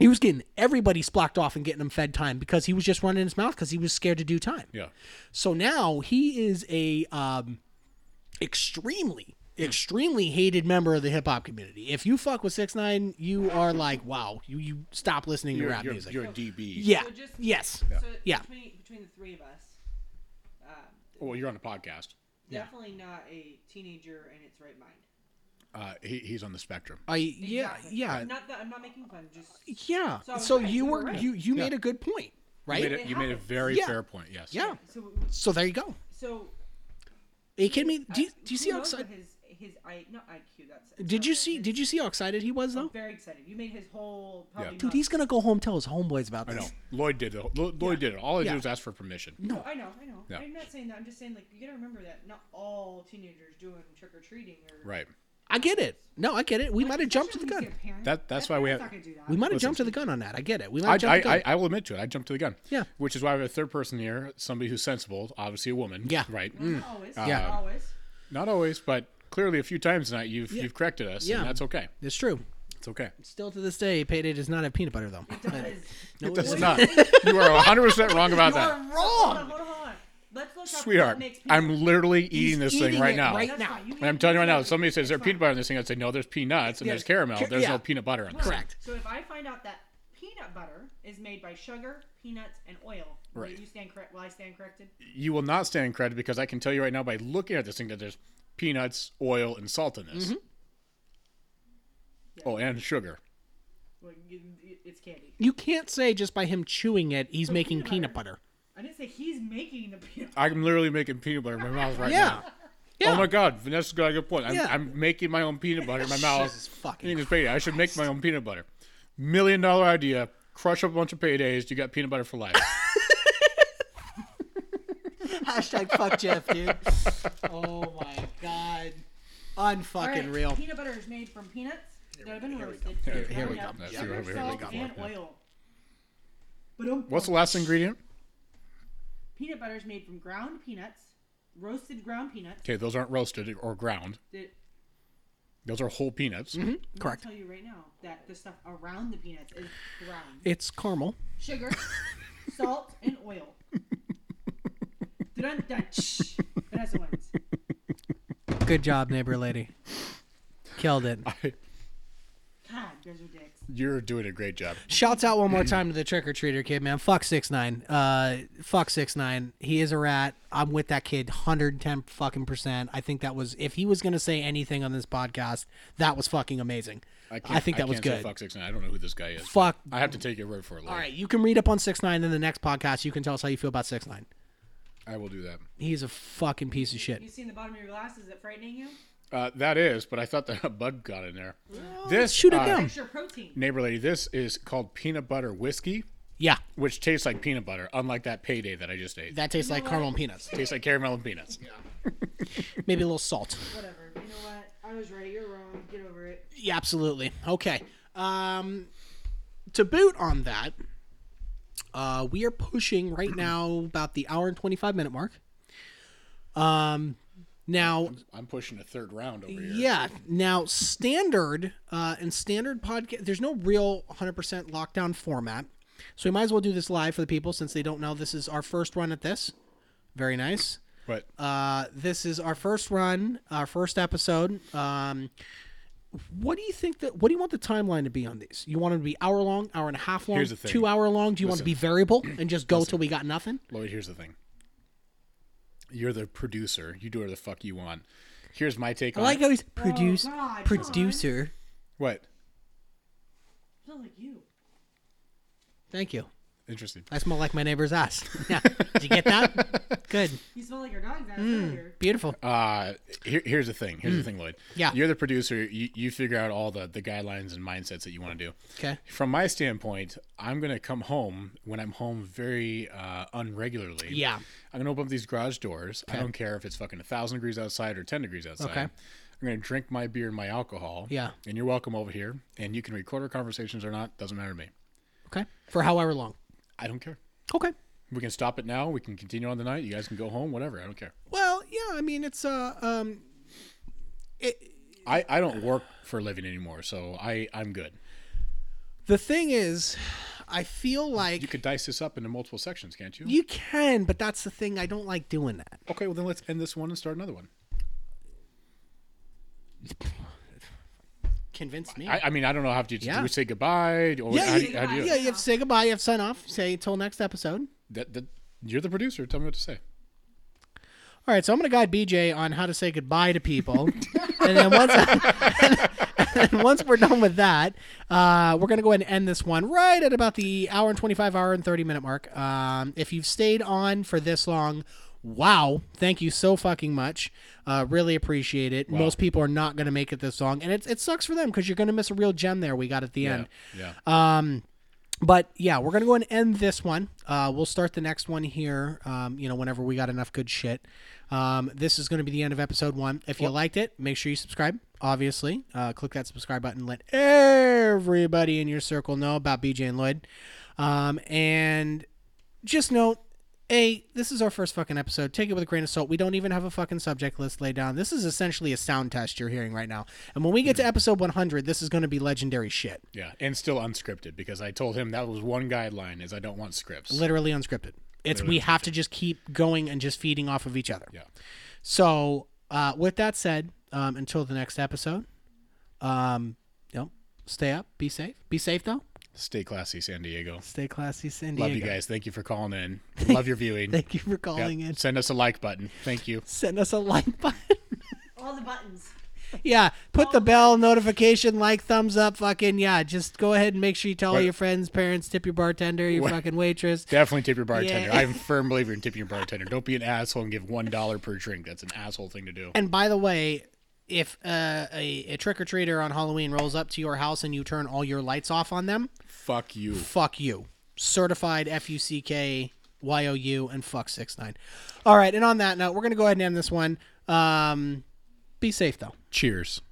B: he was getting everybody blocked off and getting them fed time because he was just running his mouth because he was scared to do time.
C: Yeah.
B: So now he is a um, extremely, extremely hated member of the hip hop community. If you fuck with six nine, you are like, wow, you you stop listening
C: You're,
B: to rap
C: you're,
B: music.
C: you're a DB.
B: yeah.
A: So just-
B: yes.
A: So
B: Yeah.
A: Between, between the three of us, uh,
C: Well, you're on a podcast.
A: definitely not a teenager in its right mind.
C: Uh, he, he's on the spectrum.
B: I yeah
A: Exactly.
B: yeah
A: Not that I'm not making fun. Just
B: yeah. So,
A: So-
B: you
A: you
B: were
A: were right.
B: you you made a good point, right?
C: You made a, you made a very
B: Yeah.
C: fair point. Yes.
B: yeah.
A: so
B: So there you go.
A: so.
B: Are you kidding me? Do you,
A: uh,
B: do you
A: who
B: see how
A: knows what
B: excited?
A: His his I not IQ. That's
B: Did you see? Did you see how excited he was though?
A: Oh, Very excited. You made his whole. Probably
C: Yeah.
B: Dude, he's gonna go home tell his homeboys about
C: I
B: this.
C: know. Lloyd did it. Lo- Lloyd did it. All I
B: Yeah.
C: did was ask for permission.
A: No, I know, I know.
C: Yeah.
A: I'm not saying that. I'm just saying like you gotta remember that not all teenagers doing trick or treating or
C: Right.
B: I get it. No, I get it. We
A: Like,
B: might have jumped to the
A: especially
B: gun.
A: if he's their parent.
C: That- that's
A: Their
C: why we
A: parents
C: have-
A: not gonna do that.
B: We might have
C: Listen.
B: jumped to the gun on that. I get it. We might
C: I,
B: have jumped
C: I,
B: to the gun.
C: I, I will admit to it. I jumped to the gun.
B: Yeah.
C: Which is why we have a third person here, somebody who's sensible, obviously a woman.
B: Yeah. Mm.
C: Right.
A: Well, not always.
C: Uh,
A: not always.
C: Not always, but clearly a few times tonight you've
B: Yeah.
C: you've corrected us.
B: Yeah.
C: And that's okay.
B: it's true.
C: It's okay.
B: Still to this day, payday does not have peanut butter though.
A: It does.
B: No,
C: It does
B: doesn't.
C: not. You are 100 percent wrong about that,
A: Hold on, hold on, hold on. Let's look up
C: sweetheart.
A: What makes people-
C: I'm literally eating this
B: eating
C: thing right
B: it
C: now.
B: right
A: That's
B: now.
A: fine. You
C: And I'm
A: can-
C: telling you right now, if
A: it's
C: somebody says there's
A: fine.
C: peanut butter on this thing, I'd say no, there's peanuts and
B: There's-
C: there's caramel.
B: ca-
C: There's
B: yeah.
C: no peanut butter on this.
B: Correct.
A: So if I find out that peanut butter is made by sugar, peanuts, and oil, will
C: Right.
A: You stand correct. Will I stand corrected?
C: You will not stand credit because I can tell you right now by looking at this thing that there's peanuts, oil, and salt in
B: Mm-hmm.
C: this. Oh, and sugar.
A: Well, you, you- it's candy.
B: You can't say just by him chewing it, he's
A: But
B: making peanut
A: peanut
B: butter.
A: I didn't say he's making the peanut.
C: I'm literally making peanut butter in my mouth right
B: Yeah.
C: now.
B: Yeah.
C: Oh my God, Vanessa's got a good point. I'm,
B: Yeah.
C: I'm making my own peanut butter in my mouth.
B: Jesus fucking
C: Eating this payday. I should make my own peanut butter. Million dollar idea. Crush up a bunch of paydays. You got peanut butter for life.
B: Hashtag fuck Jeff, dude. Oh my god.
A: All
B: Unfucking
A: right,
B: real.
A: Peanut butter is made from peanuts that have been roasted.
C: Here- here we
A: ground
C: go.
A: up,
C: Let's see
A: Sugar,
C: what we- here we
A: salt,
C: go.
A: and
C: Yeah.
A: oil. But um,
C: What's the last ingredient?
A: peanut butter is made from ground peanuts, roasted ground peanuts.
C: Okay, those aren't roasted or ground.
A: That
C: Those are whole peanuts.
B: Correct.
A: I'll tell you right now that the stuff around the peanuts is ground
B: It's caramel.
A: sugar, salt, and oil. Dun dun. shh. Vanessa wins.
B: Good job, neighbor lady. Killed it.
A: God, you guys are dicks.
C: You're doing a great job.
B: Shouts out one more time to the trick or treater kid, man. Fuck six nine. Uh, fuck six nine. He is a rat. I'm with that kid, hundred ten fucking percent. I think that was if he was gonna say anything on this podcast, that was fucking amazing. I, think that was
C: can't say
B: good.
C: Fuck six nine. I don't know who this guy is.
B: Fuck.
C: I have to take your word for it.
B: All right, you can read up on six nine in the next podcast. You can tell us how you feel about six nine.
C: I will do that.
B: He's a fucking piece of shit.
A: You seen the bottom of your glass? Is it frightening you?
C: Uh, that is, but I thought that a bug got in there. this
B: shoot it
C: uh,
B: down.
A: Extra protein.
C: Neighbor lady, this is called peanut butter whiskey,
B: Yeah,
C: which tastes like peanut butter, unlike that payday that I just ate.
B: that tastes like caramel and peanuts.
C: tastes like caramel and peanuts.
B: Maybe a little salt.
A: Whatever. You know what? I was right. You're wrong. Get over it.
B: Yeah, absolutely. Okay. Um, to boot on that, uh, we are pushing right now about the hour and 25 minute mark. Um, now,
C: I'm pushing a third round over here.
B: yeah, now standard uh, and standard podcast, there's no real 100% lockdown format. So we might as well do this live for the people since they don't know this is our first run at this. Very nice.
C: But
B: Uh, this is our first run, our first episode. Um, what do you think that? What do you want the timeline to be on these? You want them to be hour long, hour and a half long,
C: Here's the thing.
B: two hour long? Do you want to be variable and just go till we got nothing?
C: Lloyd, here's the thing. You're the producer. You do whatever the fuck you want. here's my take
G: I
C: on
G: like
C: it.
G: how he's produce
F: Oh, God, come on.
G: producer.
C: what
F: Sounds like you.
B: Thank you.
C: interesting.
B: I smell like my neighbor's ass. Yeah. Did you get that? Good.
F: You smell like your dog's ass earlier.
B: Beautiful.
C: Uh, here, here's the thing. Here's the thing, Lloyd.
B: Hmm. Yeah.
C: You're the producer. You, you figure out all the, the guidelines and mindsets that you want to do.
B: Okay.
C: From my standpoint, I'm going to come home when I'm home very uh, unregularly.
B: Yeah.
C: I'm going to open up these garage doors. I don't care if it's fucking 1,000 degrees outside or 10 degrees outside.
B: Okay.
C: I'm going to drink my beer and my alcohol.
B: Yeah.
C: And you're welcome over here. And you can record our conversations or not. Doesn't matter to me.
B: Okay. For however long.
C: I don't care.
B: Okay.
C: We can stop it now. We can continue on the night. You guys can go home. Whatever. I don't care.
B: Well, yeah. I mean, it's uh um.
C: I, I don't work for a living anymore, so I, I'm good.
B: The thing is, I feel like
C: You could dice this up into multiple sections, can't you?
B: You can, but that's the thing. I don't like doing that.
C: Okay, well then let's end this one and start another one.
B: Convince me.
C: I, I mean, I don't know. Have to do
B: Yeah.
C: we say goodbye? Or
B: yeah,
C: how do
B: you,
C: you, how do you,
B: yeah, you have to say goodbye. You have to sign off. Say till next episode.
C: That, that, you're the producer. Tell me what to say.
B: All right, so I'm gonna guide BJ on how to say goodbye to people, and then once and then once we're done with that, uh, we're gonna go ahead and end this one right at about the hour and 25 hour and 30 minute mark. Um, if you've stayed on for this long, wow, thank you so fucking much. Uh, really appreciate it. Most people are not gonna make it this long, and it it sucks for them because you're gonna miss a real gem there we got at the end.
C: Yeah.
B: uh, But yeah, we're gonna go and end this one. Uh, we'll start the next one here. Um, you know, whenever we got enough good shit. Um, this is gonna be the end of episode one. If you liked it, make sure you subscribe. Obviously, uh, click that subscribe button. Let everybody in your circle know about BJ and Lloyd. Um, and just note a this is our first fucking episode take it with a grain of salt we don't even have a fucking subject list laid down this is essentially a sound test you're hearing right now and when we get to episode 100 this is going to be legendary shit
C: yeah. And still unscripted because I told him that was one guideline is I don't want scripts.
B: literally unscripted. It's we have to just keep going and just feeding off of each other.
C: Yeah.
B: So uh, with that said, um, until the next episode, um, you know, stay up, be safe, be safe though,
C: Stay classy, San Diego.
B: stay classy, San Diego.
C: Love you guys. Thank you for calling in. Love your viewing.
B: Thank you for
C: Yeah.
B: calling in.
C: Send us a like button. Thank you.
B: Send us a like button.
F: All the buttons.
B: yeah, put the bell notification, like, thumbs up, fucking yeah. Just go ahead and make sure you tell all
C: Wait.
B: your friends, parents, tip your bartender, your
C: Wait.
B: fucking waitress.
C: Definitely tip your bartender.
B: Yeah.
C: I'm a firm believer in tipping your bartender. Don't be an asshole and give one dollar per drink. That's an asshole thing to do.
B: And by the way, if uh, a, a trick or treater on Halloween rolls up to your house and you turn all your lights off on them,
C: Fuck you.
B: fuck you. Certified F U C K Y O U and fuck six nine. All right, and on that note, we're gonna go ahead and end this one. Um, be safe though.
C: Cheers.